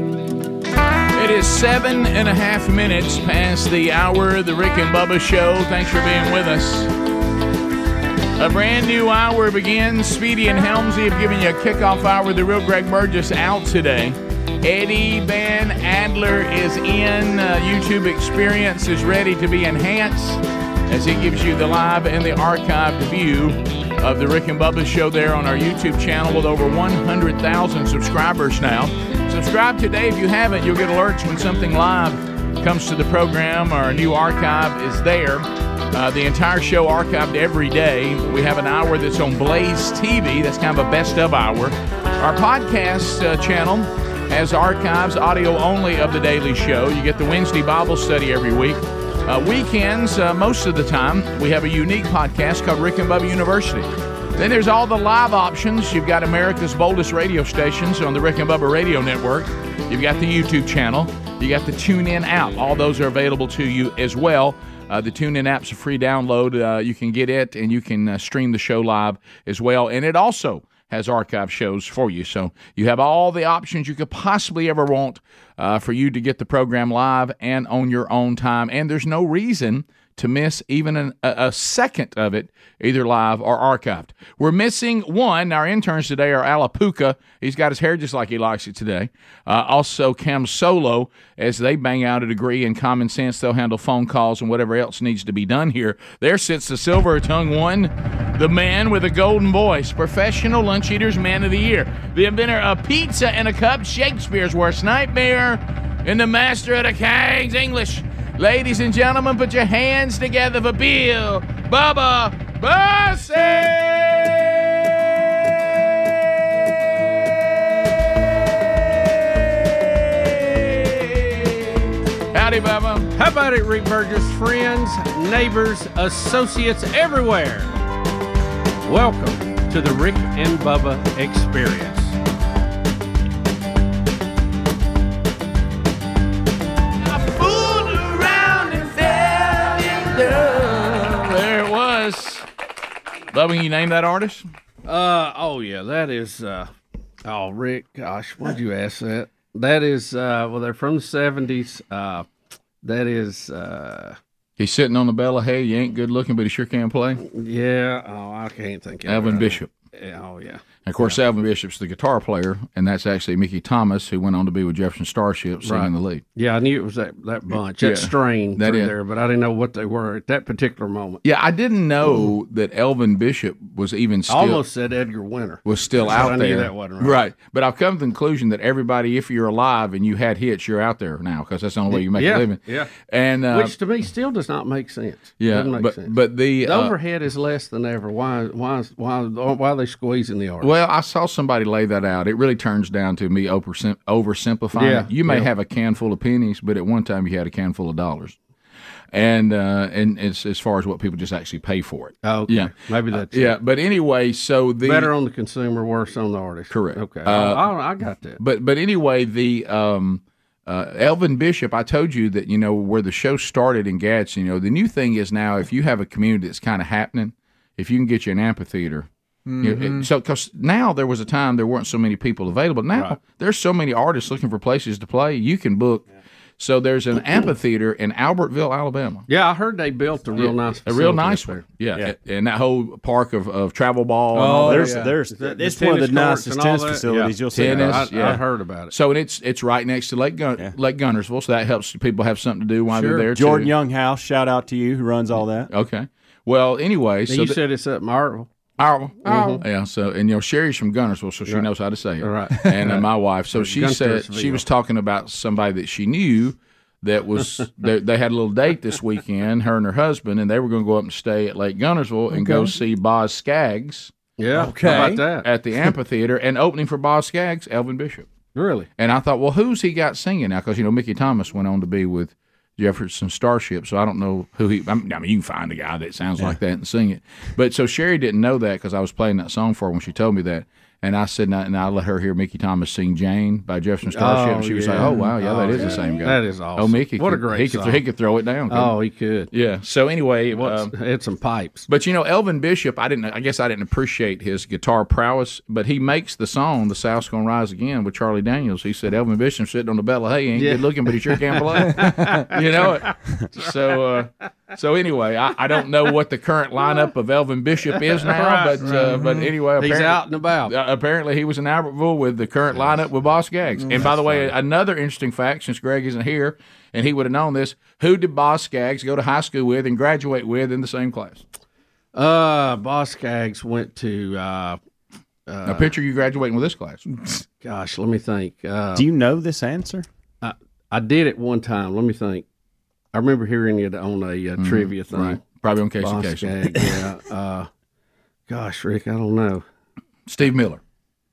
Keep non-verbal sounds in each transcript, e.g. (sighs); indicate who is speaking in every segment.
Speaker 1: It is seven and a half minutes past the hour of the Rick and Bubba show. Thanks for being with us. A brand new hour begins. Speedy and Helmsy have given you a kickoff hour. The real Greg Burgess out today. Eddie Van Adler is in. Uh, YouTube experience is ready to be enhanced as he gives you the live and the archived view of the Rick and Bubba show there on our YouTube channel with over 100,000 subscribers now. Subscribe today if you haven't. You'll get alerts when something live comes to the program. Our new archive is there. Uh, the entire show archived every day. We have an hour that's on Blaze TV. That's kind of a best of hour. Our podcast uh, channel has archives, audio only of the daily show. You get the Wednesday Bible study every week. Uh, weekends, uh, most of the time, we have a unique podcast called Rick and Bubba University. Then there's all the live options. You've got America's boldest radio stations on the Rick and Bubba Radio Network. You've got the YouTube channel. You got the TuneIn app. All those are available to you as well. Uh, the TuneIn app's a free download. Uh, you can get it and you can uh, stream the show live as well. And it also has archive shows for you. So you have all the options you could possibly ever want uh, for you to get the program live and on your own time. And there's no reason to miss even an, a, a second of it, either live or archived. We're missing one. Our interns today are Alapuka. He's got his hair just like he likes it today. Uh, also, Cam Solo, as they bang out a degree in common sense, they'll handle phone calls and whatever else needs to be done here. There sits the silver tongue one, the man with a golden voice, professional lunch eater's man of the year, the inventor of pizza and a cup, Shakespeare's worst nightmare, and the master of the King's English. Ladies and gentlemen, put your hands together for Bill Bubba Bussey! Howdy, Bubba.
Speaker 2: How about it, Rick Burgess? Friends, neighbors, associates everywhere. Welcome to the Rick and Bubba Experience.
Speaker 1: There it was. Bubba, can you name that artist?
Speaker 2: Uh oh yeah, that is uh oh Rick, gosh, why'd you ask that? That is uh well they're from the seventies. Uh that is uh
Speaker 1: He's sitting on the bell of hay. You ain't good looking, but he sure can play.
Speaker 2: yeah, oh I can't think of it
Speaker 1: Alvin
Speaker 2: right
Speaker 1: Bishop.
Speaker 2: now. Yeah, Oh yeah.
Speaker 1: And of course, Alvin Bishop's the guitar player, and that's actually Mickey Thomas, who went on to be with Jefferson Starship, singing the lead.
Speaker 2: Yeah, I knew it was that, that bunch, that
Speaker 1: Yeah.
Speaker 2: strain
Speaker 1: That
Speaker 2: through
Speaker 1: is.
Speaker 2: there, but I didn't know what they were at that particular moment.
Speaker 1: Yeah, I didn't know that Elvin Bishop was even still
Speaker 2: I almost said Edgar Winter.
Speaker 1: was still
Speaker 2: That's
Speaker 1: out
Speaker 2: what I knew
Speaker 1: there.
Speaker 2: that wasn't right.
Speaker 1: But I've come to the conclusion that everybody, if you're alive and you had hits, you're out there now because that's the only way you make a
Speaker 2: Yeah,
Speaker 1: living.
Speaker 2: yeah.
Speaker 1: And uh,
Speaker 2: Which to me still does not make sense.
Speaker 1: yeah,
Speaker 2: Doesn't make
Speaker 1: but
Speaker 2: sense.
Speaker 1: but the,
Speaker 2: the
Speaker 1: uh,
Speaker 2: overhead is less than ever. Why why why why are they squeezing the artist?
Speaker 1: well, I saw somebody lay that out. It really turns down to me oversim- oversimplifying.
Speaker 2: Yeah,
Speaker 1: it. You may
Speaker 2: yeah.
Speaker 1: have a can full of pennies, but at one time you had a can full of dollars. And uh, and as as far as what people just actually pay for it.
Speaker 2: Oh, okay.
Speaker 1: Yeah.
Speaker 2: Maybe that's
Speaker 1: uh, Yeah, but anyway, so the
Speaker 2: better on the consumer, worse on the artist.
Speaker 1: Correct.
Speaker 2: Okay,
Speaker 1: Uh,
Speaker 2: Oh, I, I got that.
Speaker 1: but but anyway, the um, uh, Elvin Bishop, I told you that you know where the show started in Gadsden. You know, the new thing is now if you have a community that's kind of happening, if you can get you an amphitheater. you know,
Speaker 2: Mm-hmm.
Speaker 3: Mm-hmm.
Speaker 1: it- so, because now there was a time there weren't so many people available. Now there's so many artists looking for places to play. You can book So there's an amphitheater in Albertville, Alabama.
Speaker 2: Yeah, I heard they built a real nice,
Speaker 1: A real
Speaker 2: facility
Speaker 1: nice
Speaker 2: up there.
Speaker 1: one. Yeah. And that whole park of, of travel ball. and
Speaker 2: Oh,
Speaker 1: all that.
Speaker 3: there's
Speaker 2: yeah.
Speaker 3: there's
Speaker 2: The- the
Speaker 3: it's one of the
Speaker 2: tennis courts
Speaker 3: nicest
Speaker 2: and all
Speaker 3: tennis
Speaker 2: that?
Speaker 3: facilities
Speaker 2: Yeah.
Speaker 3: you'll see.
Speaker 1: Tennis.
Speaker 2: I,
Speaker 1: Yeah.
Speaker 2: I heard about it.
Speaker 1: So and it's it's right next to Lake Gun- Lake Gunnersville, so that helps people have something to do while
Speaker 2: Sure.
Speaker 1: they're there.
Speaker 3: Jordan
Speaker 1: too.
Speaker 3: Young House, shout out to you who runs all that.
Speaker 1: Okay. Well, anyway,
Speaker 2: Now,
Speaker 1: so
Speaker 2: you
Speaker 1: the-
Speaker 2: said it's up in Arville.
Speaker 1: Arl. Yeah. So, and you know, Sherry's from Gunnersville, so she knows how to say it.
Speaker 2: Right.
Speaker 1: (laughs) And uh, my wife, so she said she
Speaker 2: Guntersville.
Speaker 1: was talking about somebody that she knew that
Speaker 2: (laughs)
Speaker 1: was they, they had a little date this weekend, her and her husband, and they were going to go up and stay at Lake Gunnersville and go see Boz Skaggs
Speaker 2: Yeah.
Speaker 3: Okay.
Speaker 2: How about that?
Speaker 1: at the amphitheater and opening for Boz Skaggs, Elvin Bishop.
Speaker 2: really?
Speaker 1: And I thought, well, who's he got singing now? Because you know, Mickey Thomas went on to be with Jefferson Starship, so I don't know who he. I mean, I mean, you can find a guy that sounds like that and sing it. But so Sherry didn't know that because I was playing that song for her when she told me that. And I said, and I, and I let her hear Mickey Thomas sing Jane by Jefferson Starship.
Speaker 2: Oh,
Speaker 1: and she was
Speaker 2: yeah.
Speaker 1: like, oh, wow, yeah, that
Speaker 2: Oh,
Speaker 1: is
Speaker 2: yeah.
Speaker 1: the same guy.
Speaker 2: That is
Speaker 1: Oh,
Speaker 2: awesome.
Speaker 1: Mickey.
Speaker 2: What a
Speaker 1: could-
Speaker 2: great
Speaker 1: he could,
Speaker 2: song.
Speaker 1: He could throw it down. couldn't
Speaker 2: Oh, he could.
Speaker 1: he? Yeah. So anyway, um,
Speaker 2: had some pipes.
Speaker 1: but you know, Elvin Bishop, I didn't. I guess I didn't appreciate his guitar prowess, but he makes the song "The South's Gonna Rise Again" with Charlie Daniels. He said Elvin Bishop sitting on the bell of hay ain't
Speaker 2: Yeah.
Speaker 1: good looking, but he sure can play. (laughs) you know, it. so uh, so anyway, I, I don't know what the current lineup of Elvin Bishop is now, but uh, but anyway,
Speaker 2: He's
Speaker 1: apparently-
Speaker 2: out and about.
Speaker 1: uh, apparently, he was in Albertville with the current lineup with Boss Gags. and by the
Speaker 2: Mm.
Speaker 1: way, another interesting fact since Greg isn't here, and he would have known this who did Boss Gags go to high school with and graduate with in the same class?
Speaker 2: Uh, Boss Gags went to, uh,
Speaker 1: Now picture you graduating with this class. (laughs)
Speaker 2: gosh, let me think. Uh,
Speaker 3: Do you know this answer?
Speaker 2: I did it one time. Let me think. I remember hearing it on a uh, trivia thing.
Speaker 1: Mm-hmm. Probably on Casey
Speaker 2: Boss
Speaker 1: Kasem.
Speaker 2: Gag, yeah. Uh, gosh, Rick, I don't know.
Speaker 1: Steve Miller.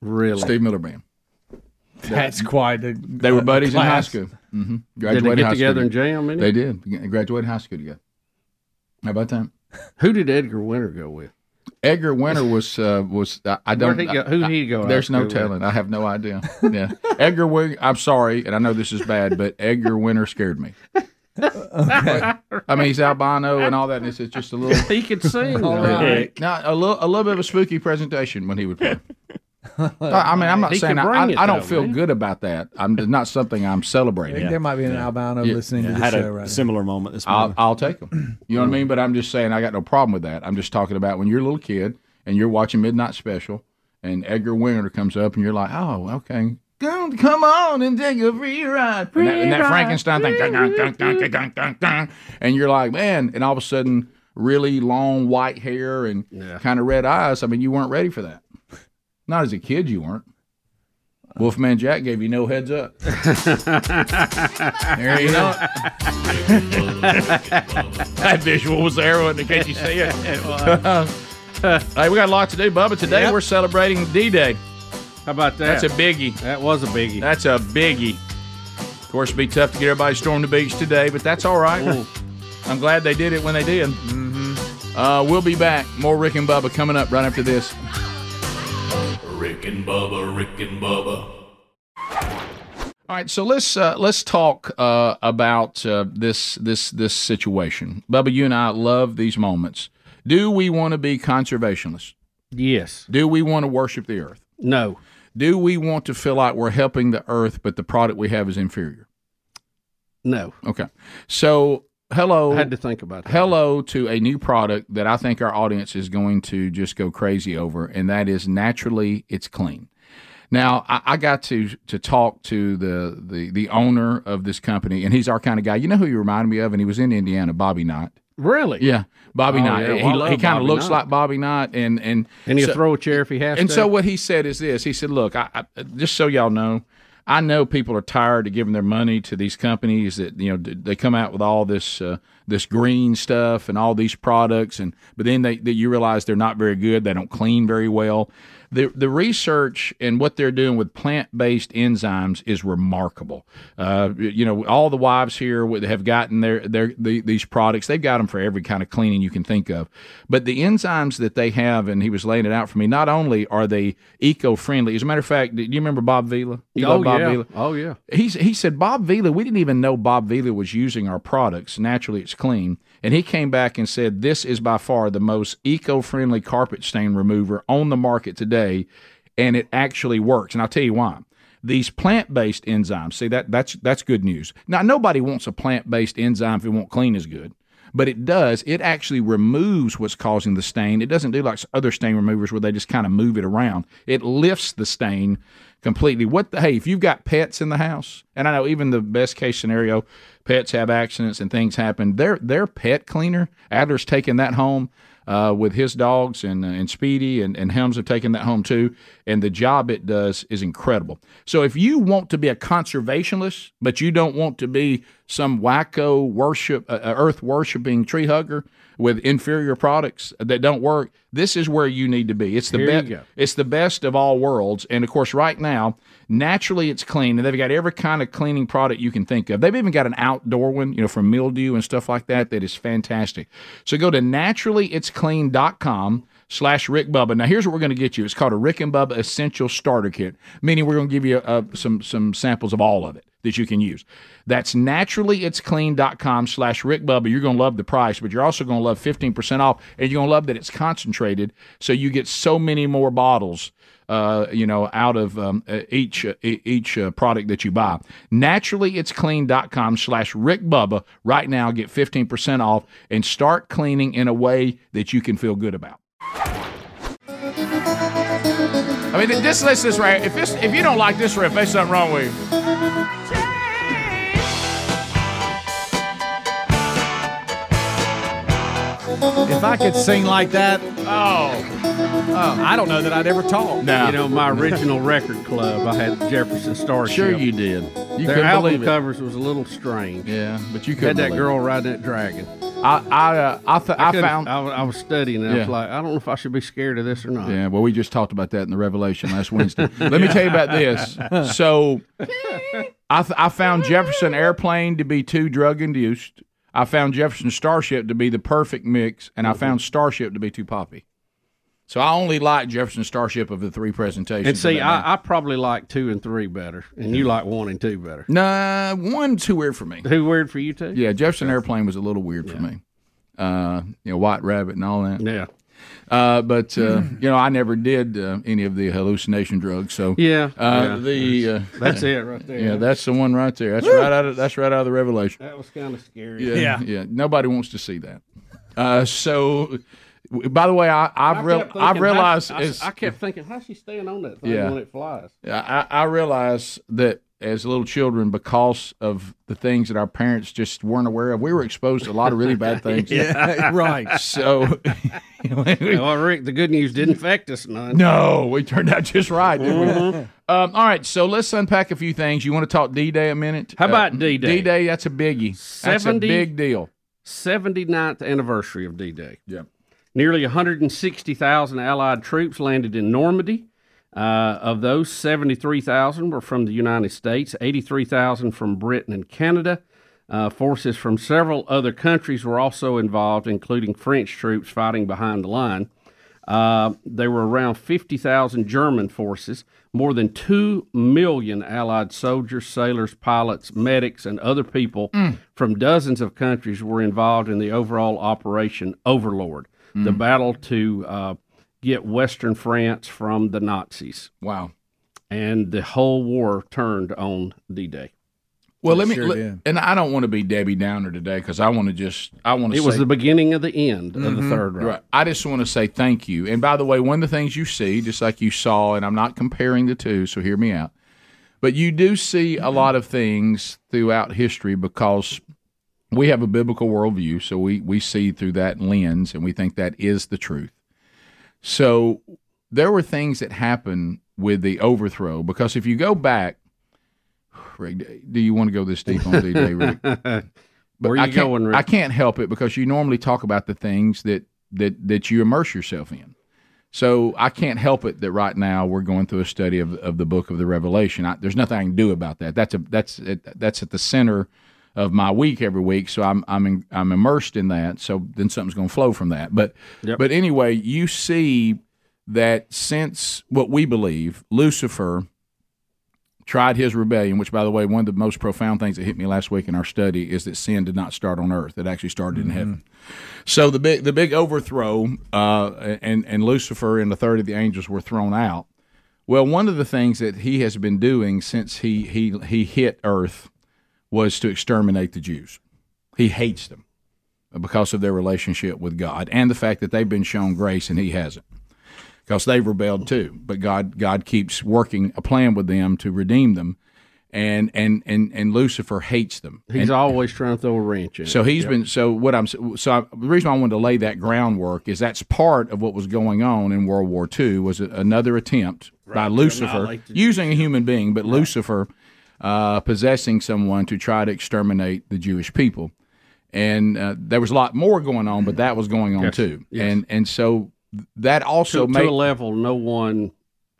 Speaker 2: Really?
Speaker 1: Steve Miller Band.
Speaker 4: That's quite a.
Speaker 1: They were buddies in high
Speaker 4: class.
Speaker 1: school. hmm
Speaker 2: Mm-hmm. did
Speaker 1: Graduated
Speaker 2: Uh, they
Speaker 1: high
Speaker 2: get together
Speaker 1: school.
Speaker 2: and jam? Any?
Speaker 1: They did. G- Graduated high school together. How about that?
Speaker 2: Who did Edgar Winter go with?
Speaker 1: Edgar Winter was uh, was I, I
Speaker 2: Where
Speaker 1: don't.
Speaker 2: he go?
Speaker 1: I-
Speaker 2: Who
Speaker 1: I-
Speaker 2: he go? to
Speaker 1: there's
Speaker 2: high
Speaker 1: no
Speaker 2: school with?
Speaker 1: telling. I have no idea. Yeah, Edgar Winter. I'm sorry, and I know this is bad, but Edgar Winter scared me. I mean, he's albino and all that, and it's, it's just a little.
Speaker 2: He
Speaker 1: (laughs)
Speaker 2: could sing. though.
Speaker 1: Now a little a little bit of a spooky presentation when he would play. I I mean, I'm not
Speaker 2: He
Speaker 1: saying
Speaker 2: can
Speaker 1: I, I,
Speaker 2: bring it,
Speaker 1: I don't
Speaker 2: though,
Speaker 1: feel
Speaker 2: man.
Speaker 1: good about that. I'm it's not something I'm
Speaker 4: I
Speaker 1: celebrating.
Speaker 4: think there might be an albino listening
Speaker 3: I
Speaker 4: to the
Speaker 3: had
Speaker 4: show
Speaker 3: a
Speaker 4: right now.
Speaker 3: similar moment this
Speaker 1: I'll,
Speaker 3: morning.
Speaker 1: I'll take
Speaker 4: (clears throat)
Speaker 1: them. You know what I mean? But I'm just saying I got no problem with that. I'm just talking about when you're a little kid and you're watching Midnight Special, and Edgar Winter comes up, and you're like, oh, okay. Come, come on and take a free ride. and, that, and that Frankenstein thing. dun, dun, dun, dun, dun, dun, dun, dun. and you're like, man. And all of a sudden, really long white hair and kind of red eyes. I mean, you weren't ready for that. Not as a kid, you weren't. Wolfman Jack gave you no heads (laughs) up. there you know. it. (laughs) That visual was there, wasn't it? In case you see it. (laughs) hey, we got a lot to do, Bubba. Today we're celebrating D-Day.
Speaker 2: How about that?
Speaker 1: That's a biggie.
Speaker 2: that was a biggie.
Speaker 1: That's a biggie. Of course, it'd be tough to get everybody to storm the beach today, but that's all right. I'm glad they did it when they did. Mm-hmm. Uh, we'll be back. More Rick and Bubba coming up right after this.
Speaker 5: Rick and Bubba, Rick and Bubba.
Speaker 1: All right, so let's uh, let's talk uh, about uh, this this this situation. Bubba, you and I love these moments. Do we want to be conservationists?
Speaker 2: yes.
Speaker 1: Do we want to worship the earth?
Speaker 2: No.
Speaker 1: Do we want to feel like we're helping the earth, but the product we have is inferior?
Speaker 2: No.
Speaker 1: Okay, so hello,
Speaker 2: I had to think about that.
Speaker 1: hello to a new product that I think our audience is going to just go crazy over, and that is naturally it's clean. Now I, I got to to talk to the, the the owner of this company, and he's our kind of guy. You know who he reminded me of, and he was in Indiana, Bobby Knight.
Speaker 2: Really?
Speaker 1: Yeah, Bobby
Speaker 2: Oh,
Speaker 1: Knight.
Speaker 2: yeah.
Speaker 1: He-
Speaker 2: Well, I
Speaker 1: he
Speaker 2: love
Speaker 1: kind of
Speaker 2: Bobby
Speaker 1: looks
Speaker 2: Knight.
Speaker 1: like Bobby Knight, and and
Speaker 2: And he'll
Speaker 1: so-
Speaker 2: throw a chair if he has
Speaker 1: and
Speaker 2: to.
Speaker 1: so what he said is this: He said, "Look, I, I just so y'all know, I know people are tired of giving their money to these companies that you know d- they come out with all this uh, this green stuff and all these products, and but then they, they you realize they're not very good. They don't clean very well. The the research and what they're doing with plant based enzymes is remarkable. Uh, you know, all the wives here would have gotten their their the, these products. They've got them for every kind of cleaning you can think of. But the enzymes that they have, and he was laying it out for me. Not only are they eco friendly, as a matter of fact, do you remember Bob Vila? You
Speaker 2: oh,
Speaker 1: love Bob
Speaker 2: yeah.
Speaker 1: Vila?
Speaker 2: oh yeah.
Speaker 1: He's, he said, Bob Vila, we didn't even know Bob Vila was using our products. Naturally, it's clean. And he came back and said, This is by far the most eco friendly carpet stain remover on the market today. And it actually works. And I'll tell you why. these plant-based enzymes. See that that's that's good news. Now nobody wants a plant-based enzyme if it won't clean as good, but it does. It actually removes what's causing the stain. It doesn't do like other stain removers where they just kind of move it around. It lifts the stain completely. What the hey, if you've got pets in the house, and I know even the best case scenario, pets have accidents and things happen. Their their pet cleaner, Adler's taking that home uh, with his dogs and uh, and Speedy and, and Helms have taken that home too. And the job it does is incredible. So if you want to be a conservationist, but you don't want to be some wacko worship uh, earth worshiping tree hugger with inferior products that don't work, this is where you need to be. It's the
Speaker 2: Here you
Speaker 1: best.
Speaker 2: go.
Speaker 1: It's the best of all worlds. And of course, right now, naturally it's clean. And they've got every kind of cleaning product you can think of. They've even got an outdoor one, you know, for mildew and stuff like that, that is fantastic. So go to naturallyitsclean.com slash Rick Bubba. Now here's what we're going to get you. It's called a Rick and Bubba Essential Starter Kit, meaning we're going to give you uh, some some samples of all of it that you can use. That's naturallyitsclean.com slash Rick Bubba. You're going to love the price, but you're also going to love 15% off and you're going to love that it's concentrated. So you get so many more bottles, uh, you know, out of um, uh, each, uh, e- each uh, product that you buy. Naturallyitsclean.com slash Rick Bubba. Right now, get 15% off and start cleaning in a way that you can feel good about. I mean, just listen this right. If this, if you don't like this riff, there's something wrong with you.
Speaker 3: If I could sing like that,
Speaker 1: Oh,
Speaker 2: Um,
Speaker 3: I don't know that I'd ever talk.
Speaker 1: no.
Speaker 2: You know, my original record club, I had Jefferson Starship.
Speaker 1: Sure, you did. You
Speaker 2: Their
Speaker 1: couldn't
Speaker 2: album
Speaker 1: believe it.
Speaker 2: covers was a little strange.
Speaker 1: Yeah, but you
Speaker 2: Had
Speaker 1: couldn't.
Speaker 2: that
Speaker 1: believe
Speaker 2: girl riding that dragon.
Speaker 1: It. I I uh, I, th- I,
Speaker 2: couldn't-
Speaker 1: found.
Speaker 2: I, wa- I was studying and I
Speaker 1: Yeah.
Speaker 2: was like, I don't know if I should be scared of this or not.
Speaker 1: yeah, well, we just talked about that in the Revelation last Wednesday. Let me tell you about
Speaker 2: (laughs)
Speaker 1: this. So, I th- I found Jefferson Airplane to be too drug induced. I found Jefferson Starship to be the perfect mix, and I found Starship to be too poppy. So I only like Jefferson Starship of the three presentations.
Speaker 2: And see,
Speaker 1: of that band.
Speaker 2: I, I probably like two and three better, and you like one and two better.
Speaker 1: nah, one's too weird for me.
Speaker 2: Who weird for you two?
Speaker 1: Yeah, Jefferson Airplane was a little weird for me. Uh, you know, White Rabbit and all that.
Speaker 2: Yeah.
Speaker 1: Uh, but uh, you know, I never did uh, any of the hallucination drugs. So
Speaker 2: Yeah.
Speaker 1: uh,
Speaker 2: Yeah.
Speaker 1: the uh,
Speaker 2: That's it right there.
Speaker 1: yeah, that's the one right there. That's right out of that's right out of the Revelation.
Speaker 2: that was kind of scary.
Speaker 1: Yeah, yeah, Nobody wants to see that. Uh, so, w- by the way, I, I've real
Speaker 2: kept
Speaker 1: I've
Speaker 2: thinking,
Speaker 1: realized
Speaker 2: how- I,
Speaker 1: it's,
Speaker 2: I kept thinking, how's she staying on that thing
Speaker 1: Yeah.
Speaker 2: when it flies?
Speaker 1: I, I realize that as little children, because of the things that our parents just weren't aware of, we were exposed to a lot of really
Speaker 2: (laughs)
Speaker 1: bad things.
Speaker 3: right.
Speaker 1: So,
Speaker 2: well, Rick, the good news didn't affect us none.
Speaker 1: No, we turned out just right. Didn't we?
Speaker 2: Mm-hmm.
Speaker 1: Um, all right, so let's unpack a few things. You want to talk D Day a minute?
Speaker 2: How about D-Day?
Speaker 1: D Day, that's a biggie. That's a
Speaker 2: 70
Speaker 1: big deal.
Speaker 2: 79th anniversary of D Day.
Speaker 1: Yeah.
Speaker 2: Nearly 160,000 Allied troops landed in Normandy. Uh, of those, 73,000 were from the United States, 83,000 from Britain and Canada. Uh, forces from several other countries were also involved, including French troops fighting behind the line. Uh, there were around 50,000 German forces, more than 2 million Allied soldiers, sailors, pilots, medics, and other people
Speaker 1: Mm.
Speaker 2: from dozens of countries were involved in the overall Operation Overlord, the
Speaker 1: Mm.
Speaker 2: battle to uh, get Western France from the Nazis.
Speaker 1: Wow.
Speaker 2: And the whole war turned on D Day.
Speaker 1: Well, let me,
Speaker 3: sure
Speaker 1: let-
Speaker 3: did.
Speaker 1: and I don't want to be Debbie Downer today because I want to just, I want to
Speaker 2: It
Speaker 1: say, Mm-hmm.
Speaker 2: was the beginning of the end of the Third Reich.
Speaker 1: Right. I just want to say thank you. And by the way, one of the things you see, just like you saw, and I'm not comparing the two, so hear me out, but you do see a lot of things throughout history because we have a biblical worldview, so we, we see through that lens and we think that is the truth. So there were things that happened with the overthrow because if you go back, (sighs) Rick, do you want to go this deep on D Day,
Speaker 2: (laughs)
Speaker 1: Rick? But
Speaker 2: Where you
Speaker 1: I can't,
Speaker 2: going, Rick?
Speaker 1: I can't help it because you normally talk about the things that that that you immerse yourself in. So I can't help it that right now we're going through a study of, of the book of the Revelation. I, there's nothing I can do about that. That's a that's at, that's at the center of my week every week. So I'm I'm in, I'm immersed in that. So then something's going to flow from that. But but anyway, you see that since what we believe, Lucifer tried his rebellion, which, by the way, one of the most profound things that hit me last week in our study is that sin did not start on earth; it actually started in heaven. So the big the big overthrow, uh, and and Lucifer and a third of the angels were thrown out. Well, one of the things that he has been doing since he he he hit Earth was to exterminate the Jews. He hates them because of their relationship with God and the fact that they've been shown grace and he hasn't. Because they've rebelled too, but God God keeps working a plan with them to redeem them, and and and and Lucifer hates them.
Speaker 2: He's
Speaker 1: And-
Speaker 2: always trying to throw a wrench in.
Speaker 1: so
Speaker 2: it.
Speaker 1: he's been. So what I'm. So I, the reason I wanted to lay that groundwork is that's part of what was going on in World War II was a- another attempt by Lucifer
Speaker 2: annihilate the
Speaker 1: using a human being, but Lucifer uh, possessing someone to try to exterminate the Jewish people. And uh, there was a lot more going on, but that was going on
Speaker 2: Yes,
Speaker 1: too.
Speaker 2: yes.
Speaker 1: And and so that also
Speaker 2: to,
Speaker 1: made
Speaker 2: to a level no one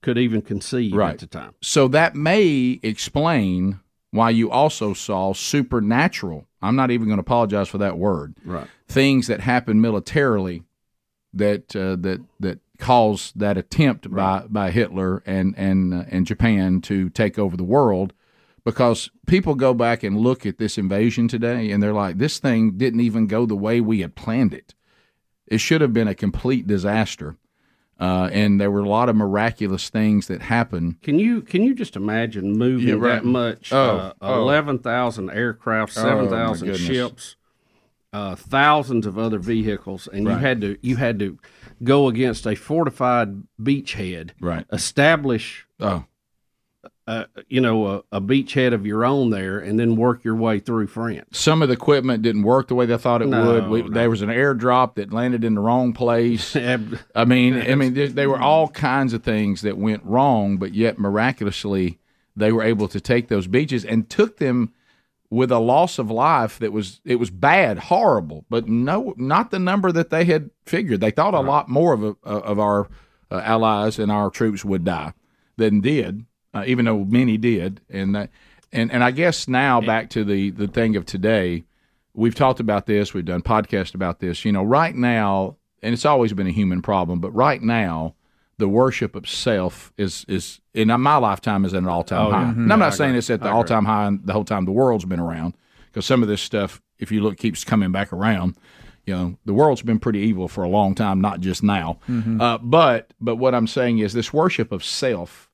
Speaker 2: could even conceive
Speaker 1: Right.
Speaker 2: at the time.
Speaker 1: So that may explain why you also saw supernatural. I'm not even going to apologize for that word.
Speaker 2: Right.
Speaker 1: Things that happen militarily that uh, that that caused that attempt by by Hitler and and uh, and Japan to take over the world because people go back and look at this invasion today and they're like this thing didn't even go the way we had planned it. It should have been a complete disaster. Uh, and there were a lot of miraculous things that happened
Speaker 2: Can you can you just imagine moving
Speaker 1: Yeah, right.
Speaker 2: that much?
Speaker 1: Oh,
Speaker 2: Uh,
Speaker 1: oh.
Speaker 2: Eleven thousand aircraft,
Speaker 1: Oh, my
Speaker 2: seven thousand
Speaker 1: goodness.
Speaker 2: ships, uh, thousands of other vehicles, and
Speaker 1: Right.
Speaker 2: you had to you had to go against a fortified beachhead,
Speaker 1: Right.
Speaker 2: establish
Speaker 1: Oh,
Speaker 2: uh, you know a, a beachhead of your own there, and then work your way through France.
Speaker 1: some of the equipment didn't work the way they thought it
Speaker 2: No,
Speaker 1: would. We,
Speaker 2: no.
Speaker 1: There was an airdrop that landed in the wrong
Speaker 2: (laughs)
Speaker 1: place.
Speaker 2: Ab-
Speaker 1: I mean, I mean, there, there
Speaker 2: Mm-hmm.
Speaker 1: were all kinds of things that went wrong, but yet miraculously they were able to take those beaches and took them with a loss of life that was it was bad, horrible, but no, not the number that they had figured. They thought a lot more of of our uh, allies and our troops would die than did, uh, even though many did, and that, and and I guess now back to the the thing of today we've talked about this, we've done podcasts about this. You know, right now, and it's always been a human problem, but right now, the worship of self is is in my lifetime is at an all time
Speaker 2: Oh,
Speaker 1: high.
Speaker 2: yeah.
Speaker 1: And I'm not saying it's at the all time high the whole time the world's been around, because some of this stuff, if you look, keeps coming back around. You know, the world's been pretty evil for a long time, not just now. Uh, but but what I'm saying is this worship of self.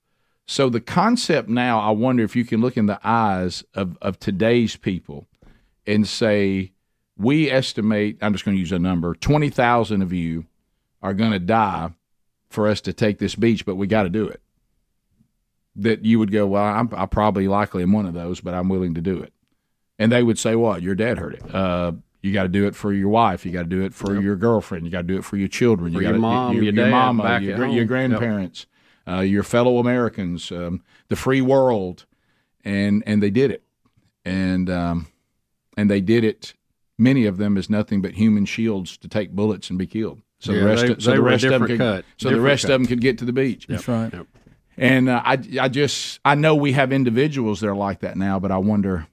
Speaker 1: So the concept now, I wonder if you can look in the eyes of of today's people and say, we estimate, I'm just going to use a number, 20,000 of you are going to die for us to take this beach, but we got to do it. That you would go, well, I'm, I probably likely am one of those, but I'm willing to do it. And they would say, what? Your dad heard it. Uh, you got to do it for your wife. You got to do it for your girlfriend. You got to do it for your children.
Speaker 2: For
Speaker 1: you
Speaker 2: your
Speaker 1: gotta-
Speaker 2: mom, your dad, back
Speaker 1: your,
Speaker 2: at
Speaker 1: gra-
Speaker 2: home.
Speaker 1: your
Speaker 2: Yep.
Speaker 1: grandparents, uh, your fellow Americans, um, the free world. And, and they did it. And, um, and they did it. Many of them as nothing but human shields to take bullets and be killed. So the
Speaker 2: Yeah,
Speaker 1: rest,
Speaker 2: they-
Speaker 1: of, so
Speaker 2: they
Speaker 1: the
Speaker 2: were a
Speaker 1: rest of them
Speaker 2: different
Speaker 1: could,
Speaker 2: cut.
Speaker 1: so the
Speaker 2: Different
Speaker 1: rest
Speaker 2: cut.
Speaker 1: of them could get to the beach.
Speaker 4: That's right.
Speaker 1: And uh, I, I just, I know we have individuals that are like that now, but I wonder,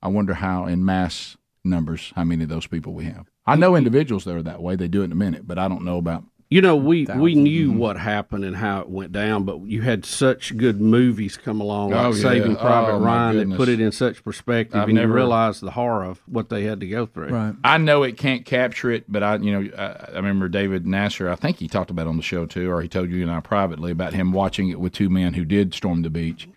Speaker 1: I wonder how in mass numbers, how many of those people we have. I know individuals that are that way. They do it in a minute, but I don't know about.
Speaker 2: You know, we we
Speaker 1: Mm-hmm.
Speaker 2: knew what happened and how it went down, but you had such good movies come along, like
Speaker 1: Oh, yeah.
Speaker 2: Saving Private
Speaker 1: Oh, my
Speaker 2: Ryan, that
Speaker 1: goodness.
Speaker 2: put it in such perspective,
Speaker 1: I've
Speaker 2: and
Speaker 1: never-
Speaker 2: you realized the horror of what they had to go through.
Speaker 4: Right.
Speaker 1: I know it can't capture it, but I, you know, I, I remember David Nasser. I think he talked about it on the show too, or he told you and I privately about him watching it with two men who did storm the beach,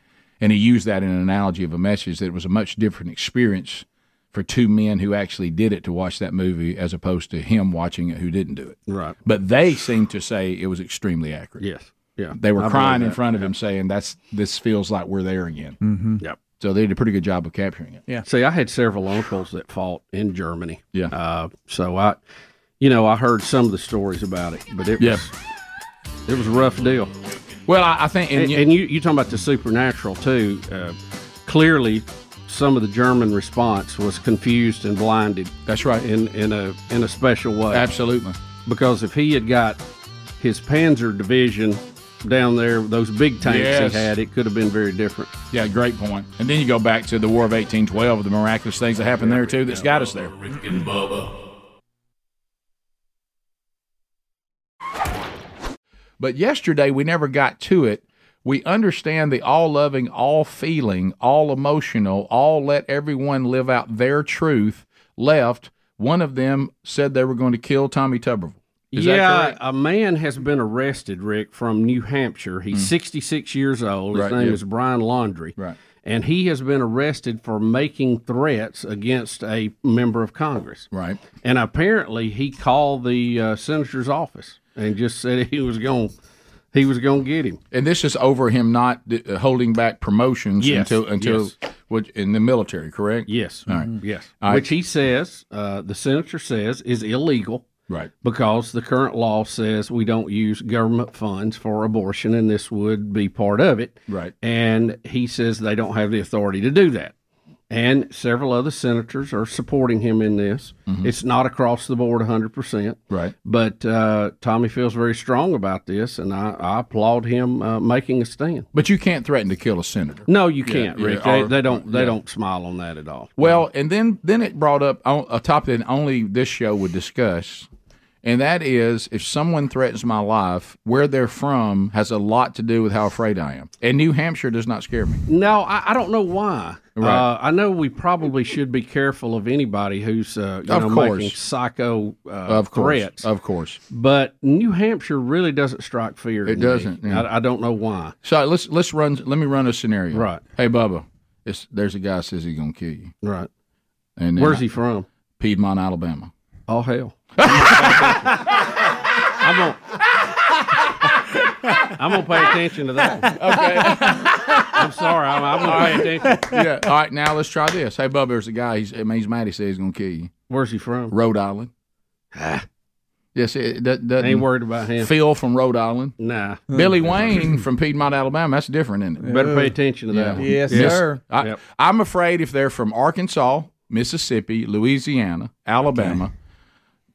Speaker 1: and he used that in an analogy of a message that it was a much different experience for two men who actually did it to watch that movie as opposed to him watching it who didn't do it.
Speaker 2: Right.
Speaker 1: But they seemed to say it was extremely accurate.
Speaker 2: Yes. Yeah.
Speaker 1: They were
Speaker 2: I
Speaker 1: crying in
Speaker 2: believe
Speaker 1: front of him, saying, "That's this feels like we're there again."
Speaker 2: that. Yep.
Speaker 1: So they did a pretty good job of capturing it.
Speaker 2: See, I had several uncles that fought in Germany.
Speaker 1: Yeah.
Speaker 2: Uh, so I, you know, I heard some of the stories about it, but it
Speaker 1: Yeah.
Speaker 2: was it was a rough deal.
Speaker 1: Well, I, I think, and,
Speaker 2: And,
Speaker 1: you-
Speaker 2: and you you talking about the supernatural too? Uh, clearly, some of the German response was confused and blinded
Speaker 1: that's right.
Speaker 2: in in a in a special way.
Speaker 1: Absolutely.
Speaker 2: because if he had got his Panzer division down there, those big tanks
Speaker 1: Yes.
Speaker 2: he had, it could have been very different.
Speaker 1: Yeah, great point. And then you go back to the War of 1812, the miraculous things that happened there, too, that's got us there.
Speaker 5: Rick and Bubba.
Speaker 1: But yesterday, we never got to it. We understand the all loving, all feeling, all emotional, all let everyone live out their truth left. One of them said they were going to kill Tommy Tuberville. Is that
Speaker 2: yeah,
Speaker 1: correct?
Speaker 2: a man has been arrested, Rick, from New Hampshire. He's 66 years old. His
Speaker 1: Right,
Speaker 2: name
Speaker 1: yeah.
Speaker 2: is Brian Laundry.
Speaker 4: Right.
Speaker 2: And he has been arrested for making threats against a member of Congress.
Speaker 4: Right.
Speaker 2: And apparently, he called the uh, senator's office and just said he was going, he was going to get him.
Speaker 1: And this is over him not d- uh, holding back promotions
Speaker 2: Yes,
Speaker 1: until until
Speaker 2: yes.
Speaker 1: which, in the military, correct?
Speaker 2: Yes. Mm-hmm.
Speaker 1: All right.
Speaker 2: Yes.
Speaker 1: All right.
Speaker 2: Which he says, uh, the senator says, is illegal.
Speaker 1: Right.
Speaker 2: because the current law says we don't use government funds for abortion, and this would be part of it.
Speaker 1: Right.
Speaker 2: And he says they don't have the authority to do that. And several other senators are supporting him in this. It's not across the board 100%.
Speaker 1: Mm-hmm. Right.
Speaker 2: But uh, Tommy feels very strong about this, and I, I applaud him uh, making a stand.
Speaker 1: But you can't threaten to kill a senator.
Speaker 2: No, you can't,
Speaker 1: yeah,
Speaker 2: Rick.
Speaker 1: or-
Speaker 2: they, they don't. They
Speaker 1: yeah.
Speaker 2: don't smile on that at all.
Speaker 1: Well, and then then it brought up on- a topic that only this show would discuss, and that is if someone threatens my life, where they're from has a lot to do with how afraid I am. And New Hampshire does not scare me.
Speaker 2: No, I, I don't know why.
Speaker 1: Right.
Speaker 2: Uh, I know we probably should be careful of anybody who's uh, you
Speaker 1: Of
Speaker 2: know,
Speaker 1: course.
Speaker 2: making psycho uh,
Speaker 1: Of course,
Speaker 2: threats.
Speaker 1: of course.
Speaker 2: but New Hampshire really doesn't strike fear. in me.
Speaker 1: doesn't, yeah.
Speaker 2: I, I don't
Speaker 1: (laughs)
Speaker 2: know why.
Speaker 1: So let's let's run. Let me run a scenario.
Speaker 2: Right.
Speaker 1: Hey, Bubba, it's, there's a guy says he's gonna kill you.
Speaker 2: Right?
Speaker 1: And then
Speaker 2: Where's
Speaker 1: I-
Speaker 2: he from?
Speaker 1: Piedmont, Alabama.
Speaker 2: Oh hell! I'm gonna. I'm gonna pay attention to that. Okay. I'm sorry. I'm, I'm gonna pay attention.
Speaker 1: yeah. All right. Now let's try this. Hey, Bubba, there's a guy. He's I mean, he's mad. He says he's gonna kill you.
Speaker 2: Where's he from? Ah.
Speaker 1: Rhode Island. yes. It, that doesn't.
Speaker 2: Ain't worried about him.
Speaker 1: Phil from Rhode Island.
Speaker 2: Nah.
Speaker 1: Billy Wayne from Piedmont, Alabama. That's different, isn't it?
Speaker 2: Better pay attention to that.
Speaker 1: Yeah.
Speaker 2: one.
Speaker 4: Yes,
Speaker 1: Yes.
Speaker 4: sir.
Speaker 1: I,
Speaker 2: Yep.
Speaker 1: I'm afraid if they're from Arkansas, Mississippi, Louisiana, Alabama,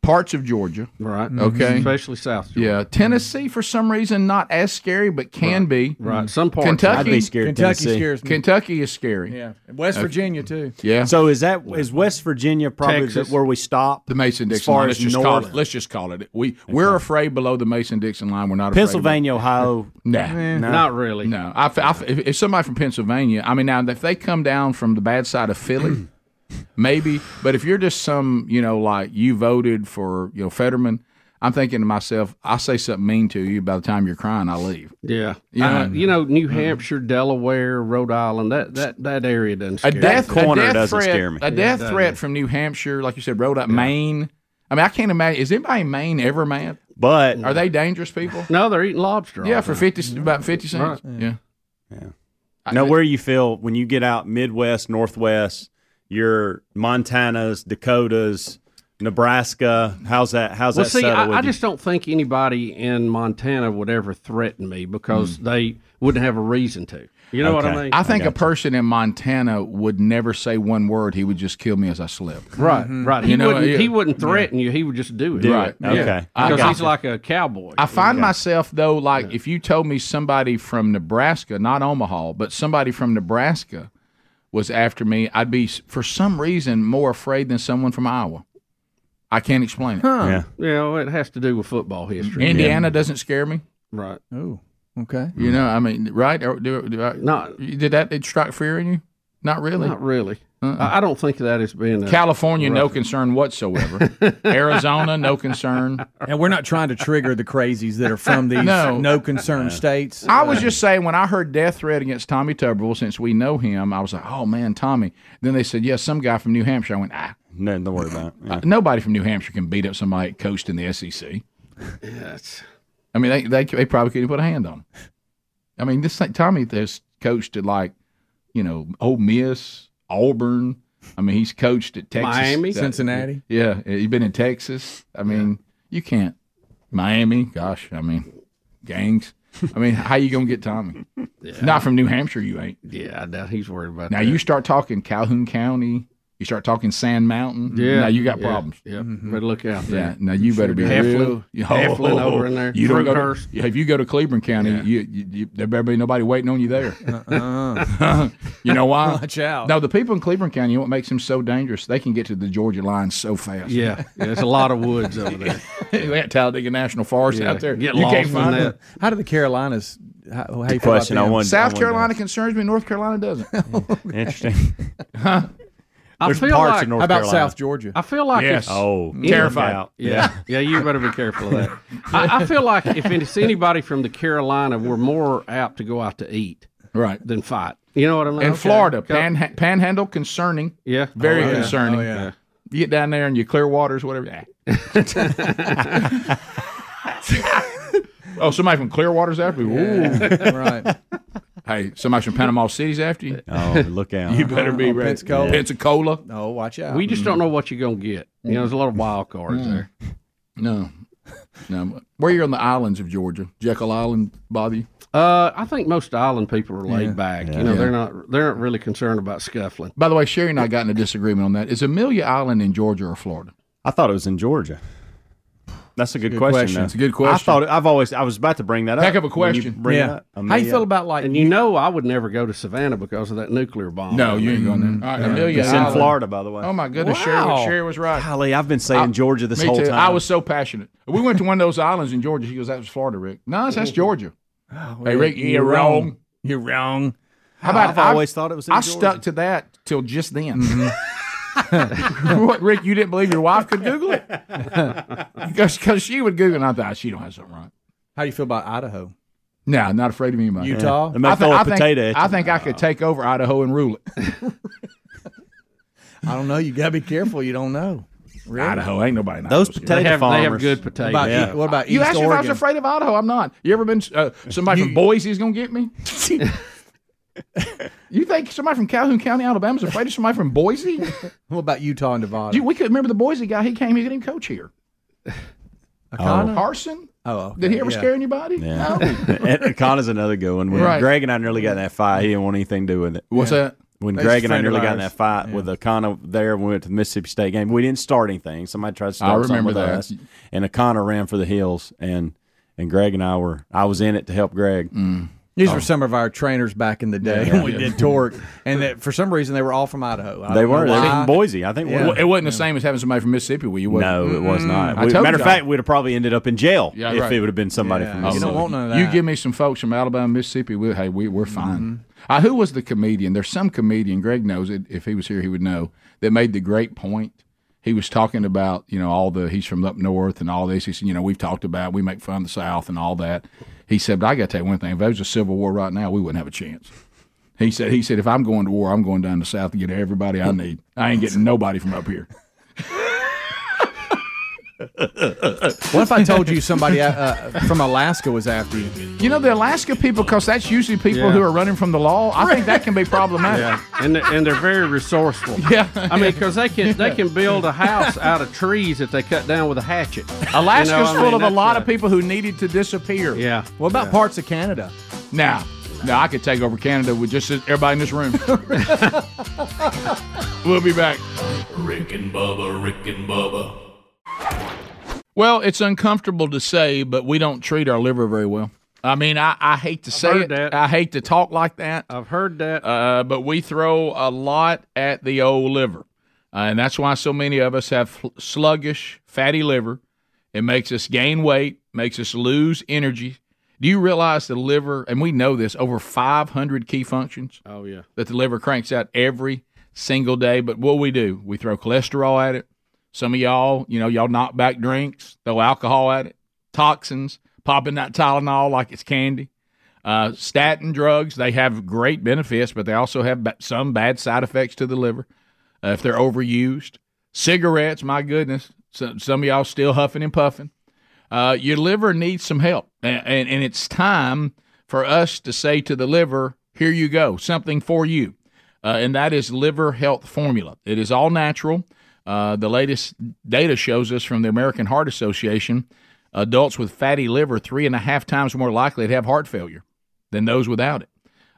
Speaker 1: parts of Georgia,
Speaker 2: Right.
Speaker 1: Okay.
Speaker 2: Especially South. Georgia.
Speaker 1: yeah, Tennessee for some reason not as scary, but can be.
Speaker 2: Right. Some parts.
Speaker 6: I'd
Speaker 1: Kentucky,
Speaker 6: be scared. of
Speaker 4: Kentucky
Speaker 6: Tennessee.
Speaker 4: scares me.
Speaker 1: Kentucky is scary. Uh,
Speaker 4: yeah. West Virginia too.
Speaker 1: Yeah.
Speaker 6: So is that is West Virginia probably
Speaker 2: Texas.
Speaker 6: the- where we stop?
Speaker 1: the Mason
Speaker 6: As
Speaker 1: Dixon
Speaker 6: far
Speaker 1: line.
Speaker 6: as
Speaker 1: Let's just
Speaker 6: north,
Speaker 1: call it. Let's just call it. We we're afraid below the Mason Dixon line. We're not afraid of-
Speaker 6: Pennsylvania, Ohio.
Speaker 1: (laughs) Nah.
Speaker 4: Eh.
Speaker 2: Not really.
Speaker 1: No, I, f- I f- if, if somebody from Pennsylvania, I mean, now if they come down from the bad side
Speaker 6: (clears throat)
Speaker 1: of Philly, maybe. But if you're just some, you know, like you voted for, you know, Fetterman, I'm thinking to myself, I say something mean to you. By the time you're crying, I leave.
Speaker 2: Yeah.
Speaker 1: Yeah. Uh-huh.
Speaker 2: Uh, you know, New Hampshire, Delaware, Rhode Island, that that, that area doesn't
Speaker 1: A
Speaker 2: scare
Speaker 1: death
Speaker 2: me.
Speaker 1: a
Speaker 6: corner
Speaker 1: death
Speaker 6: doesn't
Speaker 1: threat,
Speaker 6: scare me.
Speaker 1: A death threat from New Hampshire, like you said, Rhode Island, Maine. I mean, I can't imagine. Is anybody in Maine ever mad?
Speaker 6: But
Speaker 1: Are they dangerous people?
Speaker 2: No, they're eating lobster. all
Speaker 1: Yeah,
Speaker 2: the
Speaker 1: for
Speaker 2: time.
Speaker 1: fifty c- about fifty cents. Yeah.
Speaker 6: now, where you feel when you get out Midwest, Northwest, your Montanas, Dakotas, Nebraska. How's that? How's
Speaker 2: Well,
Speaker 6: that
Speaker 2: see,
Speaker 6: settle with
Speaker 2: I, I
Speaker 6: you?
Speaker 2: just don't think anybody in Montana would ever threaten me because they wouldn't have a reason to. You know what I
Speaker 6: Hmm. Okay.
Speaker 2: mean?
Speaker 1: I think a person in Montana would never say one word. He would just kill me as I slept.
Speaker 2: right, right. He
Speaker 1: Mm-hmm. You know,
Speaker 2: wouldn't.
Speaker 1: yeah.
Speaker 2: He wouldn't threaten you. He would just do it.
Speaker 1: Right.
Speaker 6: Okay.
Speaker 1: I
Speaker 2: Because
Speaker 1: got
Speaker 2: he's
Speaker 1: you.
Speaker 2: like a cowboy.
Speaker 1: I find myself though, like if you told me somebody from Nebraska, not Omaha, but somebody from Nebraska was after me, I'd be s- for some reason more afraid than someone from Iowa. I can't explain it.
Speaker 6: yeah.
Speaker 2: you know, it has to do with football history.
Speaker 1: Indiana doesn't scare me.
Speaker 2: Right.
Speaker 4: Oh, okay.
Speaker 1: You know, I mean, right? Or do, do I,
Speaker 2: Not.
Speaker 1: did that did strike fear in you? Not really. Uh-uh.
Speaker 2: Not really. I, I don't think of that as being a,
Speaker 1: California, no concern
Speaker 2: (laughs)
Speaker 1: whatsoever. Arizona, no concern.
Speaker 4: And we're not trying to trigger the crazies that are from these
Speaker 1: No.
Speaker 4: no, concern states. Uh,
Speaker 1: I was just saying when I heard death threat against Tommy Tuberville, since we know him, I was like, oh man, Tommy. Then they said, yes, some guy from New Hampshire. I went, ah, Uh,
Speaker 6: No, don't worry about it. Yeah.
Speaker 1: nobody from New Hampshire can beat up somebody that coached in the SEC. (laughs)
Speaker 2: Yes.
Speaker 1: I mean, they they, they probably couldn't put a hand on him. I mean, this thing, Tommy has coached at like, you know, Ole Miss, Auburn. I mean, he's coached at Texas,
Speaker 2: Miami?
Speaker 4: Cincinnati.
Speaker 1: Yeah, he's been in Texas. I mean, you can't Miami. Gosh, I mean, gangs. I mean, how you gonna get Tommy? Not from New Hampshire, you ain't.
Speaker 2: Yeah, I doubt he's worried about
Speaker 1: Now
Speaker 2: that.
Speaker 1: you start talking Calhoun County. You start talking Sand Mountain.
Speaker 2: Yeah.
Speaker 1: Now you got
Speaker 2: yeah,
Speaker 1: problems.
Speaker 2: Yeah. Better look out there.
Speaker 1: Yeah. Now you better be
Speaker 2: Heflin-
Speaker 1: real. Oh,
Speaker 2: Heflin
Speaker 1: (laughs)
Speaker 2: over in there.
Speaker 1: You don't go to,
Speaker 2: Fruithurst.
Speaker 1: yeah, if you go to Cleveland County, you, you, you, there better be nobody waiting on you there.
Speaker 2: Uh-uh.
Speaker 1: (laughs) you know why?
Speaker 4: Watch out.
Speaker 1: No, the people in Cleveland County, you know what makes them so dangerous? They can get to the Georgia line so fast.
Speaker 2: Yeah, yeah, there's a lot of woods
Speaker 1: (laughs)
Speaker 2: over there.
Speaker 1: we got Talladega National Forest
Speaker 2: Yeah,
Speaker 1: out there.
Speaker 2: get
Speaker 1: you
Speaker 2: lost
Speaker 1: can't
Speaker 2: in
Speaker 1: find
Speaker 2: that.
Speaker 1: them.
Speaker 4: How do the Carolinas? How, how you feel
Speaker 6: Question
Speaker 4: about
Speaker 6: I
Speaker 4: them?
Speaker 6: wanted. I
Speaker 1: South
Speaker 6: wanted to
Speaker 1: (laughs)
Speaker 2: (laughs)
Speaker 1: Carolina concerns me. North Carolina doesn't.
Speaker 6: ask. Interesting.
Speaker 2: I
Speaker 6: There's
Speaker 2: feel
Speaker 6: parts
Speaker 2: like-
Speaker 6: of North
Speaker 4: How about
Speaker 6: Carolina.
Speaker 4: South Georgia?
Speaker 2: I feel like
Speaker 1: Yes.
Speaker 2: if-
Speaker 6: Oh,
Speaker 1: Yeah. Terrified.
Speaker 6: out.
Speaker 2: yeah, yeah, you better be careful of that. (laughs) I, I feel like if it's anybody from the Carolina, we're more apt to go out to eat
Speaker 4: Right.
Speaker 2: than fight. You know what I mean?
Speaker 1: And Florida,
Speaker 2: Okay.
Speaker 1: panha- panhandle concerning.
Speaker 2: yeah,
Speaker 1: Very
Speaker 4: yeah.
Speaker 1: concerning.
Speaker 4: Oh, yeah.
Speaker 1: You get down there and you clear waters, whatever.
Speaker 2: (laughs)
Speaker 1: ah. oh, somebody from Clearwater's after you. Ooh.
Speaker 4: right.
Speaker 1: Hey, somebody from Panama City's after you.
Speaker 6: Oh, look out.
Speaker 1: You better be
Speaker 4: Oh,
Speaker 1: ready.
Speaker 4: Pensacola.
Speaker 1: Pensacola.
Speaker 4: No, Oh, watch out. Mm-hmm.
Speaker 2: we just don't know what you're gonna get. You know, there's a lot of wild cards there.
Speaker 1: Mm. No. No. Where you're on the islands of Georgia, Jekyll Island bother you?
Speaker 2: Uh, I think most island people are laid
Speaker 4: Yeah.
Speaker 2: back. You know, they're not they're not really concerned about scuffling.
Speaker 1: By the way, Sherry and I got in a disagreement on that. Is Amelia Island in Georgia or Florida?
Speaker 6: I thought it was in Georgia. That's a good, question.
Speaker 4: question.
Speaker 6: though.
Speaker 4: It's
Speaker 1: a good question.
Speaker 6: I thought it, I've always I was about to bring that up.
Speaker 1: Heck of a
Speaker 6: When you
Speaker 1: question.
Speaker 6: Bring it
Speaker 4: Yeah.
Speaker 6: up. I
Speaker 4: How
Speaker 6: mean,
Speaker 4: you feel about like
Speaker 2: And you know, I would never go to Savannah because of that nuclear bomb.
Speaker 1: ain't going there. All right, Amelia
Speaker 6: Mm-hmm. It's in
Speaker 1: Island.
Speaker 6: Florida, by the way.
Speaker 1: Oh my goodness, Sherry,
Speaker 2: Wow.
Speaker 1: Sherry was right.
Speaker 6: Golly, I've been saying Georgia this
Speaker 1: Me
Speaker 6: whole
Speaker 1: too.
Speaker 6: time.
Speaker 1: I was so passionate. We went to one of those islands in Georgia. She goes, "That was Florida, Rick." No, it's- that's Georgia.
Speaker 6: Oh,
Speaker 1: hey, Rick, Ah, you're, wrong.
Speaker 4: You're wrong.
Speaker 1: How about
Speaker 6: I've always thought it was in
Speaker 1: I
Speaker 6: Georgia.
Speaker 1: stuck to that till just then.
Speaker 6: Mm-hmm. (laughs)
Speaker 1: (laughs) what, Rick? You didn't believe your wife could Google it because she would Google, it, and I thought "Ah, she don't have something right.
Speaker 4: How you feel about Idaho?
Speaker 1: No, not afraid of anybody.
Speaker 4: Utah?
Speaker 6: I might
Speaker 1: I, thi-
Speaker 6: throw a
Speaker 1: I think,
Speaker 6: potato at you.
Speaker 1: I think I could take over Idaho and rule it.
Speaker 4: I don't know. You gotta be careful. You don't know. Really?
Speaker 1: Idaho ain't nobody. in
Speaker 6: Those
Speaker 1: Idaho.
Speaker 6: potato
Speaker 2: they have
Speaker 6: farmers.
Speaker 2: they have good potatoes.
Speaker 4: About
Speaker 6: Yeah.
Speaker 4: E- what about
Speaker 1: You
Speaker 4: East
Speaker 1: asked me if I
Speaker 4: Oregon?
Speaker 1: was afraid of Idaho. I'm not. You ever been uh, somebody from Boise is gonna get (laughs) me? you think somebody from Calhoun County, Alabama, is afraid of somebody from (laughs) Boise?
Speaker 4: what about Utah and Nevada?
Speaker 1: Dude, we could remember the Boise guy. He came. He didn't even coach here.
Speaker 4: Akana?
Speaker 1: Carson.
Speaker 4: Oh, okay,
Speaker 1: Did he ever
Speaker 4: yeah.
Speaker 1: scare anybody?
Speaker 6: Yeah.
Speaker 1: No.
Speaker 6: (laughs) and and Con is another good one. When
Speaker 1: Right.
Speaker 6: Greg and I nearly got in that fight, he didn't want anything to do with it.
Speaker 1: What's that?
Speaker 6: When
Speaker 4: He's a
Speaker 6: Greg and I
Speaker 4: friend of
Speaker 6: nearly got in
Speaker 4: ours.
Speaker 6: that fight with Akana there, when we went to the Mississippi State game. We didn't start anything. Somebody tried to start
Speaker 1: I remember
Speaker 6: something with
Speaker 1: that.
Speaker 6: us, and Akana ran for the hills, and and Greg and I were I was in it to help Greg.
Speaker 1: Mm.
Speaker 6: Oh.
Speaker 4: These were some of our trainers back in the day when we did torque, and that for some reason they were all from Idaho. I
Speaker 6: They
Speaker 4: don't know
Speaker 6: were they were
Speaker 4: why.
Speaker 6: from Boise, I think.
Speaker 4: Yeah.
Speaker 6: weren't
Speaker 1: It wasn't the same as having somebody from Mississippi. Were you?
Speaker 6: No, it was not.
Speaker 1: I
Speaker 6: We-
Speaker 1: told
Speaker 6: matter of
Speaker 1: y'all.
Speaker 6: fact, we'd have probably ended up in jail
Speaker 1: Mm. Yeah,
Speaker 6: if
Speaker 1: right.
Speaker 6: it would have been somebody
Speaker 4: Yeah, Oh,
Speaker 6: from
Speaker 4: you
Speaker 6: Mississippi.
Speaker 4: don't want none of that. Mm-hmm.
Speaker 1: You give me some folks from Alabama, Mississippi. We, hey, we, we're fine. Uh, who was the comedian? There's some comedian. Greg knows it. If he was here, he would know. That made the great point. He was talking about you know all the he's from up north and all this. He said you know we've talked about we make fun of the South and all that. He said, but I got to tell you one thing. If there was a civil war right now, we wouldn't have a chance. He said he said if I'm going to war, I'm going down to South to get everybody I need. I ain't getting nobody from up here.
Speaker 4: What if I told you somebody uh, uh, from Alaska was after you?
Speaker 1: You know the Alaska people, because that's usually people
Speaker 2: Yeah.
Speaker 1: who are running from the law. I think that can be problematic.
Speaker 2: (laughs) Yeah, and they're, and they're very resourceful.
Speaker 1: (laughs) Yeah.
Speaker 2: I mean, because they
Speaker 1: (laughs)
Speaker 2: can they can build a house out of trees that they cut down with a hatchet.
Speaker 1: (laughs) Alaska's
Speaker 2: You know, I mean,
Speaker 1: full of a
Speaker 2: that's
Speaker 1: lot
Speaker 2: a-
Speaker 1: of people who needed to disappear.
Speaker 2: Yeah,
Speaker 4: What about parts of Canada?
Speaker 1: Now, now I could take over Canada with just everybody in this
Speaker 2: (laughs)
Speaker 1: room. we'll be back.
Speaker 5: Rick and Bubba, Rick and Bubba.
Speaker 1: Well, it's uncomfortable to say, but we don't treat our liver very well. I mean, I, I hate to say
Speaker 2: heard
Speaker 1: it.
Speaker 2: that.
Speaker 1: I hate to talk like that.
Speaker 2: I've heard that.
Speaker 1: uh, but we throw a lot at the old liver. Uh, and that's why so many of us have fl- sluggish, fatty liver. It makes us gain weight, makes us lose energy. Do you realize the liver, and we know this, over 500 key functions
Speaker 2: oh yeah,
Speaker 1: that the liver cranks out every single day? But what we do, we throw cholesterol at it. Some of y'all, you know, y'all knock back drinks, throw alcohol at it, toxins, popping that Tylenol like it's candy. Uh, statin drugs, they have great benefits, but they also have ba- some bad side effects to the liver uh, if they're overused. Cigarettes, my goodness, some, some of y'all still huffing and puffing. Uh, your liver needs some help, and, and, and it's time for us to say to the liver, here you go, something for you. Uh, and that is Liver Health Formula. It is all natural. Uh, the latest data shows us from the American Heart Association adults with fatty liver three and a half times more likely to have heart failure than those without it.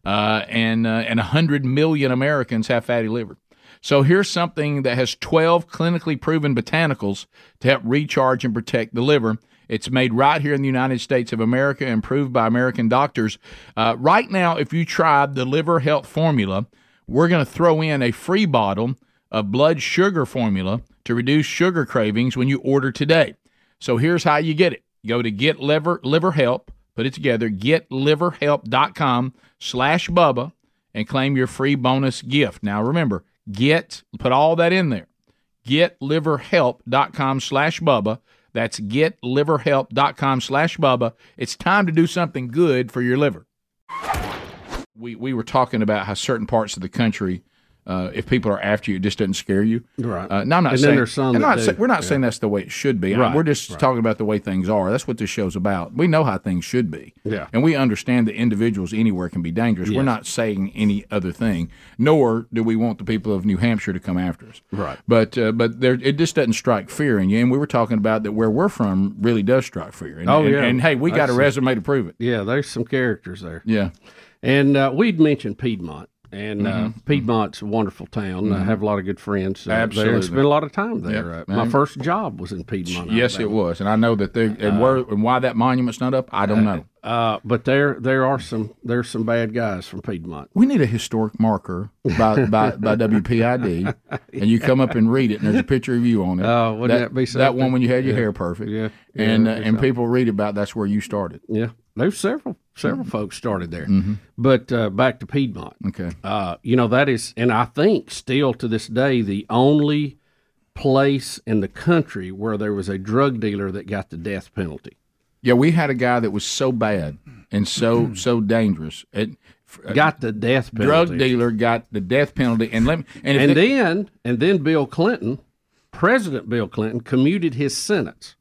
Speaker 1: Uh, and uh, and 100 million Americans have fatty liver. So here's something that has 12 clinically proven botanicals to help recharge and protect the liver. It's made right here in the United States of America, improved by American doctors. Uh, right now, if you tried the Liver Health Formula, we're going to throw in a free bottle of blood sugar formula to reduce sugar cravings when you order today. So here's how you get it. Go to get liver liver help, put it together, getliverhelp.com slash Bubba and claim your free bonus gift. Now remember, Get put all that in there. Getliverhelp.com slash Bubba. That's getliverhelp.com slash Bubba. It's time to do something good for your liver. We we were talking about how certain parts of the country, uh, if people are after you, it just doesn't scare you.
Speaker 2: Right.
Speaker 1: Uh, no, I'm not
Speaker 2: And then
Speaker 1: saying
Speaker 2: there's some
Speaker 1: I'm
Speaker 2: that
Speaker 1: not
Speaker 2: do.
Speaker 1: say- we're not
Speaker 2: Yeah.
Speaker 1: saying that's the way it should be. I-
Speaker 2: Right,
Speaker 1: we're just talking about the way things are. That's what this show's about. We know how things should be.
Speaker 2: Yeah.
Speaker 1: And we understand that individuals anywhere can be dangerous. We're
Speaker 2: Yes.
Speaker 1: not saying any other thing, nor do we want the people of New Hampshire to come after us.
Speaker 2: Right.
Speaker 1: But uh, but there it just doesn't strike fear in you. And we were talking about that where we're from really does strike fear. And,
Speaker 2: Oh,
Speaker 1: and-
Speaker 2: yeah.
Speaker 1: and hey, we got a
Speaker 2: That's-
Speaker 1: resume to prove it.
Speaker 2: Yeah, there's some characters there.
Speaker 1: Yeah.
Speaker 2: And uh, we'd mentioned Piedmont, and uh,
Speaker 1: Mm-hmm.
Speaker 2: Piedmont's a wonderful town. I have a lot of good friends uh, there
Speaker 1: Absolutely.
Speaker 2: and spent a lot of time there.
Speaker 1: Yep.
Speaker 2: Uh, my first job was in Piedmont.
Speaker 1: Yes, it was. And I know that they and where and why that monument's not up, I don't know.
Speaker 2: Uh, but there there are some there's some bad guys from Piedmont.
Speaker 1: we need a historic marker by, by,
Speaker 2: (laughs)
Speaker 1: by WPID, and you come up and read it, and there's a picture of you on it.
Speaker 2: Oh, wouldn't that be
Speaker 1: That one
Speaker 2: something?
Speaker 1: when you had your hair perfect.
Speaker 2: Yeah.
Speaker 1: And,
Speaker 2: Yeah,
Speaker 1: uh,
Speaker 2: that'd be
Speaker 1: and people read about that's where you started. Mm-hmm.
Speaker 2: Yeah, there's several several folks started there. But uh, back to Piedmont.
Speaker 1: Okay.
Speaker 2: Uh, you know that is, and I think still to this day the only place in the country where there was a drug dealer that got the death penalty.
Speaker 1: Yeah, we had a guy that was so bad and so so dangerous. It, a
Speaker 2: Mm-hmm. Got the death penalty.
Speaker 1: drug dealer got the death penalty, and let me, and, if
Speaker 2: and
Speaker 1: they-
Speaker 2: then and then Bill Clinton, President Bill Clinton, commuted his sentence.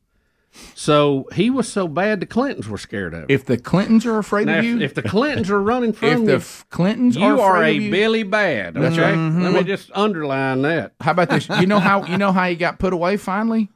Speaker 2: So he was so bad the Clintons were scared of. him.
Speaker 1: if the Clintons are afraid
Speaker 2: Now,
Speaker 1: of
Speaker 2: if,
Speaker 1: you,
Speaker 2: if the Clintons are running
Speaker 1: (laughs)
Speaker 2: from
Speaker 1: if the f- Clintons
Speaker 2: you, you are
Speaker 1: afraid
Speaker 2: a
Speaker 1: of you- Mm-hmm.
Speaker 2: Billy Bad. Okay, let me just underline that.
Speaker 1: How about this? You know how you know how he got put away finally?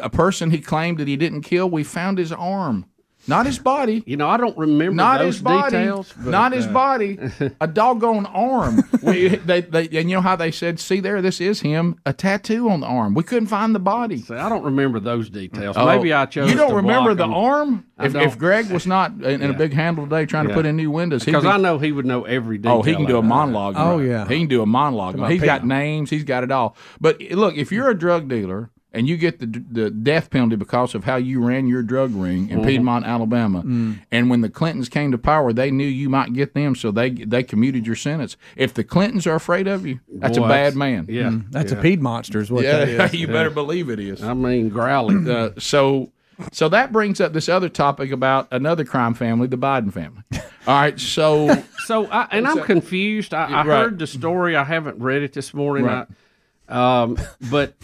Speaker 1: A person he claimed that he didn't kill, we found his arm. Not his body.
Speaker 2: You know, I don't remember
Speaker 1: Not
Speaker 2: those
Speaker 1: his body.
Speaker 2: details. but,
Speaker 1: not his
Speaker 2: uh, (laughs)
Speaker 1: body. A doggone arm. we, they, they, and you know how they said, see there, this is him. A tattoo on the arm. We couldn't find the body. Oh.
Speaker 2: See, I don't remember those details. Maybe I chose.
Speaker 1: You don't
Speaker 2: to
Speaker 1: remember
Speaker 2: block
Speaker 1: the
Speaker 2: them.
Speaker 1: arm?
Speaker 2: I
Speaker 1: If,
Speaker 2: don't.
Speaker 1: if Greg was not in, in a big handle today trying to
Speaker 2: Yeah.
Speaker 1: put in new windows, he'd
Speaker 2: because
Speaker 1: be-
Speaker 2: I know he would know every detail.
Speaker 1: Oh, he can do a
Speaker 2: about it.
Speaker 1: monologue.
Speaker 4: Oh,
Speaker 1: Right.
Speaker 4: yeah.
Speaker 1: he can do a monologue. He's got names. He's got it all. But eh, look, if you're a drug dealer and you get the the death penalty because of how you ran your drug ring
Speaker 2: Mm-hmm.
Speaker 1: in Piedmont, Alabama,
Speaker 2: Mm.
Speaker 1: and when the Clintons came to power, they knew you might get them, so they they commuted your sentence. If the Clintons are afraid of you, that's
Speaker 2: Boy,
Speaker 1: a bad man.
Speaker 2: Yeah,
Speaker 3: Mm. That's a peed monster, is what that is.
Speaker 1: you better believe it is.
Speaker 2: I mean growling.
Speaker 1: Uh, so so that brings up this other topic about another crime family, the Biden
Speaker 2: (laughs)
Speaker 1: family. All right, so
Speaker 2: So, I, and I'm confused. I, I
Speaker 1: Right.
Speaker 2: heard the story. I haven't read it this morning.
Speaker 1: Right.
Speaker 2: I, um, but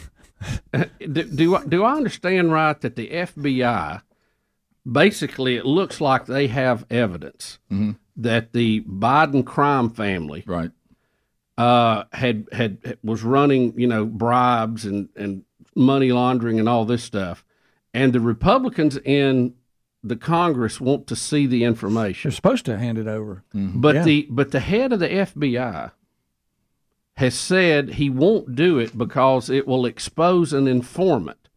Speaker 2: (laughs) do, do I, do I understand right that the FBI basically it looks like they have evidence that the Biden crime family
Speaker 1: Mm-hmm. right.
Speaker 2: uh, had had was running, you know, bribes and and money laundering and all this stuff, and the Republicans in the Congress want to see the information.
Speaker 3: They're supposed to hand it over.
Speaker 1: Mm-hmm.
Speaker 2: But the but the head of the FBI has said he won't do it because it will expose an informant,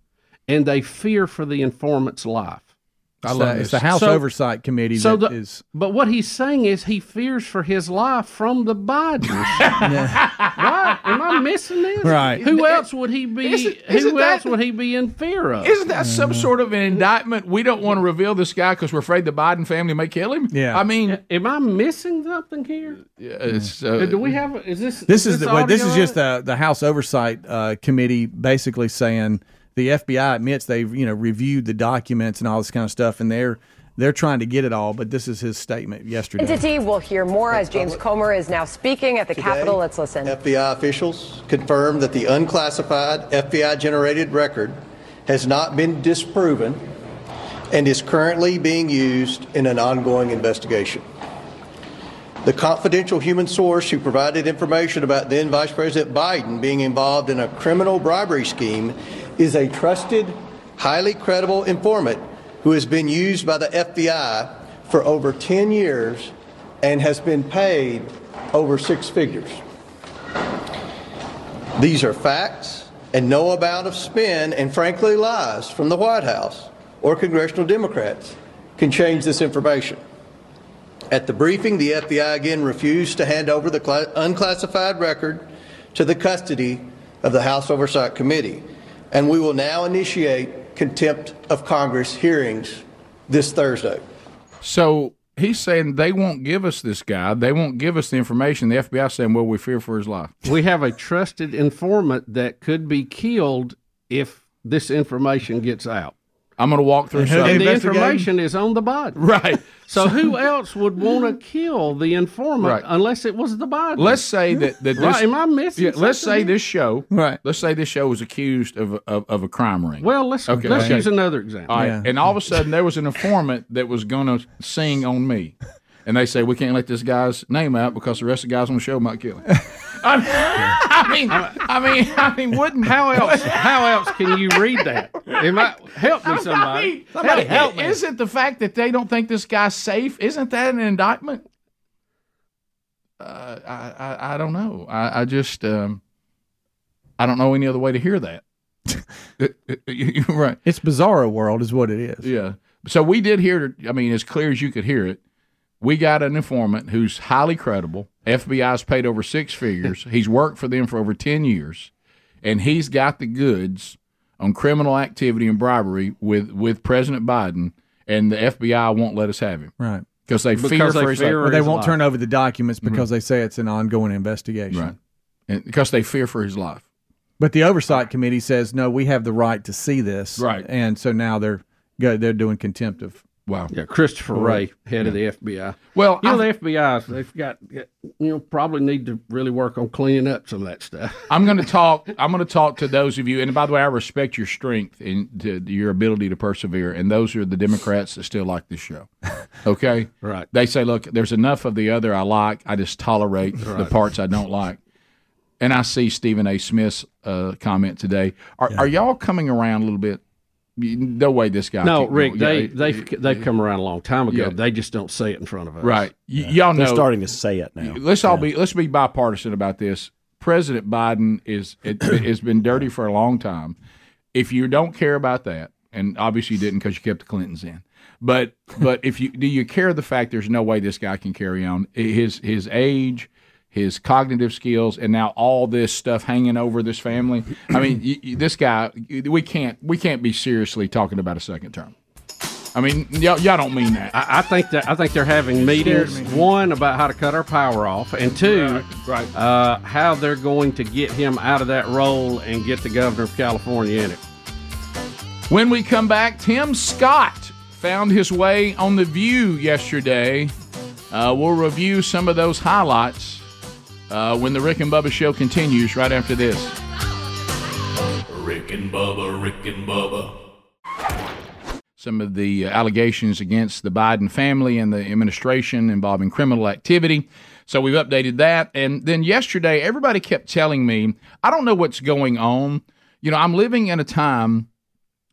Speaker 2: and they fear for the informant's life.
Speaker 1: I
Speaker 3: It's
Speaker 1: love
Speaker 3: the, it's the
Speaker 1: this.
Speaker 3: House
Speaker 2: So-
Speaker 3: Oversight Committee
Speaker 2: So
Speaker 3: that
Speaker 2: the-
Speaker 3: is-
Speaker 2: But what he's saying is he fears for his life from
Speaker 3: (laughs)
Speaker 2: the Biden. right? Am I missing this?
Speaker 3: Right.
Speaker 2: Who else would he be?
Speaker 1: Isn't- isn't
Speaker 2: who
Speaker 1: that-
Speaker 2: else would he be in fear of?
Speaker 1: Isn't that some sort of an indictment? We don't want to reveal this guy because we're afraid the Biden family may kill him.
Speaker 3: Yeah.
Speaker 1: I mean,
Speaker 2: Am I missing something here?
Speaker 1: it's, uh,
Speaker 2: Do we have? Is this?
Speaker 3: This is the, well, this is
Speaker 2: audio of
Speaker 3: just
Speaker 2: it?
Speaker 3: the the House Oversight uh, Committee basically saying the FBI admits they've you know reviewed the documents and all this kind of stuff, and they're they're trying to get it all. But this is his statement yesterday.
Speaker 7: Entity. We'll hear more as James Comer is now speaking at the Capitol. Let's listen.
Speaker 8: FBI officials confirmed that the unclassified FBI generated record has not been disproven and is currently being used in an ongoing investigation. The confidential human source who provided information about then Vice President Biden being involved in a criminal bribery scheme is a trusted, highly credible informant who has been used by the FBI for over 10 years and has been paid over six figures. These are facts and no amount of spin and frankly lies from the White House or congressional Democrats can change this information. At the briefing, the FBI again refused to hand over the cla- unclassified record to the custody of the House Oversight Committee, and we will now initiate contempt of Congress hearings this Thursday.
Speaker 1: so he's saying they won't give us this guy. They won't give us the information. The FBI saying, well, we fear for his life.
Speaker 2: we have a trusted informant that could be killed if this information gets out.
Speaker 1: I'm going to walk through
Speaker 2: And
Speaker 1: something.
Speaker 2: the information is on the body.
Speaker 1: Right.
Speaker 2: So who else would want to kill the informant
Speaker 1: Right.
Speaker 2: unless it was the (laughs) body?
Speaker 1: Let's say that, that this.
Speaker 2: Right, am I missing?
Speaker 1: yeah, let's
Speaker 2: something?
Speaker 1: say this (laughs) show.
Speaker 3: Right.
Speaker 1: Let's say this show was accused of of, of a crime ring.
Speaker 2: Well, let's
Speaker 1: Okay,
Speaker 2: let's
Speaker 1: okay.
Speaker 2: use another example.
Speaker 1: All right.
Speaker 3: Yeah.
Speaker 1: And all of a sudden, there was an informant that was going to sing on me. And they say, we can't let this guy's name out because the rest of the guys on the show might kill him. I mean, I mean, I mean, wouldn't (laughs)
Speaker 2: How else? How else can you read that? Am I, help me, somebody.
Speaker 1: Somebody help me. Isn't the fact that they don't think this guy's safe, isn't that an indictment? Uh, I, I, I don't know. I, I just, um, I don't know any other way to
Speaker 3: (laughs)
Speaker 1: hear that. You're right.
Speaker 3: It's bizarro world, is what it is.
Speaker 1: Yeah. So we did hear, I mean, as clear as you could hear it, we got an informant who's highly credible. FBI's paid over
Speaker 3: (laughs)
Speaker 1: six figures. he's worked for them for over 10 years, and he's got the goods on criminal activity and bribery with, with President Biden, and the FBI won't let us have him
Speaker 3: Right.
Speaker 1: because they fear
Speaker 2: they
Speaker 1: for his
Speaker 2: fear-
Speaker 1: life.
Speaker 3: Or they
Speaker 2: is a
Speaker 3: won't
Speaker 2: lot.
Speaker 3: turn over the documents because they say it's an ongoing investigation.
Speaker 1: Mm-hmm. Right. And because they fear for his life.
Speaker 3: But the oversight committee says no, we have the right to see this.
Speaker 1: Right.
Speaker 3: And so now they're go, they're doing contempt of.
Speaker 1: Wow.
Speaker 2: Yeah, Christopher Ray, head of the FBI.
Speaker 1: Well,
Speaker 2: You know,
Speaker 1: I'm-
Speaker 2: the FBI, they've got, you know, probably need to really work on cleaning up some of
Speaker 1: (laughs)
Speaker 2: that stuff.
Speaker 1: I'm going to talk. I'm going to talk to those of you. And by the way, I respect your strength and to, your ability to persevere. And those are the Democrats that still like this show. Okay,
Speaker 2: (laughs) Right.
Speaker 1: They say, look, there's enough of the other I like. I just tolerate the parts I don't like. And I see Stephen A. Smith's uh, comment today. Are, are y'all coming around a little bit? You- No way, this guy.
Speaker 2: No,
Speaker 1: can-
Speaker 2: Rick,
Speaker 1: yeah,
Speaker 2: they,
Speaker 1: it-
Speaker 2: they've, they've come around a long time ago.
Speaker 1: Yeah.
Speaker 2: They just don't say it in front of us.
Speaker 1: right. Y- y'all know.
Speaker 6: They're starting to say it now.
Speaker 1: let's all be let's be bipartisan about this. President Biden is
Speaker 2: (clears throat)
Speaker 1: it, has been dirty for a long time. If you don't care about that, and obviously you didn't because you kept the Clintons in, but but if you do you care the fact there's no way this guy can carry on his his age, his cognitive skills, and now all this stuff hanging over this family. I mean, you, you- this guy we can't we can't be seriously talking about a second term. I mean, y'all, y'all don't mean that.
Speaker 2: I, I think that I think they're having meetings. One about how to cut our power off, and two,
Speaker 1: right.
Speaker 2: Uh, how they're going to get him out of that role and get the governor of California in it.
Speaker 1: When we come back, Tim Scott found his way on The View yesterday. Uh, we'll review some of those highlights uh, when the Rick and Bubba show continues right after this.
Speaker 5: Rick and Bubba, Rick and Bubba,
Speaker 1: Some of the uh, allegations against the Biden family and the administration involving criminal activity. So we've updated that. And then yesterday, everybody kept telling me, I don't know what's going on. You know, I'm living in a time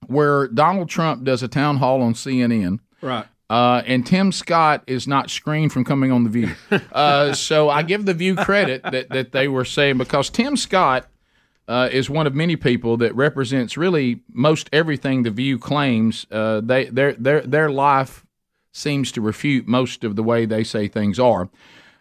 Speaker 1: where Donald Trump does a town hall on CNN.
Speaker 2: Right.
Speaker 1: Uh, and Tim Scott is not screened from coming on
Speaker 3: (laughs)
Speaker 1: the View. Uh, so I give the View credit that that they were saying because Tim Scott uh, is one of many people that represents really most everything the View claims. Uh, they their their their life seems to refute most of the way they say things are,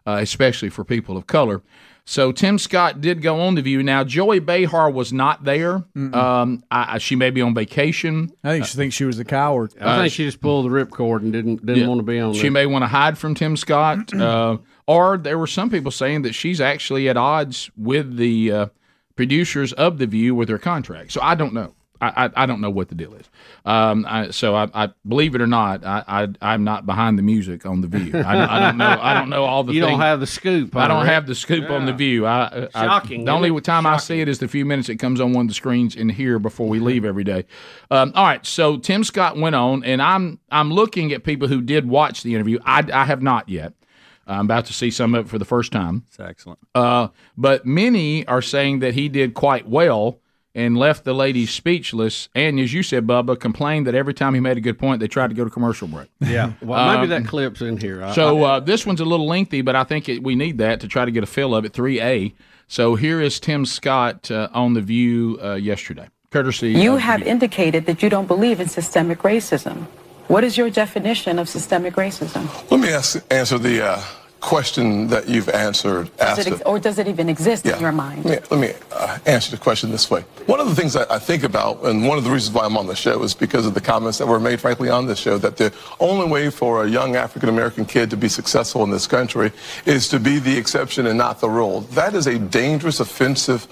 Speaker 1: uh, especially for people of color. So Tim Scott did go on the View. Now Joey Behar was not there. Um, I, I, she may be on vacation.
Speaker 3: I think she thinks she was a coward.
Speaker 2: I think she just pulled the ripcord and didn't didn't
Speaker 1: Yeah.
Speaker 2: want to be on.
Speaker 1: She
Speaker 2: there.
Speaker 1: may want to hide from Tim
Speaker 2: (clears throat)
Speaker 1: Scott, uh, or there were some people saying that she's actually at odds with the uh, producers of The View with her contract. So I don't know. I, I, I don't know what the deal is. Um, I, so I, I believe it or not, I, I I'm not behind the music on The View. I, I don't know. I don't know all the.
Speaker 2: you don't
Speaker 1: things-
Speaker 2: have the scoop.
Speaker 1: I don't
Speaker 2: Rick.
Speaker 1: have the scoop on the view. I, Uh, I
Speaker 2: Shocking,
Speaker 1: I, the only
Speaker 2: isn't it?
Speaker 1: time I see it is the few minutes it comes on one of the screens in here before we leave every day. Um, all right, so Tim Scott went on, and I'm I'm looking at people who did watch the interview. I, I have not yet. I'm about to see some of it for the first time.
Speaker 6: It's excellent.
Speaker 1: Uh, but many are saying that he did quite well and left the lady speechless. And as you said, Bubba complained that every time he made a good point, they tried to go to commercial break. (laughs)
Speaker 2: Yeah. Well, maybe that clip's in here. I-
Speaker 1: Um, So uh, this one's a little lengthy, but I think it, we need that to try to get a feel of it. Three A. So here is Tim Scott uh, on the View uh, yesterday, courtesy.
Speaker 9: You
Speaker 1: of-
Speaker 9: have indicated that you don't believe in systemic racism. What is your definition of systemic racism?
Speaker 10: Let me ask, answer the uh, question that you've answered
Speaker 9: Does it ex- or does it even exist
Speaker 10: Yeah.
Speaker 9: in your mind?
Speaker 10: Let me, let me uh, answer the question this way. One of the things I, I think about, and one of the reasons why I'm on the show, is because of the comments that were made, frankly, on this show that the only way for a young African American kid to be successful in this country is to be the exception and not the rule. That is a dangerous, offensive,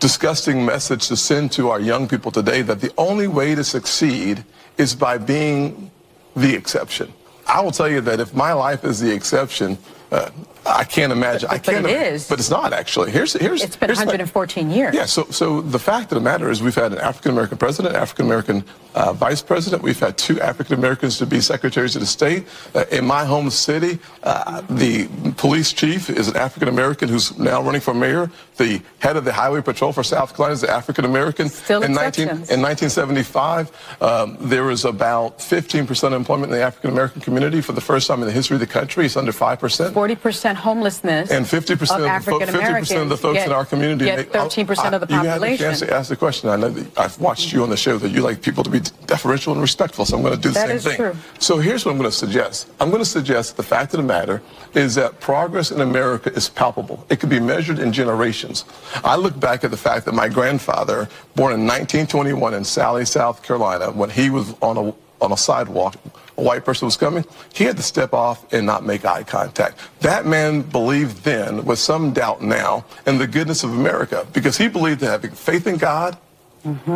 Speaker 10: disgusting message to send to our young people today that the only way to succeed is by being the exception. I will tell you that if my life is the exception, uh, I can't imagine. I
Speaker 9: but
Speaker 10: can't.
Speaker 9: it
Speaker 10: im-
Speaker 9: is.
Speaker 10: But it's not actually. Here's here's.
Speaker 9: It's been
Speaker 10: here's my-
Speaker 9: 114 years.
Speaker 10: yeah, so, so the fact of the matter is we've had an African American president, African American uh, vice president. We've had two African Americans to be secretaries of the state. Uh, in my home city, uh, the police chief is an African American who's now running for mayor. The head of the highway patrol for South Carolina is an African American.
Speaker 9: Still
Speaker 10: in, 19, in
Speaker 9: exceptions.
Speaker 10: 1975, um, there was about 15% employment in the African American community for the first time in the history of the country. It's under 5%.
Speaker 9: 40% homelessness
Speaker 10: And 50% of,
Speaker 9: of
Speaker 10: the, fo-
Speaker 9: African
Speaker 10: 50% of the
Speaker 9: Americans,
Speaker 10: folks in
Speaker 9: yet-
Speaker 10: our community.
Speaker 9: yet
Speaker 10: make- I'll-
Speaker 9: 13% of the
Speaker 10: I- You had the
Speaker 9: population.
Speaker 10: chance to ask the question. I know that I've watched you on the show that you like people to be deferential and respectful, so I'm going to do the
Speaker 9: That
Speaker 10: same
Speaker 9: is
Speaker 10: thing.
Speaker 9: true.
Speaker 10: So here's what I'm going to suggest. I'm going to suggest the fact of the matter is that progress in America is palpable. It can be measured in generations. I look back at the fact that my grandfather, born in 1921 in Sally, South Carolina, when he was on a on a sidewalk, a white person was coming, he had to step off and not make eye contact. That man believed then, with some doubt now, in the goodness of America because he believed that having faith in God,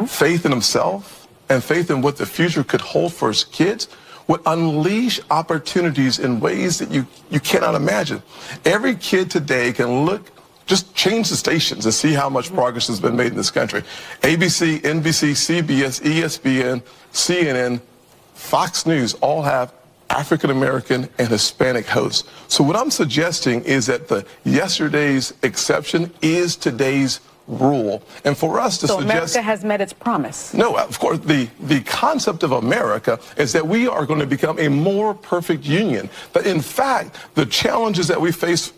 Speaker 10: faith in himself, and faith in what the future could hold for his kids would unleash opportunities in ways that you, you cannot imagine. Every kid today can look, just change the stations and see how much progress has been made in this country. ABC, NBC, CBS, ESPN, CNN, Fox News all have African American and Hispanic hosts. So what I'm suggesting is that the yesterday's exception is today's rule. And for us to
Speaker 9: So
Speaker 10: suggest
Speaker 9: America has met its promise.
Speaker 10: no, of course, the, the concept of America is that we are going to become a more perfect union. But in fact, the challenges that we face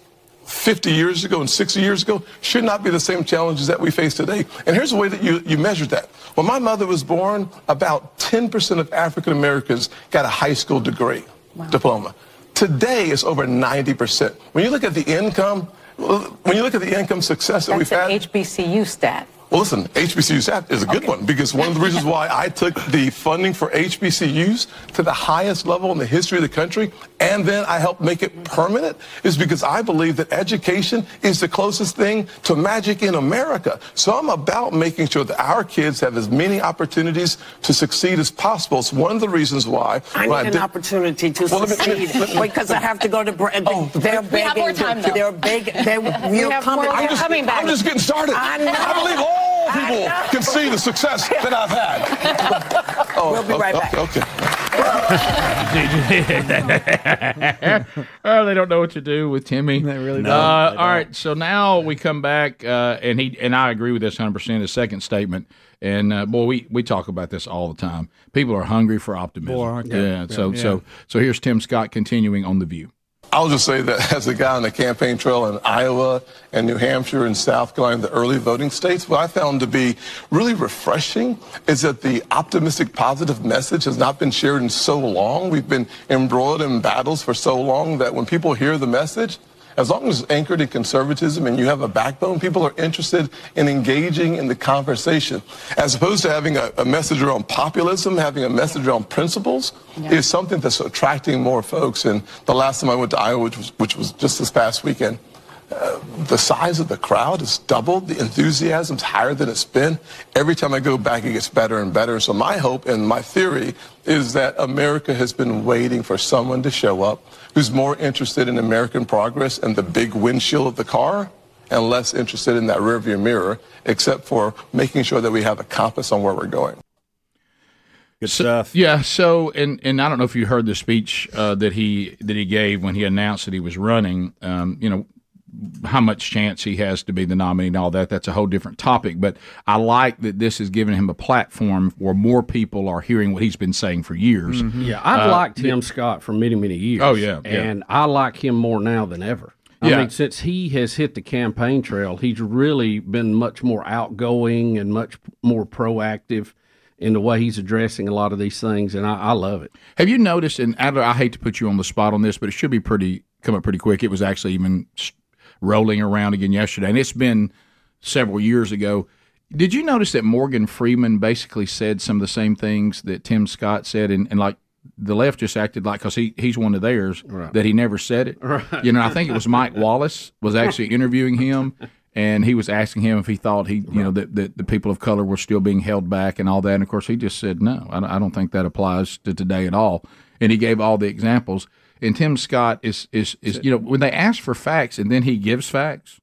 Speaker 10: 50 years ago and 60 years ago should not be the same challenges that we face today. And here's the way that you, you measure that. When my mother was born, about 10% of African Americans got a high school degree, diploma. Today, it's over 90%. When you look at the income, when you look at the income success that
Speaker 9: That's
Speaker 10: we've
Speaker 9: an
Speaker 10: had,
Speaker 9: HBCU stat.
Speaker 10: (laughs) well, listen, HBCUs app is a good one because one of the reasons why I took the funding for HBCUs to the highest level in the history of the country and then I helped make it permanent is because I believe that education is the closest thing to magic in America. So I'm about making sure that our kids have as many opportunities to succeed as possible. It's one of the reasons why.
Speaker 11: (laughs) I
Speaker 10: when
Speaker 11: need an
Speaker 10: did-
Speaker 11: opportunity to
Speaker 10: Well, let me-
Speaker 11: succeed
Speaker 10: let me-
Speaker 11: because I
Speaker 1: (laughs)
Speaker 11: have to go to. Br-
Speaker 10: Oh, the-
Speaker 11: they're
Speaker 10: We
Speaker 11: begging.
Speaker 10: have more time, though.
Speaker 11: They're begging. They, you're
Speaker 10: have
Speaker 11: coming.
Speaker 10: more- I'm just- I'm just getting started.
Speaker 11: I know.
Speaker 10: I believe all
Speaker 11: I
Speaker 10: people
Speaker 11: know.
Speaker 10: can see the success that I've had. Oh,
Speaker 11: We'll be right
Speaker 10: oh,
Speaker 11: back.
Speaker 10: oh, Okay.
Speaker 1: (laughs) oh, they don't know what to do with Timmy. They really
Speaker 3: don't.
Speaker 1: Uh, all right, so now we come back, uh, and he and I agree with this hundred percent. His second statement, and uh, boy, we, we talk about this all the time. People are hungry for optimism.
Speaker 3: Boy, aren't
Speaker 1: yeah,
Speaker 3: they?
Speaker 1: So
Speaker 3: Yeah.
Speaker 1: so so here's Tim Scott continuing on the View.
Speaker 10: (laughs) I'll just say that as a guy on the campaign trail in Iowa and New Hampshire and South Carolina, the early voting states, what I found to be really refreshing is that the optimistic, positive message has not been shared in so long. We've been embroiled in battles for so long that when people hear the message, as long as it's anchored in conservatism and you have a backbone, people are interested in engaging in the conversation. As opposed to having a, a message around populism, having a message around principles is something that's attracting more folks. And the last time I went to Iowa, which was, which was just this past weekend, uh, the size of the crowd has doubled. The enthusiasm's higher than it's been. Every time I go back, it gets better and better. So my hope and my theory is that America has been waiting for someone to show up who's more interested in American progress and the big windshield of the car and less interested in that rearview mirror, except for making sure that we have a compass on where we're going.
Speaker 6: Good stuff.
Speaker 1: Yeah. So, and and I don't know if you heard the speech uh, that he that he gave when he announced that he was running. Um, you know how much chance he has to be the nominee and all that. That's a whole different topic. But I like that this is giving him a platform where more people are hearing what he's been saying for years.
Speaker 2: Mm-hmm. Yeah, I've
Speaker 1: Uh,
Speaker 2: liked Tim Scott for many, many years.
Speaker 1: Oh, yeah, yeah.
Speaker 2: and I like him more now than ever. I
Speaker 1: Yeah.
Speaker 2: mean, since he has hit the campaign trail, he's really been much more outgoing and much more proactive in the way he's addressing a lot of these things, and I, I love it.
Speaker 1: Have you noticed? And Adler, I hate to put you on the spot on this, but it should be pretty come up pretty quick. It was actually even s- rolling around again yesterday, and it's been several years ago. Did you notice that Morgan Freeman basically said some of the same things that Tim Scott said, and, and like the left just acted like because he he's one of theirs that he never said it.
Speaker 2: Right.
Speaker 1: You know, I think it was Mike Wallace was actually interviewing him, and he was asking him if he thought he you know that, that the people of color were still being held back and all that. And of course, he just said no. I don't, I don't think that applies to today at all. And he gave all the examples. And Tim Scott is is is you know when they ask for facts and then he gives facts.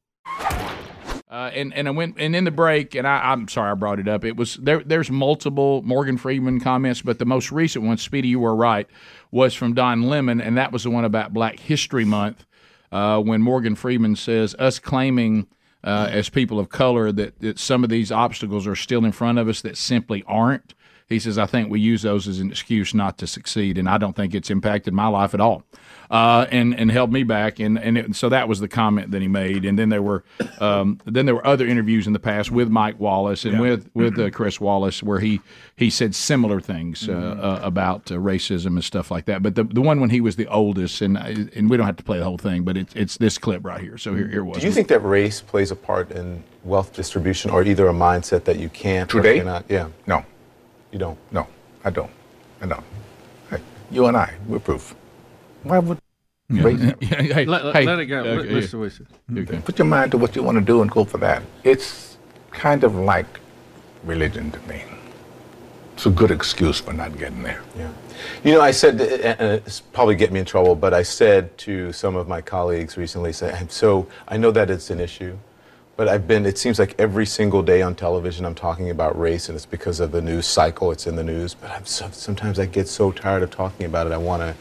Speaker 1: Uh, and and I went and in the break, and I, I'm sorry I brought it up. It was there. There's multiple Morgan Freeman comments, but the most recent one, Speedy, you were right, was from Don Lemon, and that was the one about Black History Month, uh, when Morgan Freeman says us claiming uh, as people of color that, that some of these obstacles are still in front of us that simply aren't. He says, I think we use those as an excuse not to succeed, and I don't think it's impacted my life at all, uh, and and held me back. And and it, so that was the comment that he made. And then there were um, then there were other interviews in the past with Mike Wallace and with with uh, Chris Wallace where he he said similar things uh,
Speaker 12: Mm-hmm.
Speaker 1: uh, about uh, racism and stuff like that. But the, the one when he was the oldest, and I- and we don't have to play the whole thing, but it's it's this clip right here. So here here it was.
Speaker 12: Do you think that race plays a part in wealth distribution or either a mindset that you can't
Speaker 13: Today?
Speaker 12: or cannot? Yeah.
Speaker 13: No.
Speaker 12: You don't.
Speaker 13: No, I don't. I don't. Hey, you and I, we're proof. Why would
Speaker 1: (laughs)
Speaker 13: race-
Speaker 1: hey,
Speaker 2: Let- let- hey. let it go. Let- listen, listen.
Speaker 13: Put your mind to what you want to do and go for that. It's kind of like religion to me. It's a good excuse for not getting there.
Speaker 12: Yeah. You know, I said, uh, and it's probably get me in trouble, but I said to some of my colleagues recently, say, I'm so, I know that it's an issue, but I've been, it seems like every single day on television I'm talking about race and it's because of the news cycle, it's in the news, but I'm so, sometimes I get so tired of talking about it, I want to,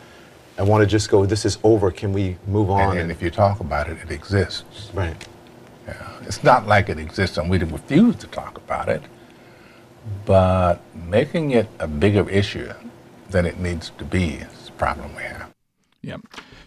Speaker 12: I want to just go, this is over, can we move on?
Speaker 13: And, and if you talk about it, it exists.
Speaker 12: Right.
Speaker 13: It's not like it exists and we refuse to talk about it, but making it a bigger issue than it needs to be is the problem we have.
Speaker 1: Yeah.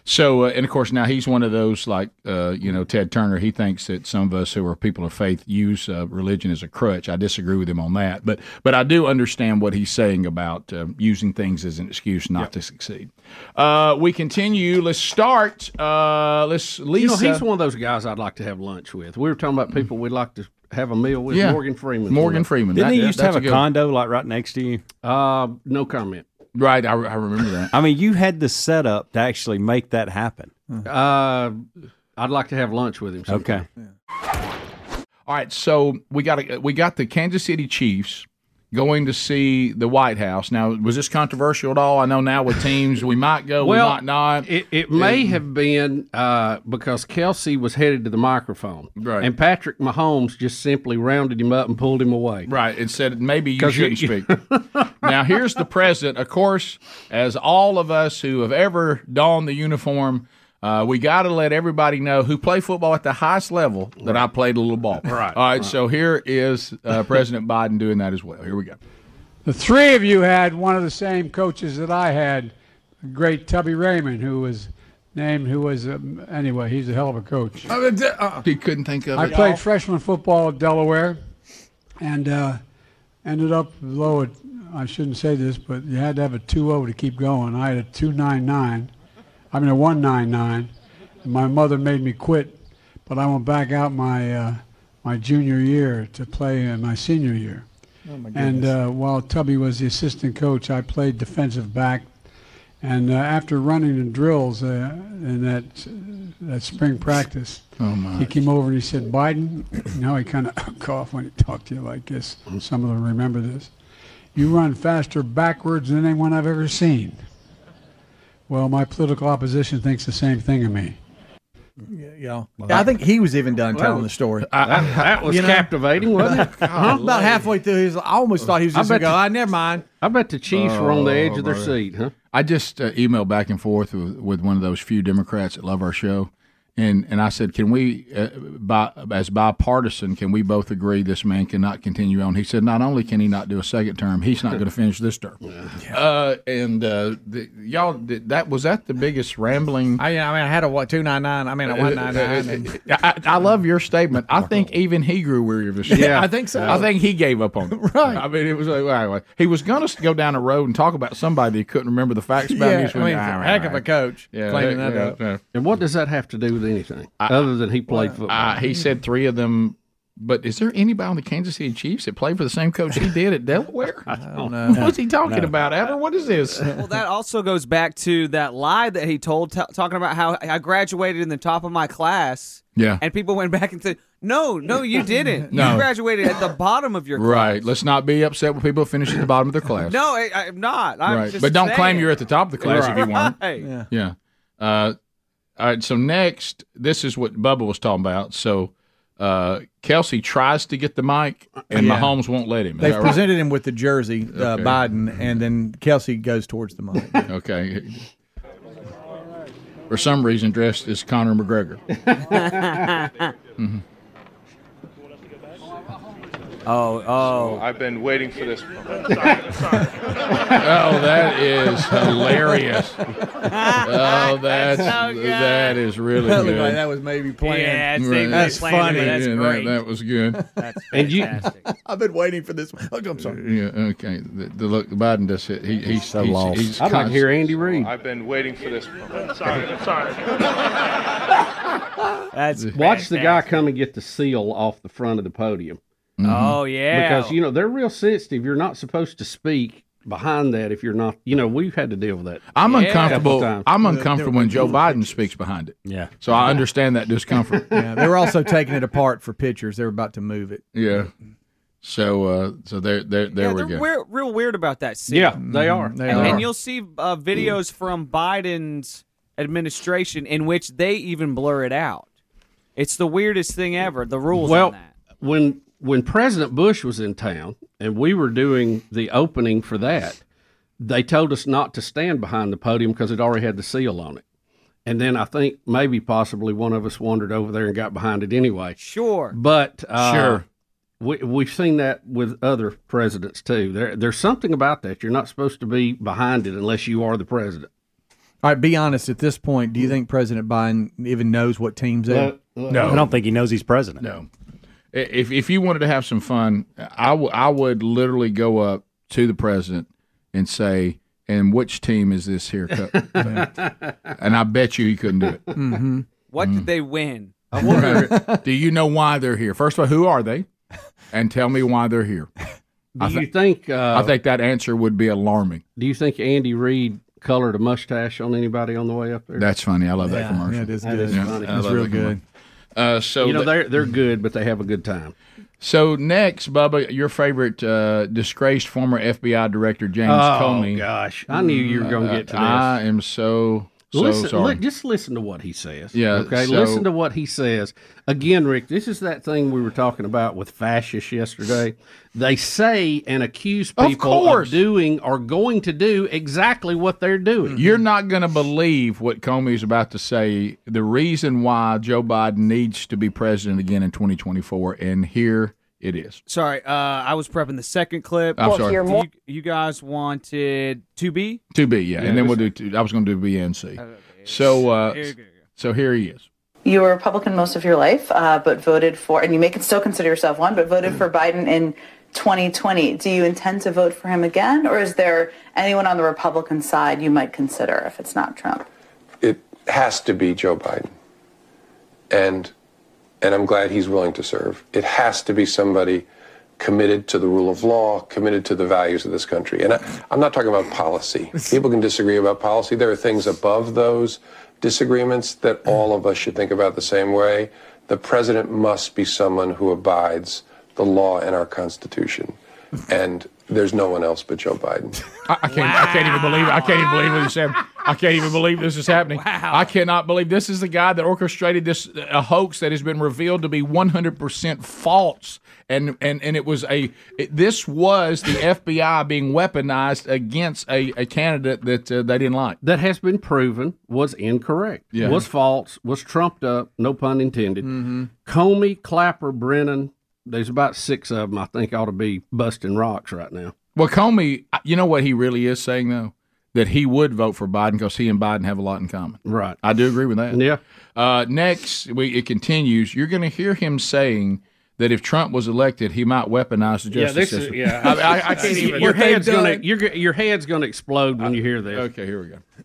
Speaker 1: So, uh, and of course, now he's one of those like, uh, you know, Ted Turner. He thinks that some of us who are people of faith use uh, religion as a crutch. I disagree with him on that, but but I do understand what he's saying about uh, using things as an excuse not to succeed. Uh, we continue. Let's start. Uh, let's Lisa.
Speaker 2: You know, he's one of those guys I'd like to have lunch with. We were talking about people we'd like to have a meal with.
Speaker 1: Yeah.
Speaker 2: Morgan Freeman.
Speaker 1: Morgan Freeman.
Speaker 6: Didn't
Speaker 1: That-
Speaker 6: he
Speaker 1: that-
Speaker 6: used to have
Speaker 1: that's
Speaker 6: a,
Speaker 1: a good-
Speaker 6: condo like right next to you?
Speaker 2: Uh, no comment.
Speaker 1: Right, I, I remember that.
Speaker 6: (laughs) I mean, you had the setup to actually make that happen.
Speaker 2: Uh, I'd like to have lunch with him. sometime.
Speaker 6: Okay.
Speaker 1: All right, so we got we got the Kansas City Chiefs going to see the White House. Now, was this controversial at all? I know now with teams we might go, we might not.
Speaker 2: It, it may
Speaker 1: Yeah.
Speaker 2: have been uh, because Kelsey was headed to the microphone, right? And Patrick Mahomes just simply rounded him up and pulled him away,
Speaker 1: right? And said maybe you
Speaker 2: 'Cause you-
Speaker 1: shouldn't speak. now, here's the president. Of course, as all of us who have ever donned the uniform, uh, we got to let everybody know who play football at the highest level that I played a little ball.
Speaker 14: Right.
Speaker 1: All right. So here is uh, President Biden doing that as well. Here we go.
Speaker 14: The three of you had one of the same coaches that I had, the great Tubby Raymond, who was named, who was, um, anyway, he's a hell of a coach.
Speaker 3: Oh, uh-uh.
Speaker 1: He couldn't think of
Speaker 14: I
Speaker 1: it.
Speaker 14: played freshman football at Delaware and uh, ended up low at, I shouldn't say this, but you had to have a 2 to keep going. I had a 299, I mean a 199. And my mother made me quit, but I went back out my, uh, my junior year to play in my senior year.
Speaker 3: Oh, my
Speaker 14: and
Speaker 3: goodness.
Speaker 14: uh, while Tubby was the assistant coach, I played defensive back. And uh, after running the drills uh, in that, that spring practice,
Speaker 1: Oh, my.
Speaker 14: he came over and he said, Biden, now he kind of (laughs) coughed when he talked to you like this. Some of them remember this. You run faster backwards than anyone I've ever seen. Well, my political opposition thinks the same thing of me.
Speaker 3: Yeah, I think he was even done
Speaker 14: Well,
Speaker 3: telling the story.
Speaker 14: that- that was captivating, wasn't it?
Speaker 3: (laughs)
Speaker 1: (laughs)
Speaker 3: Huh? About halfway through, he was, I almost thought he was
Speaker 2: I
Speaker 3: just going to
Speaker 2: bet
Speaker 3: go.
Speaker 2: the-
Speaker 3: I never mind.
Speaker 2: I bet the Chiefs were on the
Speaker 1: Oh,
Speaker 2: edge of their
Speaker 3: (sighs)
Speaker 1: brother.
Speaker 2: seat, huh?
Speaker 1: I just uh, emailed back and forth with, with one of those few Democrats that love our show, and and I said, "Can we, uh, bi as bipartisan, can we both agree this man cannot continue on?" He said, "Not only can he not do a second term, he's not going to finish this term." Uh, and uh, the, y'all, did, that was that the biggest rambling. Uh,
Speaker 15: I, I mean, I had a what two nine nine. I mean, a one nine nine.
Speaker 1: (laughs) I, I love your statement. I think even he grew weary of this.
Speaker 15: Yeah, I think so.
Speaker 1: I think he gave up
Speaker 2: (laughs)
Speaker 1: on it. right. I mean, it was like, well, anyway, he was going to go down a road and talk about somebody that he couldn't remember the facts about.
Speaker 15: Yeah,
Speaker 1: He just
Speaker 15: I mean,
Speaker 1: went, "Ah,
Speaker 15: heck
Speaker 1: right,
Speaker 15: of a
Speaker 1: right."
Speaker 15: coach
Speaker 1: Yeah,
Speaker 15: claiming
Speaker 1: yeah,
Speaker 15: that uh, up.
Speaker 1: yeah.
Speaker 2: And what does that have to do with anything other than he played football?
Speaker 1: Uh, he said three of them. But is there anybody on the Kansas City Chiefs that played for the same coach he did at Delaware? I don't
Speaker 16: know.
Speaker 1: What's he talking
Speaker 16: No.
Speaker 1: about, Adler? What is this?
Speaker 16: Well, that also goes back to that lie that he told, t- talking about how I graduated in the top of my class.
Speaker 1: Yeah.
Speaker 16: And people went back and said, "No, no,
Speaker 1: (laughs)
Speaker 16: you didn't.
Speaker 1: No.
Speaker 16: You graduated at the bottom of your class."
Speaker 1: (laughs) Right. Let's not be upset when people finish at the bottom of their
Speaker 16: (laughs)
Speaker 1: class.
Speaker 16: No, I, I'm not. I'm
Speaker 1: right.
Speaker 16: just
Speaker 1: But don't claim
Speaker 16: saying.
Speaker 1: you're at the top of the class if you weren't.
Speaker 16: Right.
Speaker 1: Yeah. Uh, all right. So next, this is what Bubba was talking about. So uh, Kelsey tries to get the mic, and
Speaker 3: Yeah.
Speaker 1: Mahomes won't let him. Is
Speaker 3: They've
Speaker 1: that right?
Speaker 3: presented him with the jersey, uh,
Speaker 1: Okay.
Speaker 3: Biden, and then Kelsey goes towards the mic.
Speaker 1: okay. For some reason, dressed as Conor McGregor. Mhm.
Speaker 16: Oh, oh.
Speaker 12: I've been waiting for this. oh,
Speaker 1: Oh, that is hilarious. Oh, that's
Speaker 3: so good.
Speaker 1: that is
Speaker 3: (laughs)
Speaker 1: really
Speaker 3: That looked
Speaker 1: good.
Speaker 3: like that was maybe planned. Yeah, it seemed like
Speaker 1: That's
Speaker 3: planned,
Speaker 1: funny.
Speaker 3: but that's
Speaker 1: Yeah, that-
Speaker 3: great.
Speaker 1: That, was good.
Speaker 3: (laughs) That's
Speaker 1: (laughs) And you-
Speaker 3: I've been waiting for this.
Speaker 1: Oh,
Speaker 3: one. Look, I'm sorry.
Speaker 1: Yeah. Okay. The, the look, Biden does it. He, he's
Speaker 3: So
Speaker 1: he's,
Speaker 3: lost.
Speaker 1: he's
Speaker 2: I'd like to
Speaker 1: const-
Speaker 2: hear Andy Reid.
Speaker 12: I've been waiting for this.
Speaker 17: Sorry, I'm sorry.
Speaker 16: That's
Speaker 2: watch the guy come and get the seal off the front of the podium.
Speaker 1: Mm-hmm.
Speaker 16: Oh, yeah.
Speaker 2: because you know they're real sensitive. You're not supposed to speak behind that if you're not. You know we've had to deal with that.
Speaker 1: I'm
Speaker 2: a couple
Speaker 1: uncomfortable.
Speaker 2: times.
Speaker 1: I'm uncomfortable when Joe Biden speaks behind it.
Speaker 3: Yeah.
Speaker 1: So I understand that discomfort.
Speaker 3: (laughs)
Speaker 1: (laughs)
Speaker 3: Yeah, they were also taking it apart for pictures. They were about to move it.
Speaker 1: Yeah. So uh, so there there there
Speaker 16: yeah,
Speaker 1: we
Speaker 16: they're
Speaker 1: go.
Speaker 16: weir- real weird about that. Scene.
Speaker 1: Yeah, they are. Mm-hmm. They
Speaker 16: and,
Speaker 1: are.
Speaker 16: and you'll see uh, videos from Biden's administration in which they even blur it out. It's the weirdest thing ever. The rules.
Speaker 2: well,
Speaker 16: on that.
Speaker 2: when when President Bush was in town and we were doing the opening for that, they told us not to stand behind the podium because it already had the seal on it. And then I think maybe possibly one of us wandered over there and got behind it anyway.
Speaker 16: Sure.
Speaker 2: But uh,
Speaker 1: Sure.
Speaker 2: We, we've seen that with other presidents too. There, there's something about that. You're not supposed to be behind it unless you are the president.
Speaker 3: All right, be honest. At this point, do you think President Biden even knows what team's there?
Speaker 1: No. Hmm. No. I don't
Speaker 18: think he knows he's president.
Speaker 1: No. If if you wanted to have some fun, I wou- I would literally go up to the president and say, "And which team is this here?"
Speaker 2: (laughs)
Speaker 1: co-" and I bet you he (laughs) couldn't do it.
Speaker 3: Mm-hmm.
Speaker 16: (laughs) What did they win?
Speaker 2: (laughs)
Speaker 1: (laughs) do you know why they're here? First of all, who are they? And tell me why they're here.
Speaker 2: Do you think? Uh,
Speaker 1: I think that answer would be alarming.
Speaker 2: Do you think Andy Reid colored a mustache on anybody on the way up there?
Speaker 1: That's funny. I love that
Speaker 2: Yeah,
Speaker 1: commercial.
Speaker 2: yeah, it is That good. is funny.
Speaker 1: I
Speaker 2: It's
Speaker 1: love
Speaker 2: real
Speaker 1: that commercial. Uh, so
Speaker 2: you know
Speaker 1: the-
Speaker 2: they're they're good, but they have a good time.
Speaker 1: So next, Bubba, your favorite uh, disgraced former FBI director James
Speaker 2: Oh,
Speaker 1: Comey. Uh,
Speaker 2: gosh. I knew you were gonna get to this.
Speaker 1: I am so so
Speaker 2: listen,
Speaker 1: sorry.
Speaker 2: li- just listen to what he says.
Speaker 1: Yeah,
Speaker 2: Okay.
Speaker 1: so-
Speaker 2: listen to what he says. Again, Rick, this is that thing we were talking about with fascists yesterday. They say and accuse
Speaker 1: Of
Speaker 2: people of,
Speaker 1: course.
Speaker 2: doing or going to do exactly what they're doing.
Speaker 1: You're not going to believe what Comey is about to say. The reason why Joe Biden needs to be president again in 2024, and here it is.
Speaker 16: Sorry, uh, I was prepping the second clip.
Speaker 1: I'm We'll sorry. hear more-
Speaker 16: You, you guys wanted to be?
Speaker 1: To be, yeah,
Speaker 16: Yeah,
Speaker 1: and then
Speaker 16: this-
Speaker 1: we'll do. Two, I was going to do BNC. So, uh,
Speaker 16: Here you go.
Speaker 1: so here he is.
Speaker 19: (laughs) You were a Republican most of your life, uh, but voted for, and you may still consider yourself one, but voted for Biden in 2020. Do you intend to vote for him again, or is there anyone on the Republican side you might consider if it's not Trump?
Speaker 20: it has to be Joe Biden. And and I'm glad he's willing to serve. It has to be somebody committed to the rule of law, committed to the values of this country. And I, I'm not talking about
Speaker 1: (laughs)
Speaker 20: policy. People can disagree about policy. There are things above those disagreements that all of us should think about the same way. The president must be someone who abides the law and our Constitution. And there's no one else but Joe Biden.
Speaker 1: I, I can't. I can't even believe. it. I can't even believe what he said. I can't even believe this is happening. I cannot believe this is the guy that orchestrated this a hoax that has been revealed to be 100% false. And and and it was a it- this was the FBI being weaponized against a, a candidate that uh, they didn't like.
Speaker 2: That has been proven was incorrect,
Speaker 1: Yeah. Mm-hmm.
Speaker 2: was false, was trumped up, no pun intended. Comey, Clapper, Brennan, there's about six of them I think ought to be busting rocks right now.
Speaker 1: Well, Comey, you know what he really is saying though, that he would vote for Biden because he and Biden have a lot in common.
Speaker 2: Right.
Speaker 1: I do agree with that.
Speaker 2: Yeah.
Speaker 1: Uh, next, we it continues. You're going to hear him saying that if Trump was elected, he might weaponize the justice system. I, (laughs) I, I can't even.
Speaker 2: Your
Speaker 1: what they've
Speaker 2: head's gonna
Speaker 1: done-
Speaker 2: your, your head's gonna explode when you hear this.
Speaker 1: Okay, here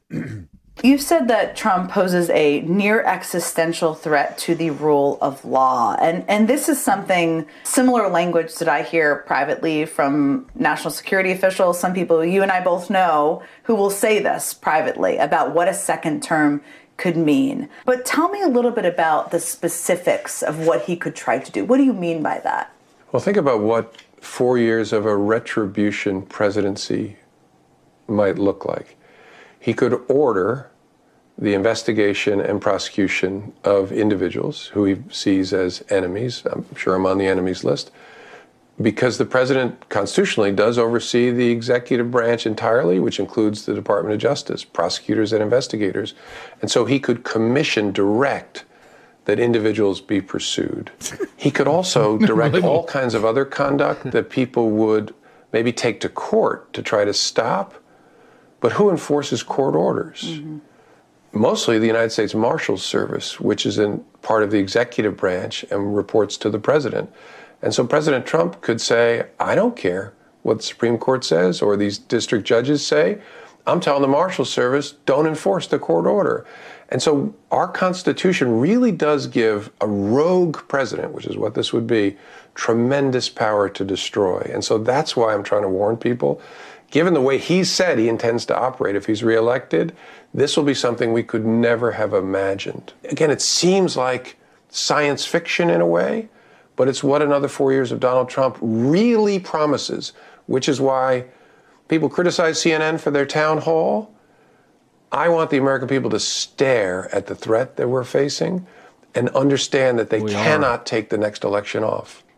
Speaker 1: we go.
Speaker 19: You've said that Trump poses a near existential threat to the rule of law. And, and this is something similar language that I hear privately from national security officials, some people you and I both know who will say this privately about what a second term could mean. But tell me a little bit about the specifics of what he could try to do. What do you mean by that?
Speaker 20: Well, think about what four years of a retribution presidency might look like. He could order the investigation and prosecution of individuals who he sees as enemies. I'm sure I'm on the enemies list. Because the president constitutionally does oversee the executive branch entirely, which includes the Department of Justice, prosecutors, and investigators. And so he could commission direct that individuals be pursued. He could also direct all kinds of other conduct that people would maybe take to court to try to stop. But who enforces court orders? Mostly the United States Marshals Service, which is in part of the executive branch and reports to the president. And so President Trump could say, I don't care what the Supreme Court says or these district judges say. I'm telling the Marshal Service, don't enforce the court order. And so our Constitution really does give a rogue president, which is what this would be, tremendous power to destroy. And so that's why I'm trying to warn people. Given the way he said he intends to operate if he's reelected, this will be something we could never have imagined. Again, it seems like science fiction in a way, but it's what another four years of Donald Trump really promises, which is why people criticize CNN for their town hall. I want the American people to stare at the threat that we're facing and understand that they cannot take the next election off. (laughs)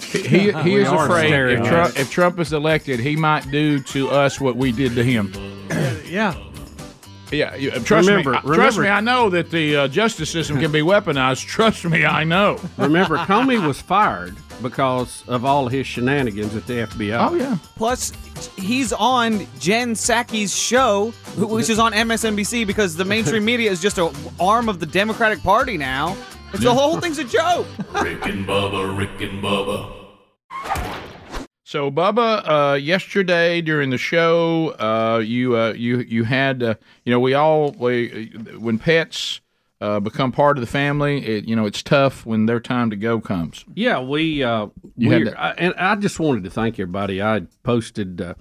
Speaker 1: He, he
Speaker 20: We
Speaker 1: is
Speaker 20: are
Speaker 1: afraid
Speaker 20: staring
Speaker 1: if
Speaker 20: at
Speaker 1: Trump,
Speaker 20: it.
Speaker 1: if Trump is elected, he might do to us what we did to him.
Speaker 21: Yeah.
Speaker 1: Yeah, you- trust
Speaker 21: Remember-
Speaker 1: me. I- Trust
Speaker 21: remember-
Speaker 1: me. I know that the uh, justice system can be weaponized. Trust me, I know.
Speaker 2: Remember, Comey was fired because of all his shenanigans at the
Speaker 1: Oh,
Speaker 2: FBI.
Speaker 3: Oh,
Speaker 16: Plus, he's on Jen Psaki's show, who- which is on MSNBC because the
Speaker 3: (laughs)
Speaker 16: mainstream media is just a arm of the Democratic Party now. It's the whole thing's a
Speaker 3: (laughs)
Speaker 16: joke.
Speaker 5: Rick and Bubba, Rick and Bubba.
Speaker 1: So, Bubba, uh, yesterday during the show, uh, you uh, you you had uh, you know we all we, when pets uh, become part of the family, it, you know it's tough when their time to go comes.
Speaker 2: Yeah, we. Uh,
Speaker 1: You had
Speaker 2: we're-
Speaker 1: that-
Speaker 2: I, and I just wanted to thank everybody. I had posted uh,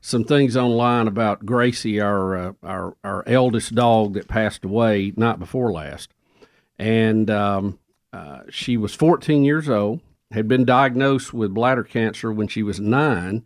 Speaker 2: some things online about Gracie, our uh, our our eldest dog that passed away night before last, and um, uh, she was 14 years old, had been diagnosed with bladder cancer when she was nine,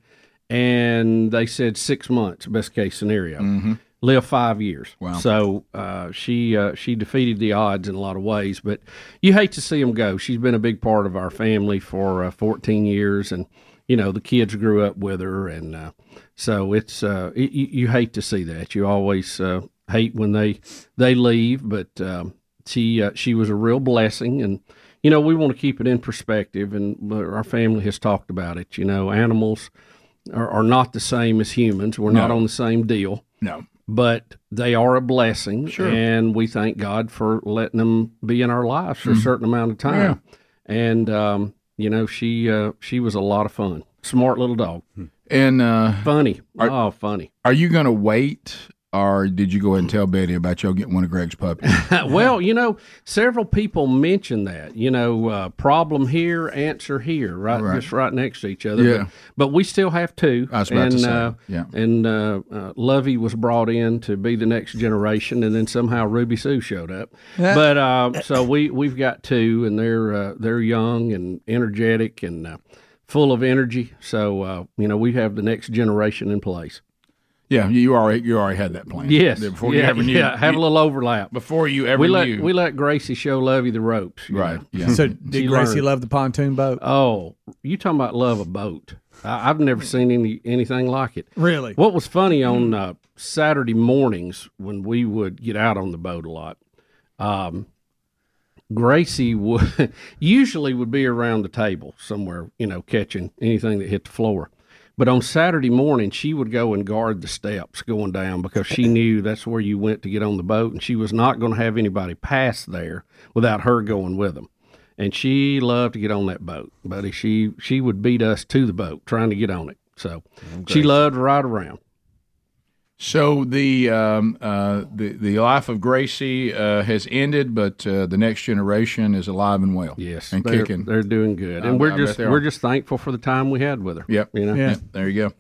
Speaker 2: and they said six months, best case scenario. Lived five years.
Speaker 1: Mm-hmm. Wow.
Speaker 2: So uh, she uh, she defeated the odds in a lot of ways, but you hate to see them go. She's been a big part of our family for uh, 14 years, and you know the kids grew up with her, and uh, so it's uh, y- y- you hate to see that. You always uh, hate when they they leave, but um, she uh, she was a real blessing, and you know we want to keep it in perspective, and uh, our family has talked about it. You know, animals are, are not the same as humans. We're not
Speaker 1: No.
Speaker 2: on the same deal
Speaker 1: No.
Speaker 2: but they are a blessing,
Speaker 1: Sure.
Speaker 2: and we thank God for letting them be in our lives for a
Speaker 1: Mhm.
Speaker 2: certain amount of time. And um, you know, she uh, she was a lot of fun, smart little dog,
Speaker 1: and uh,
Speaker 2: funny. oh, funny.
Speaker 1: Are you going to wait, or did you go ahead and tell Betty about y'all getting one of Greg's puppies?
Speaker 2: well, you know, several people mentioned that. You know, uh, problem here, answer here, right,
Speaker 1: Right.
Speaker 2: just right next to each other.
Speaker 1: Yeah.
Speaker 2: But, but we still have two.
Speaker 1: I was about
Speaker 2: and,
Speaker 1: to say,
Speaker 2: Uh,
Speaker 1: yeah.
Speaker 2: And uh, uh, Lovey was brought in to be the next generation, and then somehow Ruby Sue showed up.
Speaker 1: Yeah.
Speaker 2: but uh, so we we've got two, and they're uh, they're young and energetic and uh, full of energy. So uh, you know, we have the next generation in place.
Speaker 1: Yeah, you already you already had that plan.
Speaker 2: (laughs) Yes.
Speaker 1: before you
Speaker 2: yeah,
Speaker 1: ever knew.
Speaker 2: yeah, have a
Speaker 1: you-
Speaker 2: little overlap
Speaker 1: before you ever
Speaker 2: we let,
Speaker 1: knew.
Speaker 2: We let Gracie show Lovey the ropes. you
Speaker 1: Right,
Speaker 2: know.
Speaker 1: yeah. Mm-hmm.
Speaker 3: So did
Speaker 2: She
Speaker 3: Gracie
Speaker 2: learned.
Speaker 3: love the pontoon boat?
Speaker 2: Oh, you talking about love a boat? I, I've never seen any anything like it.
Speaker 3: Really?
Speaker 2: What was funny on uh, Saturday mornings when we would get out on the boat a lot, um, Gracie would (laughs) usually would be around the table somewhere, you know, catching anything that hit the floor. But on Saturday morning, she would go and guard the steps going down
Speaker 1: (laughs)
Speaker 2: because she knew that's where you went to get on the boat, and she was not going to have anybody pass there without her going with them and she loved to get on that boat, buddy. She she would beat us to the boat trying to get on it. So she loved to ride around.
Speaker 1: So the um, uh, the the life of Gracie uh, has ended, but uh, the next generation is alive and well. Yes, and
Speaker 2: They're-
Speaker 1: kicking.
Speaker 2: They're doing good,
Speaker 1: I-
Speaker 2: and we're
Speaker 1: I bet
Speaker 2: just
Speaker 1: they are.
Speaker 2: we're just thankful for the time we had with her.
Speaker 1: Yep.
Speaker 2: You know.
Speaker 1: Yeah. There you go.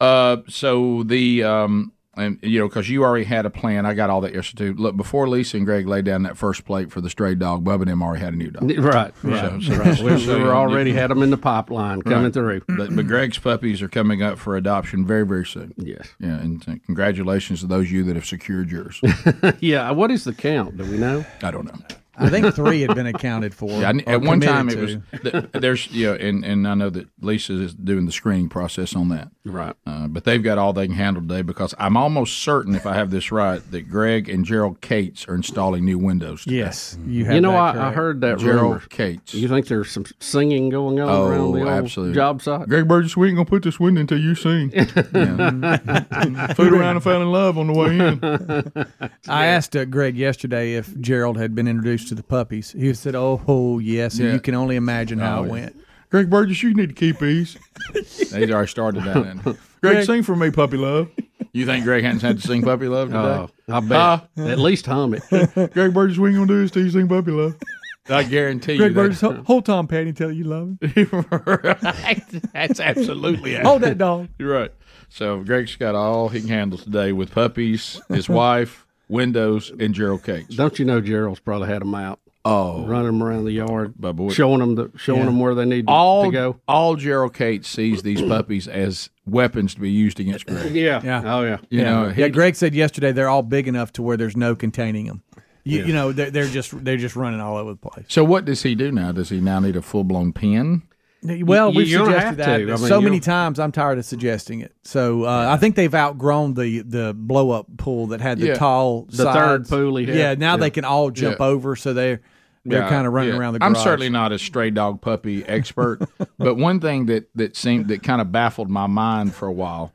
Speaker 1: Uh, so the um, and you know, because you already had a plan. I got all that yesterday. too. Look, before Lisa and Greg laid down that first plate for the stray dog, Bubba and them already had a new dog.
Speaker 2: N- Right,
Speaker 1: So-
Speaker 2: right,
Speaker 1: so-
Speaker 2: right. We,
Speaker 1: so
Speaker 2: we
Speaker 1: you-
Speaker 2: were already had them in the pipeline coming
Speaker 1: Right.
Speaker 2: through.
Speaker 1: But, but Greg's puppies are coming up for adoption very, very soon.
Speaker 2: Yes.
Speaker 1: Yeah. And uh, congratulations to those of you that have secured
Speaker 2: (laughs)
Speaker 1: yours. (clears throat)
Speaker 2: yeah, what is the count? Do we know?
Speaker 1: I don't know.
Speaker 3: I think three had been accounted for.
Speaker 1: Yeah, I kn-
Speaker 3: or
Speaker 1: at one
Speaker 3: committed
Speaker 1: time it
Speaker 3: to.
Speaker 1: was th- there's yeah, and and I know that Lisa is doing the screening process on that.
Speaker 2: Right.
Speaker 1: Uh, but they've got all they can handle today because I'm almost certain, if I have this right, that Greg and Gerald Cates are installing new windows. Today.
Speaker 3: Yes,
Speaker 2: You, know, I, I heard that
Speaker 1: Gerald
Speaker 2: rumor.
Speaker 1: Cates.
Speaker 2: You think there's some singing going on
Speaker 1: Oh,
Speaker 2: around the old
Speaker 1: absolutely.
Speaker 2: job site?
Speaker 1: Greg Burgess, we ain't gonna put this window until you sing. (laughs)
Speaker 2: (laughs)
Speaker 1: Yeah. (laughs) Food around and fell in love on the way (laughs) in.
Speaker 3: (laughs) I asked uh, Greg yesterday if Gerald had been introduced to the puppies. He said, "Oh, oh yes," and
Speaker 1: Yeah.
Speaker 3: you can only imagine how
Speaker 1: Oh,
Speaker 3: it
Speaker 1: yeah.
Speaker 3: went.
Speaker 1: Greg Burgess, you need to keep these. He's already started that. hasn't he? Greg,
Speaker 3: Greg-
Speaker 1: sing for me, puppy love. (laughs) You think Greg hasn't had to sing puppy love today?
Speaker 2: Oh, I bet. At least hum it.
Speaker 1: Greg Burgess, we ain't gonna do this till you sing puppy love. (laughs) I guarantee
Speaker 3: Greg
Speaker 1: you.
Speaker 3: Burgess,
Speaker 1: that-
Speaker 3: ho- hold Tom Patty until you love him.
Speaker 1: (laughs) right. That's (laughs) absolutely
Speaker 3: Hold that dog.
Speaker 1: You're right. So Greg's got all he can handle today with puppies, (laughs) his wife, windows, and Gerald Cakes.
Speaker 2: Don't you know Gerald's probably had them out?
Speaker 1: Oh,
Speaker 2: running them around the yard,
Speaker 1: By boy.
Speaker 2: showing them the, showing
Speaker 1: Yeah.
Speaker 2: them where they need to,
Speaker 1: all
Speaker 2: to go.
Speaker 1: all Gerald Cates sees (clears throat) these puppies as weapons to be used against Greg.
Speaker 2: Yeah.
Speaker 3: Yeah.
Speaker 2: Oh yeah.
Speaker 1: You
Speaker 3: yeah.
Speaker 1: know, he-
Speaker 3: yeah. Greg said yesterday they're all big enough to where there's no containing them. You, you know, they're, they're just they're just running all over the place.
Speaker 1: So what does he do now? Does he now need a full blown pen?
Speaker 3: Well,
Speaker 2: you-
Speaker 3: we've
Speaker 2: you don't have
Speaker 3: suggested that
Speaker 2: to. I mean,
Speaker 3: so
Speaker 2: you
Speaker 3: many
Speaker 2: don't-
Speaker 3: times. I'm tired of suggesting it. So uh, I think they've outgrown the the blow up pool that had the
Speaker 1: Yeah.
Speaker 3: tall
Speaker 2: The third
Speaker 3: sides.
Speaker 2: pool he had.
Speaker 3: Yeah, now
Speaker 2: Yeah.
Speaker 3: they can all jump
Speaker 1: Yeah.
Speaker 3: over, so they're they're
Speaker 1: Yeah,
Speaker 3: kind of running
Speaker 1: yeah.
Speaker 3: around the.
Speaker 1: I'm
Speaker 3: garage.
Speaker 1: certainly not a stray dog puppy
Speaker 3: (laughs)
Speaker 1: expert, but one thing that that seemed that kind of baffled my mind for a while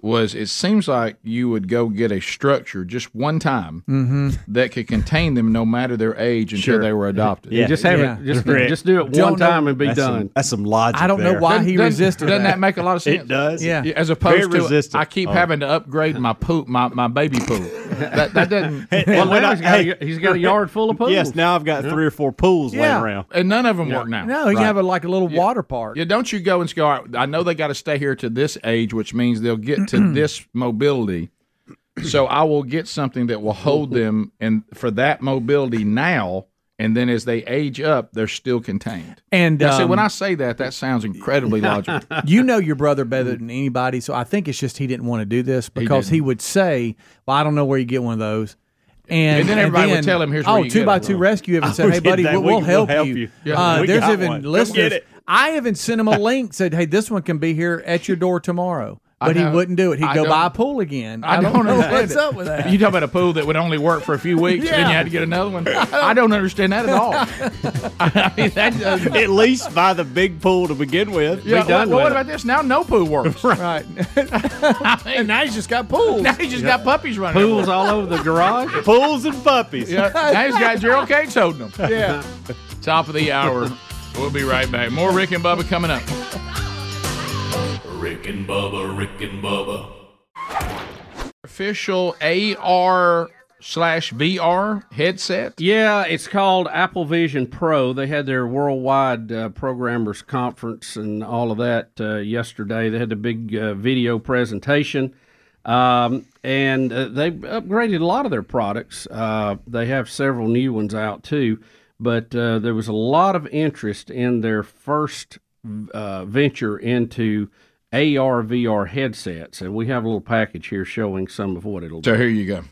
Speaker 1: was it seems like you would go get a structure just one time
Speaker 3: Mm-hmm.
Speaker 1: that could contain them no matter their age until
Speaker 2: Sure.
Speaker 1: they were adopted.
Speaker 2: You just have
Speaker 3: Yeah.
Speaker 2: it. Just
Speaker 6: Rick.
Speaker 2: just do it one
Speaker 3: Don't know-
Speaker 2: time and be done.
Speaker 6: that's some logic.
Speaker 3: I don't know
Speaker 6: there.
Speaker 3: why
Speaker 1: Doesn't-
Speaker 3: he
Speaker 1: doesn't-
Speaker 3: resisted.
Speaker 1: Doesn't that
Speaker 3: that
Speaker 1: make a lot of sense?
Speaker 6: It does.
Speaker 3: Yeah.
Speaker 1: Yeah, As opposed
Speaker 6: Very
Speaker 1: to,
Speaker 6: resistant.
Speaker 1: I keep
Speaker 6: Oh.
Speaker 1: having to upgrade my poop, my, my baby poop. That, that doesn't.
Speaker 2: Well,
Speaker 6: And when
Speaker 2: now
Speaker 6: I-
Speaker 2: he's got,
Speaker 6: hey,
Speaker 2: a, he's got a yard full of poodles.
Speaker 6: Yes, now I've got three or four pools
Speaker 3: Yeah.
Speaker 6: laying around.
Speaker 1: And none of them work now.
Speaker 3: No, he can have a, like a little water park.
Speaker 1: Yeah, don't you go and say, all right, I know they got to stay here to this age, which means they'll get
Speaker 3: (clears throat)
Speaker 1: to this mobility. So I will get something that will hold them and for that mobility now. And then as they age up, they're still contained.
Speaker 3: And
Speaker 1: Now, see,
Speaker 3: um,
Speaker 1: when I say that, that
Speaker 3: (laughs)
Speaker 1: sounds incredibly logical.
Speaker 3: you know your brother better than anybody, so I think it's just he didn't want to do this because he, would say, "Well, I don't know where you get one of those." And,
Speaker 1: And then everybody would tell him, "Here's
Speaker 3: oh,
Speaker 1: where you
Speaker 3: two
Speaker 1: get
Speaker 3: by
Speaker 1: it
Speaker 3: two
Speaker 1: from."
Speaker 3: rescue have
Speaker 6: Oh,
Speaker 1: (laughs)
Speaker 3: and said, "Hey,
Speaker 6: yeah,
Speaker 3: buddy,
Speaker 6: that
Speaker 3: we'll,
Speaker 6: we-
Speaker 3: we'll help, you."
Speaker 6: Yeah,
Speaker 3: Uh,
Speaker 6: we
Speaker 3: there's
Speaker 6: got
Speaker 3: even
Speaker 6: one. Come get
Speaker 3: listeners.
Speaker 6: it.
Speaker 3: I even sent
Speaker 1: (laughs)
Speaker 3: him a link said, "Hey, this one can be here at your door tomorrow,"
Speaker 1: I
Speaker 3: but he
Speaker 1: know.
Speaker 3: wouldn't do it. He'd
Speaker 1: I
Speaker 3: go
Speaker 1: don't-
Speaker 3: buy a pool again. I, don't, know
Speaker 1: understand
Speaker 3: what's
Speaker 1: it.
Speaker 3: up with that.
Speaker 1: You talk about a pool that would only work for a few weeks, and then you had to get
Speaker 3: (laughs)
Speaker 1: another one. I don't understand that at all. I mean, that doesn't.
Speaker 6: At least by the big pool to begin with.
Speaker 1: Yeah,
Speaker 6: Be done
Speaker 1: well, what
Speaker 6: with it.
Speaker 1: about this? Now no poo (laughs) works.
Speaker 3: right?
Speaker 1: and now he's just got pools. Now he's just got puppies running. everywhere.
Speaker 2: Pools all over the garage.
Speaker 6: (laughs) Pools and puppies.
Speaker 1: Yeah, now he's got Gerald Cates (laughs) holding them.
Speaker 3: Yeah.
Speaker 1: Top of the (laughs) hour. We'll be right back. More Rick and Bubba coming up.
Speaker 5: Rick and Bubba, Rick and Bubba.
Speaker 1: Official AR slash VR headset.
Speaker 2: Yeah, it's called Apple Vision Pro. They had their worldwide uh, programmers conference and all of that uh, yesterday. They had a big uh, video presentation, um, and uh, they upgraded a lot of their products. Uh, they have several new ones out too, but uh, there was a lot of interest in their first uh, venture into AR VR headsets, and we have a little package here showing some of what it'll
Speaker 1: So Oh, here you go.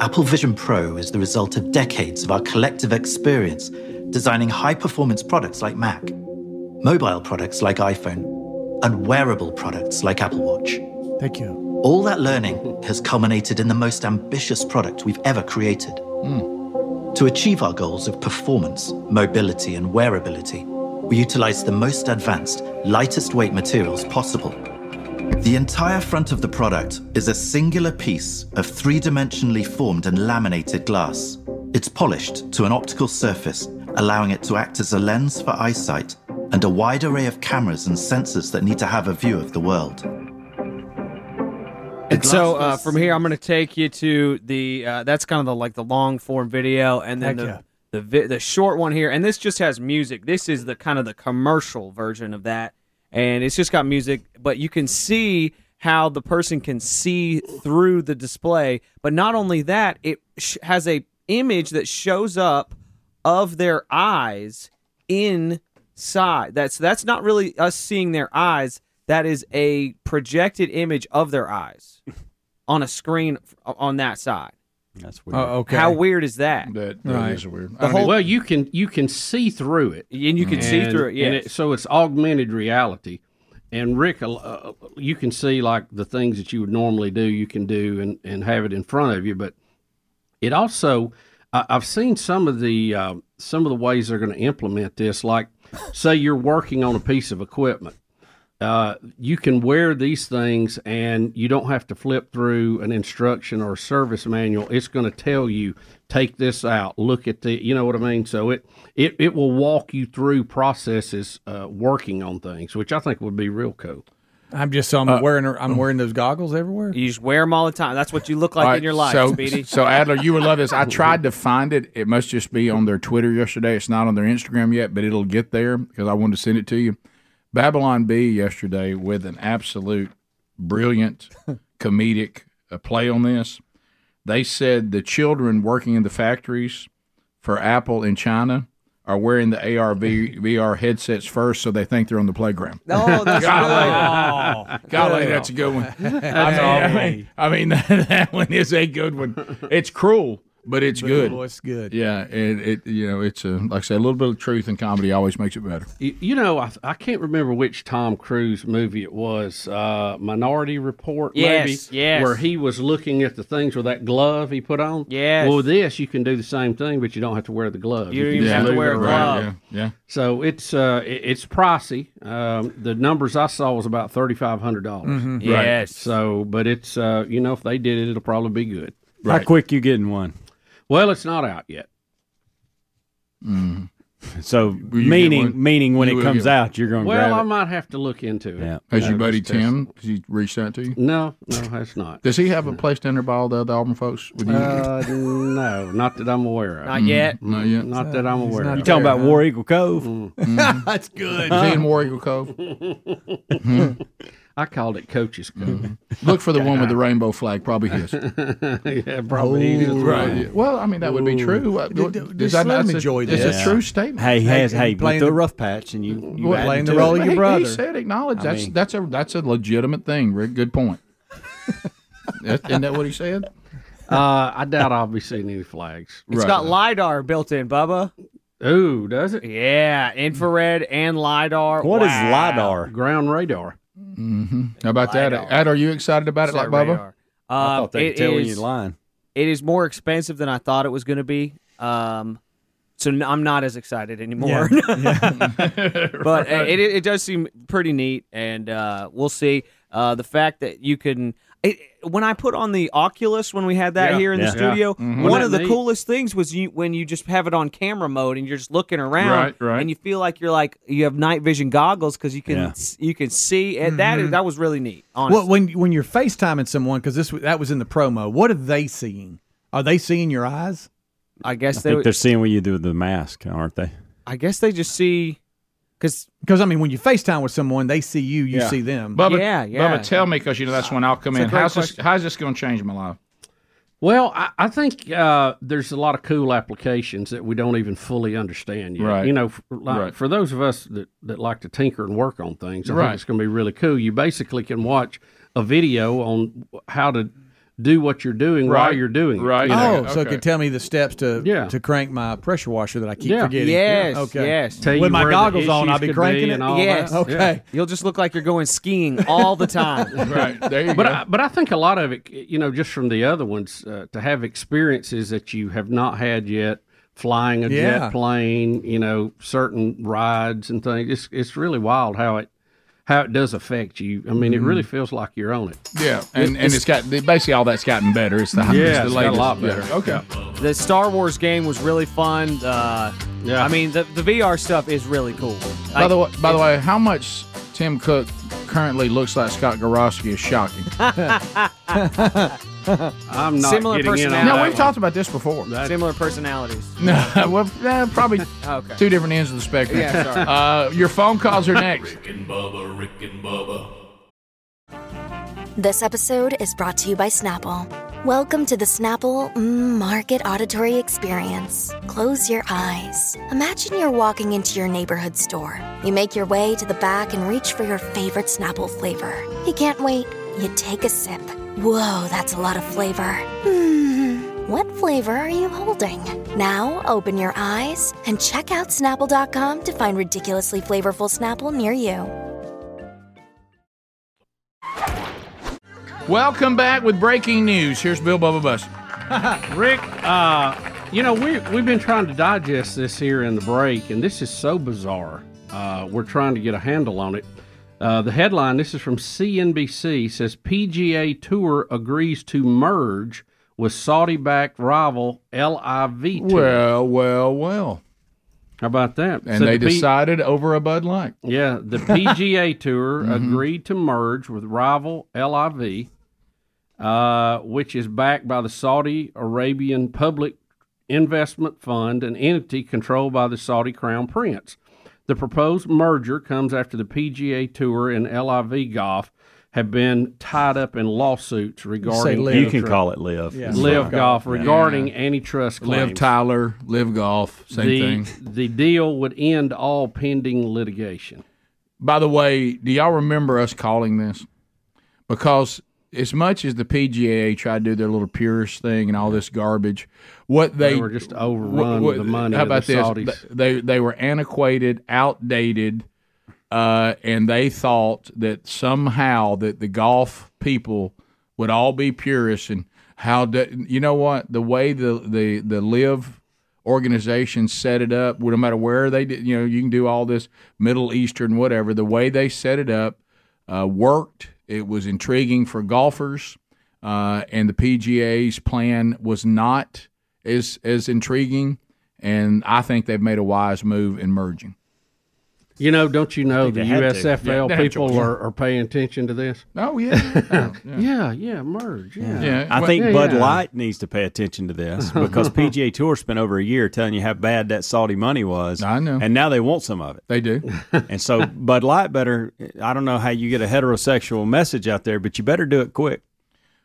Speaker 22: Apple Vision Pro is the result of decades of our collective experience designing high performance products like Mac, mobile products like iPhone, and wearable products like Apple Watch.
Speaker 3: Thank you.
Speaker 22: All that learning has culminated in the most ambitious product we've ever created.
Speaker 3: Hmm.
Speaker 22: To achieve our goals of performance, mobility, and wearability, we utilize the most advanced, lightest weight materials possible. The entire front of the product is a singular piece of three dimensionally formed and laminated glass. It's polished to an optical surface, allowing it to act as a lens for eyesight and a wide array of cameras and sensors that need to have a view of the world.
Speaker 16: And so uh, from here, I'm going to take you to the. Uh, that's kind of the like the long form video, and then
Speaker 3: Heck
Speaker 16: the
Speaker 3: yeah.
Speaker 16: the, vi- the short one here. And this just has music. This is the kind of the commercial version of that, and it's just got music. But you can see how the person can see through the display. But not only that, it sh- has a image that shows up of their eyes inside. That's that's not really us seeing their eyes. That is a projected image of their eyes on a screen f- on that side.
Speaker 6: That's
Speaker 2: weird. Oh, okay.
Speaker 16: How weird is that?
Speaker 1: That,
Speaker 2: Right.
Speaker 16: The whole,
Speaker 2: well, you can you can see through it,
Speaker 16: and you can see through it,
Speaker 2: and
Speaker 16: yes.
Speaker 2: so it's augmented reality. And Rick, uh, you can see like the things that you would normally do, you can do and and have it in front of you. But it also, I I've seen some of the uh, some of the ways they're going to implement this. Like, say you're working on a piece of equipment. Uh, you can wear these things and you don't have to flip through an instruction or service manual. It's going to tell you, take this out, look at the, you know what I mean? So it, it, it will walk you through processes, uh, working on things, which I think would be real cool.
Speaker 3: I'm just so I'm
Speaker 2: Uh,
Speaker 3: wearing
Speaker 1: mm.
Speaker 3: I'm wearing those goggles everywhere.
Speaker 16: you just wear them all the time. That's what you look like
Speaker 1: All right,
Speaker 16: in your life,
Speaker 1: so,
Speaker 16: Speedy.
Speaker 1: So Adler, you would love this. I tried to find it. It must just be on their Twitter yesterday. It's not on their Instagram yet, but it'll get there because I wanted to send it to you. Babylon B yesterday with an absolute
Speaker 16: (laughs)
Speaker 1: brilliant comedic uh, play on this. They said the children working in the factories for Apple in China are wearing the AR VR headsets first, so they think they're on the playground.
Speaker 16: Oh, that's
Speaker 1: (laughs) (laughs) Golly.
Speaker 16: good.
Speaker 1: Golly,
Speaker 16: Good.
Speaker 1: that's a
Speaker 3: (laughs)
Speaker 1: good one.
Speaker 16: That's
Speaker 1: I mean, I mean, (laughs) I mean, that one is a good one. It's cruel, but it's
Speaker 3: But,
Speaker 1: good.
Speaker 3: oh, it's good.
Speaker 1: Yeah, and it you know it's a like I said, a little bit of truth in comedy always makes it better.
Speaker 2: You, you know, I, I can't remember which Tom Cruise movie it was. Uh, Minority Report,
Speaker 16: Yes,
Speaker 2: maybe.
Speaker 16: yes.
Speaker 2: Where he was looking at the things with that glove he put on.
Speaker 16: Yes.
Speaker 2: Well, this you can do the same thing, but you don't have to wear the glove.
Speaker 16: You don't
Speaker 2: can
Speaker 16: even
Speaker 2: just
Speaker 16: have to
Speaker 2: move
Speaker 16: wear
Speaker 2: it
Speaker 16: a
Speaker 2: around.
Speaker 16: glove.
Speaker 1: Yeah, yeah.
Speaker 2: So it's uh, it- it's pricey. Um, the numbers I saw was about thirty five hundred dollars.
Speaker 16: Mm-hmm.
Speaker 6: Mhm. Right. Yes.
Speaker 2: So, but it's uh, you know, if they did it, it'll probably be good.
Speaker 6: How quick you getting one?
Speaker 2: Well, it's not out yet.
Speaker 6: So
Speaker 2: Will you
Speaker 6: meaning
Speaker 2: get one?
Speaker 6: meaning when
Speaker 2: You
Speaker 6: it
Speaker 2: will
Speaker 6: comes
Speaker 2: get one.
Speaker 6: out, you're going to
Speaker 2: Well, I
Speaker 6: grab
Speaker 2: might have to look into it.
Speaker 6: Yeah.
Speaker 1: Has your
Speaker 2: Uh,
Speaker 1: buddy
Speaker 2: just test-
Speaker 1: Tim? Has he reached out to you?
Speaker 2: No, no, that's not.
Speaker 1: Does he have a place to enter ball the, the Auburn folks with you?
Speaker 2: Uh, no, not that I'm aware of.
Speaker 1: Not yet.
Speaker 2: Mm,
Speaker 1: Not yet. Mm-hmm.
Speaker 2: Not that I'm
Speaker 6: it.
Speaker 2: aware. of. Mm-hmm.
Speaker 6: You talking about War Eagle Cove? (laughs)
Speaker 3: That's good.
Speaker 1: Is he in War Eagle Cove? (laughs)
Speaker 6: Mm-hmm.
Speaker 2: (laughs) I called it Coach's Cove.
Speaker 1: Mm-hmm. Look for the one with the rainbow flag, probably his.
Speaker 2: (laughs) yeah,
Speaker 3: Oh,
Speaker 2: probably. he just-
Speaker 1: Right. Well, I mean that would be true. Uh,
Speaker 3: Just-
Speaker 1: does
Speaker 3: just
Speaker 1: that
Speaker 3: let
Speaker 1: not-
Speaker 3: him
Speaker 1: it's a-
Speaker 3: enjoy
Speaker 1: It's
Speaker 3: this.
Speaker 1: a true statement.
Speaker 6: Hey, he has
Speaker 3: and
Speaker 6: hey,
Speaker 3: playing
Speaker 6: with the
Speaker 3: the-
Speaker 6: rough patch, and you, you
Speaker 3: Well,
Speaker 6: add
Speaker 3: playing
Speaker 6: to
Speaker 3: the
Speaker 6: it.
Speaker 3: role of
Speaker 1: But
Speaker 3: your
Speaker 1: he-
Speaker 3: brother.
Speaker 1: He said acknowledge.
Speaker 6: I
Speaker 1: That's
Speaker 6: mean-
Speaker 1: that's a that's a legitimate thing, Rick. Good point. (laughs) That, isn't that what he said?
Speaker 2: Uh, I doubt I'll be seeing any flags.
Speaker 16: It's got lidar built in, Bubba.
Speaker 2: Ooh, does it?
Speaker 16: Yeah, infrared and lidar.
Speaker 6: What is
Speaker 16: Wow.
Speaker 6: lidar?
Speaker 2: Ground radar.
Speaker 1: Mm-hmm. How about that? Ad, are you excited about it,
Speaker 16: It's that
Speaker 1: like Bubba?
Speaker 16: radar. Um,
Speaker 6: I thought they
Speaker 16: it
Speaker 6: could tell when
Speaker 16: is-
Speaker 6: you're lying.
Speaker 16: It is more expensive than I thought it was going to be. Um, so n- I'm not as excited anymore. (laughs) but uh, it, it does seem pretty neat, and uh, we'll see. Uh, the fact that you can. It, when I put on the Oculus, when we had that
Speaker 2: Yeah.
Speaker 16: here in
Speaker 6: Yeah.
Speaker 16: the studio,
Speaker 2: Yeah. Mhm.
Speaker 16: one
Speaker 2: Wasn't
Speaker 16: of
Speaker 2: that
Speaker 16: the
Speaker 2: neat?
Speaker 16: coolest things was you when you just have it on camera mode and you're just looking around,
Speaker 1: Right, right.
Speaker 16: and you feel like you're like you have night vision goggles because you can
Speaker 6: Yeah.
Speaker 16: s- you can see, and that is- that was really neat. Honestly,
Speaker 3: Well, when when you're FaceTiming someone because this that was in the promo. What are they seeing? Are they seeing your eyes?
Speaker 16: I guess
Speaker 6: I
Speaker 16: they
Speaker 6: think
Speaker 16: would-
Speaker 6: they're seeing what you do with the mask, aren't they?
Speaker 16: I guess they just see because
Speaker 3: Because I mean, when you FaceTime with someone, they see you, you
Speaker 6: Yeah.
Speaker 3: see them.
Speaker 1: Bubba,
Speaker 16: Yeah, yeah.
Speaker 1: Bubba, tell me because you know that's when I'll come
Speaker 16: It's a
Speaker 1: in.
Speaker 16: great
Speaker 1: How's this,
Speaker 16: question.
Speaker 1: how's this going to change my life?
Speaker 2: Well, I, I think uh, there's a lot of cool applications that we don't even fully understand yet.
Speaker 1: Right.
Speaker 2: You know, for, like,
Speaker 1: Right.
Speaker 2: for those of us that, that like to tinker and work on things, I
Speaker 1: Right.
Speaker 2: think it's going to be really cool. You basically can watch a video on how to do what you're doing while
Speaker 3: Right.
Speaker 2: you're doing it.
Speaker 3: Right.
Speaker 2: you know?
Speaker 3: Oh, so it could tell me the steps to to crank my pressure washer that I keep
Speaker 2: Yeah.
Speaker 3: forgetting.
Speaker 2: Yes,
Speaker 3: Okay.
Speaker 16: yes.
Speaker 2: Tell you
Speaker 3: With my
Speaker 2: where the
Speaker 3: goggles on,
Speaker 2: issues
Speaker 3: I'll be
Speaker 2: could be
Speaker 3: cranking it.
Speaker 2: and
Speaker 16: (laughs)
Speaker 3: (laughs)
Speaker 2: all
Speaker 16: yes.
Speaker 2: that. Okay.
Speaker 16: Yeah. You'll just look like you're going skiing all the
Speaker 1: (laughs)
Speaker 16: time.
Speaker 2: but I, but I think a lot of it, you know, just from the other ones, uh, to have experiences that you have not had yet, flying a
Speaker 3: Yeah.
Speaker 2: jet plane, you know, certain rides and things. It's it's really wild how it how it does affect you. I mean, it really feels like you're on it.
Speaker 1: Mm-hmm. Yeah, and, and it's got basically all that's gotten better. It's the
Speaker 2: Yeah,
Speaker 1: it's the
Speaker 2: it's got a
Speaker 1: latest.
Speaker 2: lot better.
Speaker 1: Yeah. Okay.
Speaker 16: The Star Wars game was really fun. Uh, yeah. I mean, the, the VR stuff is really cool.
Speaker 1: By the way, by
Speaker 16: (laughs)
Speaker 1: the way, how much Tim Cook currently looks like Scott Garofsky
Speaker 16: (laughs)
Speaker 1: is shocking.
Speaker 2: (laughs) I'm
Speaker 16: not Similar getting in on personality.
Speaker 1: No,
Speaker 16: that
Speaker 1: we've
Speaker 16: one.
Speaker 1: talked about this before.
Speaker 16: Similar personalities.
Speaker 1: No, (laughs) well, eh, probably
Speaker 16: Oh, Okay.
Speaker 1: two different ends of the spectrum.
Speaker 16: Yeah, sorry.
Speaker 1: Uh, your
Speaker 5: (laughs)
Speaker 1: phone calls
Speaker 16: (laughs)
Speaker 1: are next.
Speaker 5: Rick and Bubba, Rick and Bubba.
Speaker 23: This episode is brought to you by Snapple. Welcome to the Snapple mm, Market Auditory Experience. Close your eyes. Imagine you're walking into your neighborhood store. You make your way to the back and reach for your favorite Snapple flavor. You can't wait. You take a sip. Whoa, that's a lot of flavor. Hmm. What flavor are you holding? Now open your eyes and check out Snapple.com to find ridiculously flavorful Snapple near you.
Speaker 24: Welcome back with breaking news. Here's Bill Bubba Buss.
Speaker 2: (laughs) Rick, uh, you know, we, we've been trying to digest this here in the break, and this is so bizarre. Uh, we're trying to get a handle on it. Uh, the headline this is from CNBC says PGA Tour agrees to merge with Saudi backed rival LIV. Tour.
Speaker 1: Well, well, well.
Speaker 2: How about that?
Speaker 1: And
Speaker 2: So
Speaker 1: they
Speaker 2: the P-
Speaker 1: decided over a Bud Light.
Speaker 2: Yeah,
Speaker 6: (laughs)
Speaker 2: the PGA Tour
Speaker 6: Mm-hmm.
Speaker 2: agreed to merge with rival LIV, uh, which is backed by the Saudi Arabian Public Investment Fund, an entity controlled by the Saudi Crown Prince. The proposed merger comes after the PGA Tour and LIV Golf have been tied up in lawsuits regarding
Speaker 6: live. You can call it live. Yeah.
Speaker 2: live
Speaker 6: Yeah.
Speaker 2: golf
Speaker 6: Yeah.
Speaker 2: regarding antitrust claims.
Speaker 1: Live Tyler, live golf, same
Speaker 2: the,
Speaker 1: thing.
Speaker 2: The deal would end all pending litigation.
Speaker 1: By the way, do y'all remember us calling this? Because as much as the PGA tried to do their little purist thing and all this garbage, what they,
Speaker 2: They were just overrun with the money
Speaker 1: How
Speaker 2: of the
Speaker 1: about this?
Speaker 2: Saudis.
Speaker 1: Th- They they were antiquated, outdated, uh, and they thought that somehow that the golf people would all be purists and how do, you know what the way the the the live organization set it up well, no matter where they did you know you can do all this middle eastern whatever the way they set it up uh, worked it was intriguing for golfers uh, and the pga's plan was not as as intriguing and i think they've made a wise move in merging
Speaker 2: You know, don't you know Oh, the
Speaker 1: they had to.
Speaker 2: USFL
Speaker 1: Yeah, they had
Speaker 2: people
Speaker 1: choice.
Speaker 2: are, are paying attention to this?
Speaker 1: Oh yeah, (laughs)
Speaker 2: (laughs)
Speaker 1: yeah,
Speaker 2: yeah, merge. Yeah,
Speaker 6: I think
Speaker 2: Yeah,
Speaker 6: Bud
Speaker 2: yeah.
Speaker 6: Light needs to pay attention to this because PGA Tour spent over a year telling you how bad that Saudi money was. I know, and now they want some of it.
Speaker 1: They do,
Speaker 6: (laughs) and so Bud Light better. I don't know how you get a heterosexual message out there, but you better do it quick.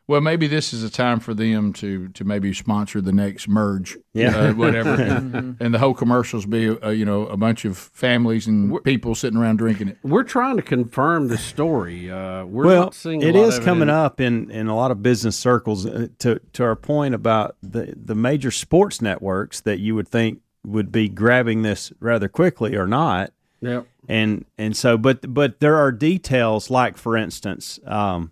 Speaker 1: Well, maybe this is a time for them to to maybe sponsor the next merge,
Speaker 6: Yeah.
Speaker 1: uh,
Speaker 2: (laughs)
Speaker 1: whatever,
Speaker 6: Mhm.
Speaker 1: and, the whole commercials be uh, you know a bunch of families and people sitting around drinking it.
Speaker 2: We're trying to confirm the story. Uh, we're
Speaker 6: well,
Speaker 2: not seeing a
Speaker 6: it
Speaker 2: lot
Speaker 6: is
Speaker 2: of
Speaker 6: coming
Speaker 2: in-
Speaker 6: up in, in a lot of business circles. Uh, to to our point about the the major sports networks that you would think would be grabbing this rather quickly or not.
Speaker 2: Yep.
Speaker 6: And and so, but but there are details like, for instance, um,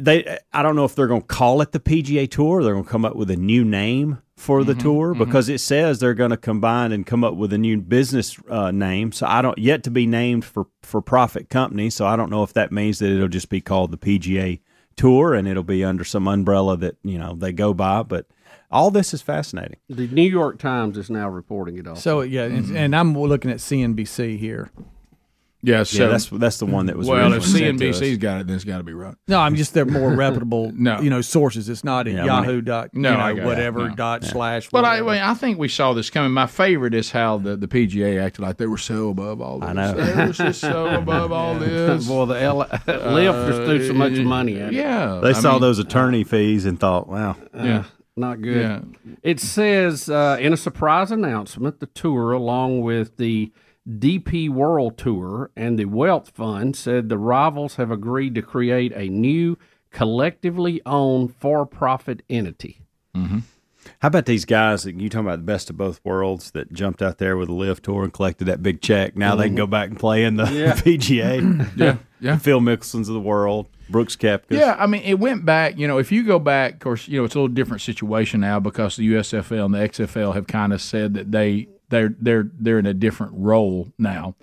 Speaker 6: they I don't know if they're going to call it the PGA Tour. They're going to come up with a new name for
Speaker 1: Mm-hmm,
Speaker 6: the tour because it says they're going to combine and come up with a new business uh, name. So I don't yet to be named for for profit company. So I don't know if that means that it'll just be called the PGA Tour and it'll be under some umbrella that you know they go by. But all this is fascinating.
Speaker 2: The New York Times is now reporting it all.
Speaker 1: Mm-hmm.
Speaker 3: So yeah, and, and I'm looking at CNBC here.
Speaker 1: Yeah, so
Speaker 6: that's that's the one that was.
Speaker 1: Well,
Speaker 6: originally
Speaker 1: if
Speaker 6: sent to us.
Speaker 1: CNBC's got it, then it's got to be right.
Speaker 3: No, I'm just they're more reputable.
Speaker 1: (laughs) No.
Speaker 3: you know sources. It's not at
Speaker 1: Yeah, when
Speaker 3: Yahoo
Speaker 1: it-
Speaker 3: dot
Speaker 1: No, I
Speaker 3: you
Speaker 1: got
Speaker 3: know,
Speaker 1: it.
Speaker 3: whatever
Speaker 1: No.
Speaker 3: dot slash.
Speaker 1: But I, I think we saw this coming. My favorite is how the, the PGA acted like they were so above all this. I know. They were just
Speaker 2: (laughs)
Speaker 1: so above all this. Uh,
Speaker 2: Boy, the L- Lyft just threw so much money at it.
Speaker 1: Yeah.
Speaker 6: they
Speaker 1: I
Speaker 6: saw
Speaker 1: mean- uh,
Speaker 6: those attorney fees and thought, wow,
Speaker 2: Yeah. Uh, Not good. It says uh, in a surprise announcement, the tour, along with the DP World Tour and the Wealth Fund, said the rivals have agreed to create a new collectively owned for profit entity.
Speaker 6: Mm-hmm. How about these guys that you talking about the best of both worlds that jumped out there with a lift tour and collected that big check? Now they can go back and play in the
Speaker 1: Mm-hmm.
Speaker 6: (laughs)
Speaker 1: Yeah.
Speaker 6: PGA.
Speaker 1: (clears throat) Yeah, yeah.
Speaker 6: Phil Mickelson's of the world, Brooks Koepka.
Speaker 1: Yeah, I mean, it went back. You know, if you go back, of course, you know it's a little different situation now because the USFL and the XFL have kind of said that they they're they're they're in a different role now.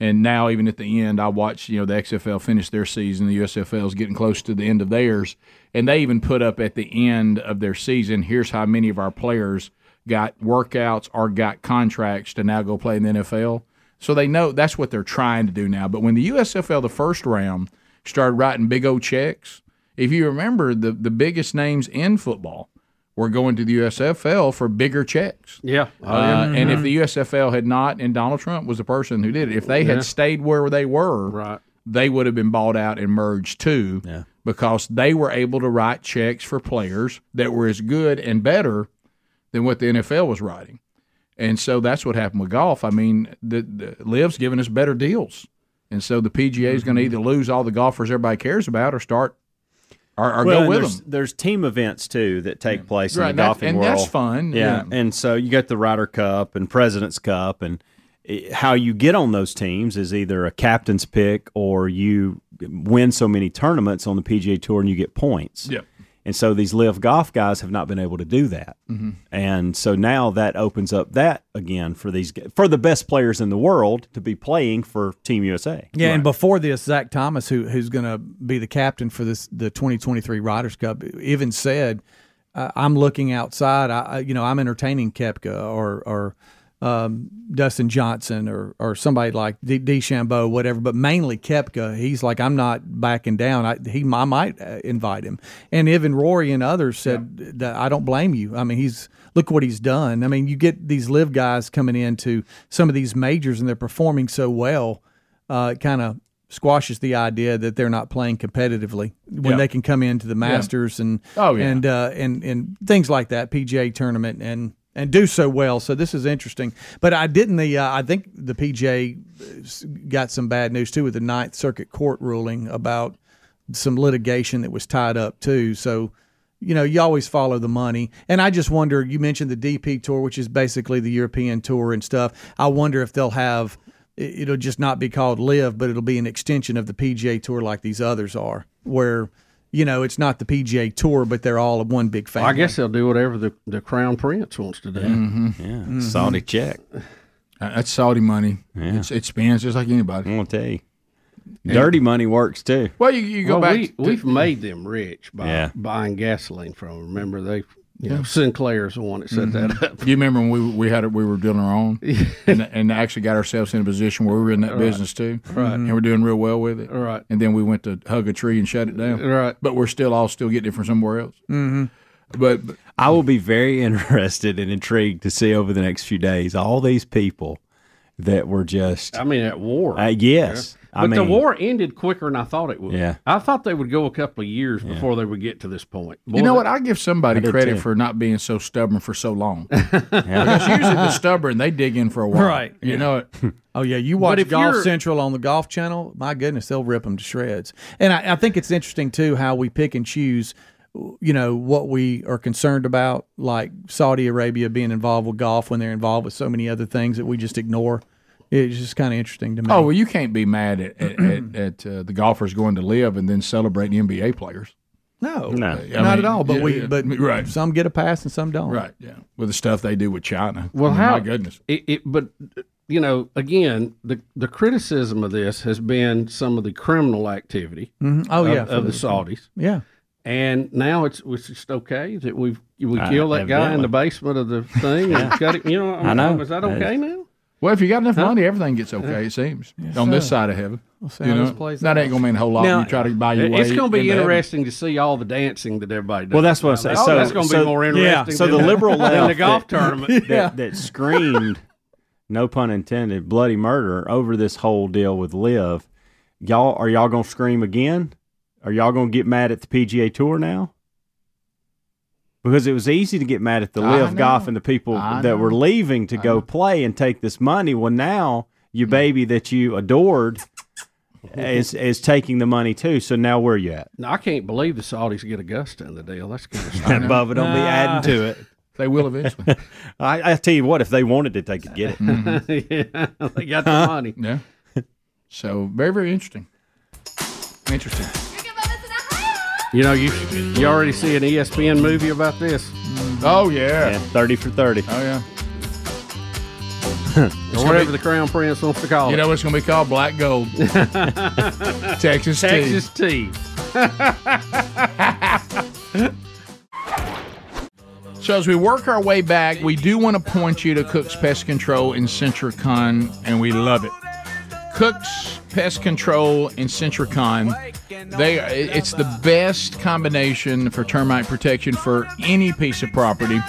Speaker 1: And now, even at the end, I watched you know the XFL finish their season. The USFL is getting close to the end of theirs, and they even put up at the end of their season, here's how many of our players got workouts or got contracts to now go play in the NFL. So they know that's what they're trying to do now. But when the USFL the first round started writing big old checks, if you remember, the the biggest names in football were going to the USFL for bigger checks.
Speaker 2: Yeah. Mm-hmm.
Speaker 1: Uh, And if the USFL had not, and Donald Trump was the person who did it, if they
Speaker 2: Yeah.
Speaker 1: had stayed where they were,
Speaker 2: right.
Speaker 1: they would have been bought out and merged too, because they were able to write checks for players that were as good and better than what the NFL was writing. And so that's what happened with golf. I mean, the, the Liv's giving us better deals. And so the PGA is going to either lose all the golfers everybody cares about or start or,
Speaker 6: Well,
Speaker 1: or go
Speaker 6: and
Speaker 1: with
Speaker 6: there's,
Speaker 1: them.
Speaker 6: There's team events too that take place in
Speaker 1: Right, and
Speaker 6: the
Speaker 1: that-
Speaker 6: golfing
Speaker 1: and
Speaker 6: world,
Speaker 1: that's fun,
Speaker 6: Yeah. and so you got the Ryder Cup and Presidents Cup, and it, how you get on those teams is either a captain's pick or you win so many tournaments on the PGA Tour and you get points.
Speaker 1: Yep.
Speaker 6: And so these live golf guys have not been able to do that,
Speaker 1: Mhm.
Speaker 6: and so now that opens up that again for these g- for the best players in the world to be playing for Team USA.
Speaker 3: Yeah, and before this, Zach Thomas, who who's going to be the captain for this the 2023 Riders Cup, even said, uh, "I'm looking outside. I, I you know I'm entertaining Kepka or or um, Dustin Johnson or or somebody like D- DeChambeau, whatever. But mainly Kepka. He's like, I'm not backing down. I, he I might uh, invite him. And even Rory and others said that I don't blame you. I mean, he's look what he's done. I mean, you get these live guys coming into some of these majors and they're performing so well uh, kind of squashes the idea that they're not playing competitively when
Speaker 8: Yeah.
Speaker 3: they can come into the
Speaker 8: Yeah.
Speaker 3: Masters and
Speaker 8: Oh, yeah.
Speaker 3: and uh, and and things like that, PGA tournament and and do so well. So this is interesting. But I didn't the uh, I think the PGA uh, s- got some bad news too with the Ninth Circuit Court ruling about some litigation that was tied up too. So you know, you always follow the money. And I just wonder, you mentioned the DP tour, which is basically the European tour and stuff. I wonder if they'll have it- it'll just not be called live, but it'll be an extension of the PGA tour like these others are, where you know, it's not the PGA tour, but they're all one big family.
Speaker 2: I guess they'll do whatever the, the crown prince wants to do.
Speaker 6: Yeah,
Speaker 3: Mhm.
Speaker 6: Saudi check.
Speaker 1: Mm-hmm. Uh, That's Saudi money. It's, it spends just like anybody.
Speaker 6: I'm gonna tell you, dirty money works too.
Speaker 1: Well, you, you go
Speaker 2: Well,
Speaker 1: back.
Speaker 2: We,
Speaker 1: to-
Speaker 2: we've made them rich by
Speaker 6: Yeah.
Speaker 2: buying gasoline from 'em. Remember they, you
Speaker 1: Yeah.
Speaker 2: know, Sinclair's the one that set
Speaker 1: Mhm.
Speaker 2: that up.
Speaker 1: You remember when we we had it, we were doing our
Speaker 2: (laughs)
Speaker 1: own, and, and actually got ourselves in a position where we were in that
Speaker 2: Right.
Speaker 1: business too,
Speaker 2: Right.
Speaker 1: And we're doing real well with it,
Speaker 2: Right.
Speaker 1: And then we went to hug a tree and shut it down,
Speaker 2: Right.
Speaker 1: But we're still all still getting it from somewhere else.
Speaker 3: Mm-hmm.
Speaker 1: But, but
Speaker 6: I will be very (laughs) interested and intrigued to see over the next few days all these people that were just.
Speaker 2: I mean, at war.
Speaker 6: Uh, yes.
Speaker 2: Yeah.
Speaker 6: I
Speaker 2: But the
Speaker 6: mean-
Speaker 2: war ended quicker than I thought it would.
Speaker 6: Yeah.
Speaker 2: I thought they would go a couple of years before they would get to this point.
Speaker 1: you know what? I give
Speaker 2: I
Speaker 1: somebody
Speaker 2: did,
Speaker 1: credit
Speaker 2: too.
Speaker 1: for not being so stubborn for
Speaker 6: (laughs)
Speaker 1: so long. Because usually
Speaker 2: Uh-huh.
Speaker 1: the stubborn they dig in for a while,
Speaker 3: Right.
Speaker 1: You know it.
Speaker 3: (laughs) Oh yeah, you
Speaker 1: But
Speaker 3: watch
Speaker 1: if
Speaker 3: Golf
Speaker 1: you're-
Speaker 3: Central on the Golf Channel. My goodness, they'll rip them to shreds. And I, I think it's interesting too how we pick and choose, you know, what we are concerned about, like Saudi Arabia being involved with golf when they're involved with so many other things that we just ignore. It's just kind of interesting to me.
Speaker 1: Oh well, you can't be mad at
Speaker 3: (clears throat)
Speaker 1: at, at, at uh, the golfers going to live and then celebrating NBA players.
Speaker 3: no,
Speaker 1: No. I
Speaker 3: not
Speaker 1: mean,
Speaker 3: at all. But we,
Speaker 1: yeah,
Speaker 3: but
Speaker 1: right.
Speaker 3: some get a pass and some don't.
Speaker 1: Right. Yeah. With the stuff they do with China.
Speaker 2: Well,
Speaker 1: I mean,
Speaker 2: how?
Speaker 1: Oh, My goodness.
Speaker 2: It, it, but you know, again, the the criticism of this has been some of the criminal activity.
Speaker 1: Mm-hmm.
Speaker 3: Mhm. Oh,
Speaker 2: of-
Speaker 3: yeah,
Speaker 2: of,
Speaker 3: for
Speaker 2: the
Speaker 3: the-
Speaker 2: Saudis.
Speaker 3: Yeah.
Speaker 2: And now it's it's just okay that we've we
Speaker 6: Uh,
Speaker 2: kill that guy in
Speaker 6: evidently. (laughs)
Speaker 2: the basement of the thing and got it. You know,
Speaker 6: I know.
Speaker 2: Was that okay now?
Speaker 1: Well, if you got enough
Speaker 25: Huh?
Speaker 1: money, everything gets okay. It seems
Speaker 25: Yes,
Speaker 1: on this
Speaker 25: sir.
Speaker 1: side of heaven.
Speaker 25: We'll see
Speaker 1: you
Speaker 25: how
Speaker 1: know,
Speaker 25: this plays
Speaker 1: that
Speaker 25: out.
Speaker 1: ain't gonna mean a whole lot.
Speaker 2: Now,
Speaker 1: when you try to buy your way.
Speaker 2: It's going to be
Speaker 1: into heaven.
Speaker 2: interesting to see all the dancing that everybody does.
Speaker 6: Well, that's what I'm saying.
Speaker 2: Oh,
Speaker 6: so
Speaker 2: that's going to
Speaker 6: so-
Speaker 2: be more interesting.
Speaker 6: So the
Speaker 2: than-
Speaker 6: liberal left
Speaker 2: than the
Speaker 25: (laughs)
Speaker 2: golf
Speaker 6: that, (laughs)
Speaker 2: tournament.
Speaker 6: that, that screamed, no pun intended, bloody murder over this whole deal with Live. Y'all are y'all gonna scream again? Are y'all gonna get mad at the PGA Tour now? Because it was easy to get mad at the
Speaker 25: I
Speaker 6: Live Golf
Speaker 25: know.
Speaker 6: and the people
Speaker 25: I
Speaker 6: that were
Speaker 25: know.
Speaker 6: leaving to go play and take this money. Well, now your baby that you adored is is taking the money too. So now where you at?
Speaker 2: No, I can't believe the Saudis get Augusta in the deal. That's kind
Speaker 6: (laughs)
Speaker 2: of
Speaker 6: And Bubba, don't be
Speaker 25: Ah.
Speaker 6: adding to it.
Speaker 1: (laughs) They will eventually.
Speaker 6: (laughs) I, I tell you what, if they wanted it, they could get it.
Speaker 2: (laughs)
Speaker 1: Mm-hmm.
Speaker 2: yeah, they got the
Speaker 6: Huh?
Speaker 2: money.
Speaker 1: Yeah. So very very interesting. Interesting.
Speaker 2: You know, you you already see an E ESPN movie about this.
Speaker 1: Oh yeah.
Speaker 6: Yeah, thirty for thirty.
Speaker 1: Oh yeah.
Speaker 2: Or whatever the crown prince wants to call
Speaker 1: You
Speaker 2: it.
Speaker 1: know it's gonna be called black
Speaker 2: (laughs)
Speaker 1: gold. Texas tea.
Speaker 2: Texas tea.
Speaker 1: (laughs) So as we work our way back, we do want to point you to Cook's Pest Control in Centricon, and we love it. Cook's Pest Control in Centricon, they it's the best combination for termite protection for any piece of property.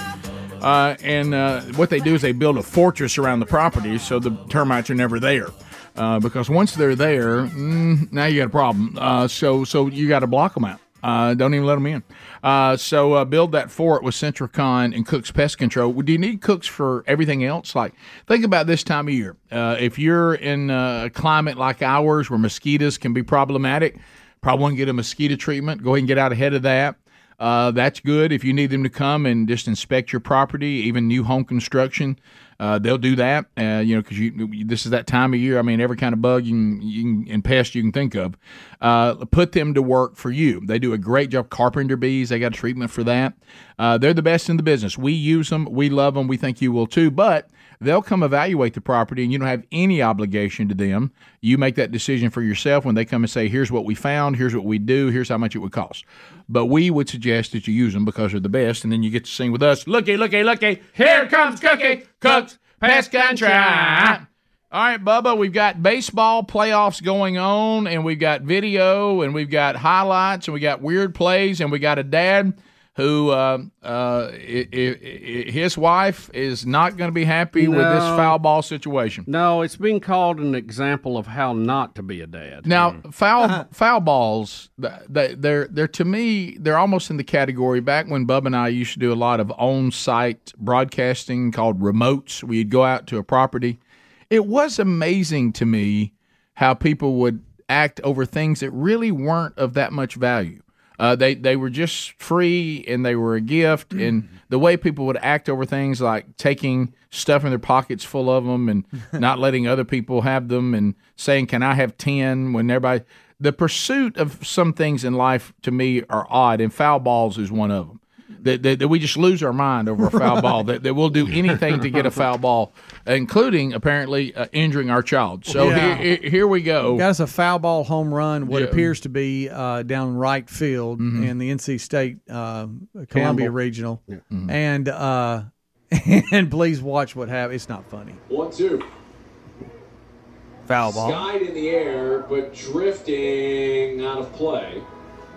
Speaker 1: Uh, and uh, what they do is they build a fortress around the property so the termites are never there. Uh, because once they're there, mm, now you got a problem. Uh, so so you got to block them out. Uh, don't even let them in. Uh, so uh, build that fort with Centricon and Cook's Pest Control. Do you need cooks for everything else? Like, think about this time of year. Uh, if you're in a climate like ours where mosquitoes can be problematic, probably want to get a mosquito treatment. Go ahead and get out ahead of that. Uh, that's good. If you need them to come and just inspect your property, even new home construction, uh, they'll do that. Uh, you know, because you this is that time of year. I mean, every kind of bug you can, you can, and pest you can think of. Uh, put them to work for you. They do a great job. Carpenter bees, they got a treatment for that. Uh, they're the best in the business. We use them. We love them. We think you will too. But They'll come evaluate the property and you don't have any obligation to them. You make that decision for yourself when they come and say, here's what we found, here's what we do, here's how much it would cost. But we would suggest that you use them because they're the best. And then you get to sing with us, looky, looky, looky, here comes Cookie, Cooks, Pest Control. All right, Bubba, we've got baseball playoffs going on, and we've got video, and we've got highlights, and we got weird plays, and we got a dad who uh, uh, i i i his wife is not going to be happy with this
Speaker 2: No.
Speaker 1: foul ball situation.
Speaker 2: No, it's been called an example of how not to be a dad.
Speaker 1: Now, foul foul balls, th- they, they're they're to me they're almost in the category. Back when Bub and I used to do a lot of on site broadcasting called remotes, we'd go out to a property. It was amazing to me how people would act over things that really weren't of that much value. Uh, they they were just free and they were a gift, and Mm-hmm. the way people would act over things like taking stuff in their pockets full of
Speaker 3: (laughs)
Speaker 1: them and not letting other people have them, and saying, "Can I have 10? when everybody the pursuit of some things in life to me are odd, and foul balls is one of them. That, that, that we just lose our
Speaker 3: (laughs)
Speaker 1: mind over a foul ball. That, that we'll do anything to get a foul ball, including apparently uh, injuring our child. So
Speaker 3: Yeah.
Speaker 1: here, here- here we go.
Speaker 3: Got us a foul ball home run, what
Speaker 1: Yeah.
Speaker 3: appears to be uh, down right field in the NC State uh, Columbia
Speaker 25: Campbell.
Speaker 3: Regional,
Speaker 25: Yeah.
Speaker 3: and uh, (laughs) and please watch what happened. It's not funny.
Speaker 12: One, two.
Speaker 16: Foul ball.
Speaker 12: Skied in the air, but drifting out of play.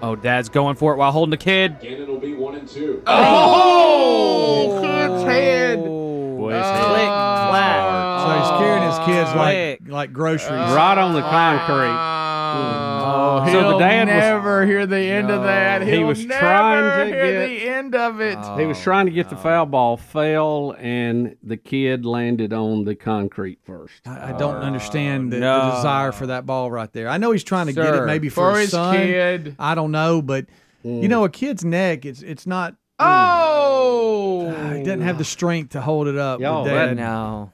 Speaker 16: Oh, dad's going for it while holding the kid.
Speaker 12: Again, it'll be one and two. Oh!
Speaker 1: Oh, kid's head.
Speaker 12: Click,
Speaker 3: Oh.
Speaker 1: Oh.
Speaker 3: So he's carrying his kids like like groceries, right
Speaker 2: Oh. on the concrete.
Speaker 1: Oh,
Speaker 3: Uh, So the
Speaker 1: he'll
Speaker 3: dad was-
Speaker 1: never hear the end of that.
Speaker 2: he
Speaker 1: He'll
Speaker 2: was
Speaker 1: never
Speaker 2: trying to
Speaker 1: hear
Speaker 2: get-
Speaker 1: the end of it.
Speaker 2: he was trying to get the foul ball, fell, and the kid landed on the concrete first.
Speaker 3: I don't understand the,
Speaker 1: Oh,
Speaker 3: the desire for that ball right there. I know he's trying to get
Speaker 2: Sir,
Speaker 3: it maybe for,
Speaker 2: for
Speaker 3: his,
Speaker 2: his
Speaker 3: son.
Speaker 2: kid.
Speaker 3: I don't know, but you
Speaker 2: Mm.
Speaker 3: know, a kid's neck it's it's not.
Speaker 1: Oh,
Speaker 3: he doesn't have the strength to hold it up.
Speaker 2: Yo,
Speaker 3: with dad.
Speaker 2: that-
Speaker 16: no.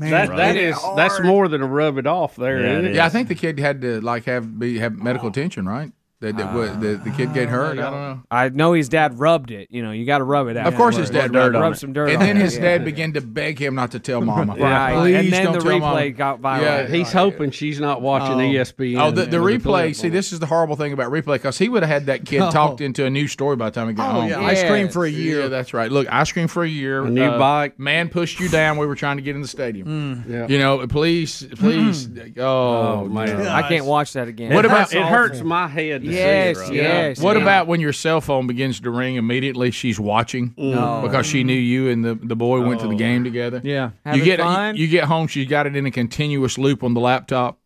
Speaker 3: Man,
Speaker 2: that, that is that's more than a rub it off there.
Speaker 1: Yeah,
Speaker 2: isn't it?
Speaker 1: I think the kid had to like have be have medical attention, right? That, that what, the, the kid get hurt? I don't know.
Speaker 16: I know his dad rubbed it. You know, you got to rub it out.
Speaker 1: Of course, his dad
Speaker 16: rubbed
Speaker 1: rubbed
Speaker 16: rub some dirt.
Speaker 1: And
Speaker 16: on
Speaker 1: then
Speaker 16: it,
Speaker 1: his
Speaker 16: yeah.
Speaker 1: dad began to beg him not to
Speaker 16: (laughs)
Speaker 1: tell mama.
Speaker 16: Right.
Speaker 1: Please
Speaker 16: And then
Speaker 1: don't
Speaker 16: the
Speaker 1: tell mama.
Speaker 16: replay got viral.
Speaker 1: Yeah,
Speaker 2: He's hoping she's not watching E ESPN.
Speaker 1: Oh, the, the
Speaker 2: and
Speaker 1: replay. See, this is the horrible thing about replay because he would have had that kid
Speaker 2: Oh.
Speaker 1: talked into a new story by the time he got
Speaker 2: Oh,
Speaker 1: home.
Speaker 2: yeah, I screamed
Speaker 1: for a year. Yeah, that's right. Look, ice cream for a year. uh,
Speaker 2: A new bike.
Speaker 1: Man pushed you down. We were trying to get in the stadium.
Speaker 2: Mm. Yeah.
Speaker 1: You know, please, please. Oh, man,
Speaker 16: Mm. I can't watch that again.
Speaker 1: What about
Speaker 2: That's It hurts awful. my head to see it
Speaker 16: yes,
Speaker 2: right
Speaker 16: Yes,
Speaker 2: now.
Speaker 16: yes.
Speaker 1: What about when your cell phone begins to ring immediately? She's watching
Speaker 16: No.
Speaker 1: because she knew you and the, the boy went to the game together.
Speaker 3: Yeah.
Speaker 1: you
Speaker 16: Having
Speaker 1: get
Speaker 16: fun?
Speaker 1: you get home. She's got it in a continuous loop on the laptop.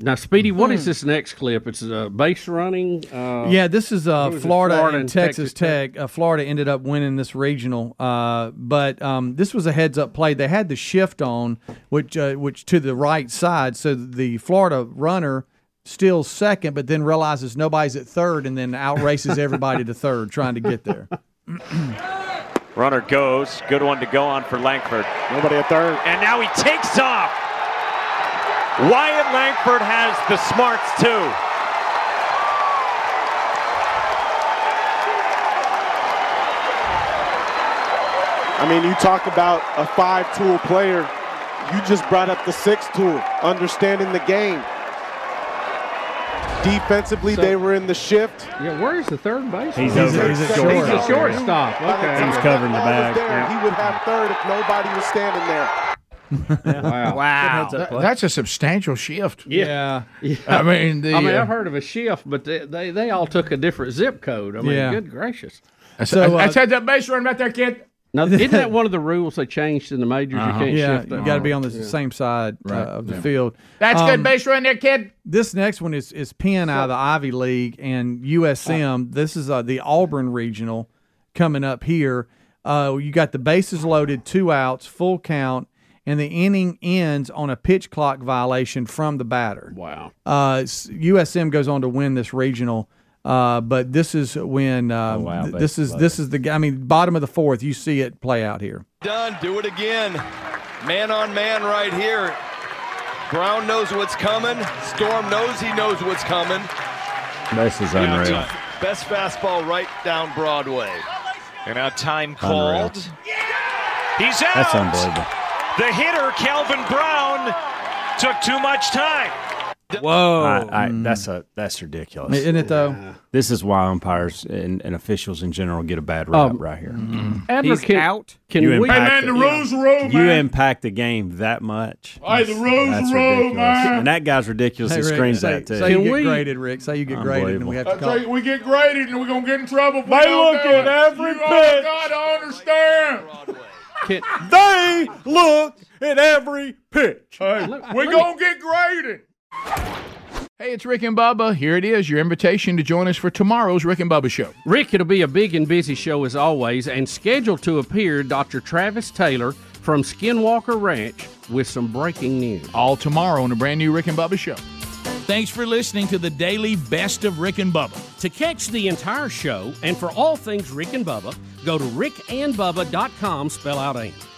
Speaker 2: Now, Speedy, what is this next clip? It's uh, base running. Uh,
Speaker 3: Hmm. yeah, this is uh,
Speaker 2: who it?
Speaker 3: Florida, and,
Speaker 2: and
Speaker 3: Texas, Tech. Uh, Florida ended up winning this regional, uh, but um, this was a heads-up play. They had the shift on, which uh, which to the right side, so the Florida runner still second, but then realizes nobody's at third, and then outraces everybody to third, trying to get there.
Speaker 26: Runner goes. Good one to go on for Langford. Nobody at third. And now he takes off. Wyatt Langford has the smarts too.
Speaker 25: I mean, you talk about a five tool player. You just brought up the six tool, understanding the game. Defensively,
Speaker 2: So-
Speaker 25: they were in the shift.
Speaker 2: Yeah, where's the third base?
Speaker 25: He's over. He's a
Speaker 2: He's a
Speaker 25: shortstop.
Speaker 2: shortstop. Okay.
Speaker 25: He's
Speaker 26: covering the
Speaker 25: If there, He would have third if nobody was standing there.
Speaker 2: (laughs) (laughs) Wow.
Speaker 1: That- that's a substantial shift.
Speaker 2: Yeah.
Speaker 1: I mean, the,
Speaker 2: I mean,
Speaker 1: uh,
Speaker 2: I've heard of a shift, but they, they, they all took a different zip code. I mean,
Speaker 1: Yeah.
Speaker 2: good gracious.
Speaker 1: I, said-
Speaker 3: uh,
Speaker 1: I
Speaker 2: uh,
Speaker 1: said that base run about there, kid.
Speaker 3: (laughs)
Speaker 2: Now, isn't that one of the rules they changed in the majors?
Speaker 3: Uh-huh.
Speaker 2: You can't
Speaker 3: Yeah,
Speaker 2: shift.
Speaker 3: you gotta be on the same side uh, Right. of the field. That's
Speaker 1: good
Speaker 3: Um,
Speaker 1: base run there, kid.
Speaker 3: This next one is is Penn out of the Ivy League and
Speaker 6: Oh.
Speaker 3: USM. This is uh, the Auburn regional coming up here. Uh, you got the bases loaded, two outs, full count, and the inning ends on a pitch clock violation from the batter.
Speaker 2: Wow.
Speaker 3: Uh, s- USM goes on to win this regional. Uh, but this is when
Speaker 6: Oh,
Speaker 3: um,
Speaker 27: wow,
Speaker 3: th-
Speaker 27: bases
Speaker 3: this is
Speaker 27: loaded.
Speaker 3: this is the g- I mean bottom of the fourth you see it play out here.
Speaker 27: Done. Do it again. Man on man right here. Brown knows what's coming. Storm knows he knows what's coming.
Speaker 6: This is
Speaker 27: Now
Speaker 6: unreal.
Speaker 27: time- Best fastball right down Broadway. And now time
Speaker 6: Unreal.
Speaker 27: called. He's out.
Speaker 6: That's unbelievable.
Speaker 27: The hitter, Calvin Brown, took too much time.
Speaker 1: Oh.
Speaker 16: Whoa,
Speaker 6: I, I, that's a that's ridiculous,
Speaker 1: Mm.
Speaker 3: Isn't it,
Speaker 1: uh,
Speaker 3: though?
Speaker 6: This is why umpires and, and officials in general get a bad rap
Speaker 3: Um,
Speaker 6: right here.
Speaker 1: mm.
Speaker 2: Advocate, out. Can
Speaker 6: You
Speaker 2: we?
Speaker 6: impact it.
Speaker 2: roll,
Speaker 6: You impact the game that much.
Speaker 2: Hey, the rules
Speaker 6: that's
Speaker 2: roll,
Speaker 6: ridiculous.
Speaker 2: man.
Speaker 6: And that guy's ridiculous.
Speaker 3: (laughs) Hey,
Speaker 6: he
Speaker 3: Rick,
Speaker 6: screams
Speaker 3: say-
Speaker 6: that too.
Speaker 3: say you Can get we- graded, Rick. Say you get graded and we have to
Speaker 6: Unbelievable.
Speaker 3: call-
Speaker 1: Hey, we get graded and we're gonna get in trouble.
Speaker 6: They look at every pitch.
Speaker 1: God, I understand.
Speaker 6: They look at every pitch.
Speaker 1: we're gonna get graded. Hey, it's Rick and Bubba. Here it is, your invitation to join us for tomorrow's Rick and Bubba Show.
Speaker 2: Rick, it'll be a big and busy show as always, and scheduled to appear Dr. Travis Taylor from Skinwalker Ranch with some breaking news.
Speaker 1: All tomorrow on a brand new Rick and Bubba Show. Thanks for listening to the daily best of Rick and Bubba.
Speaker 28: To catch the entire show and for all things Rick and Bubba, go to rickandbubba.com, spell out AIM.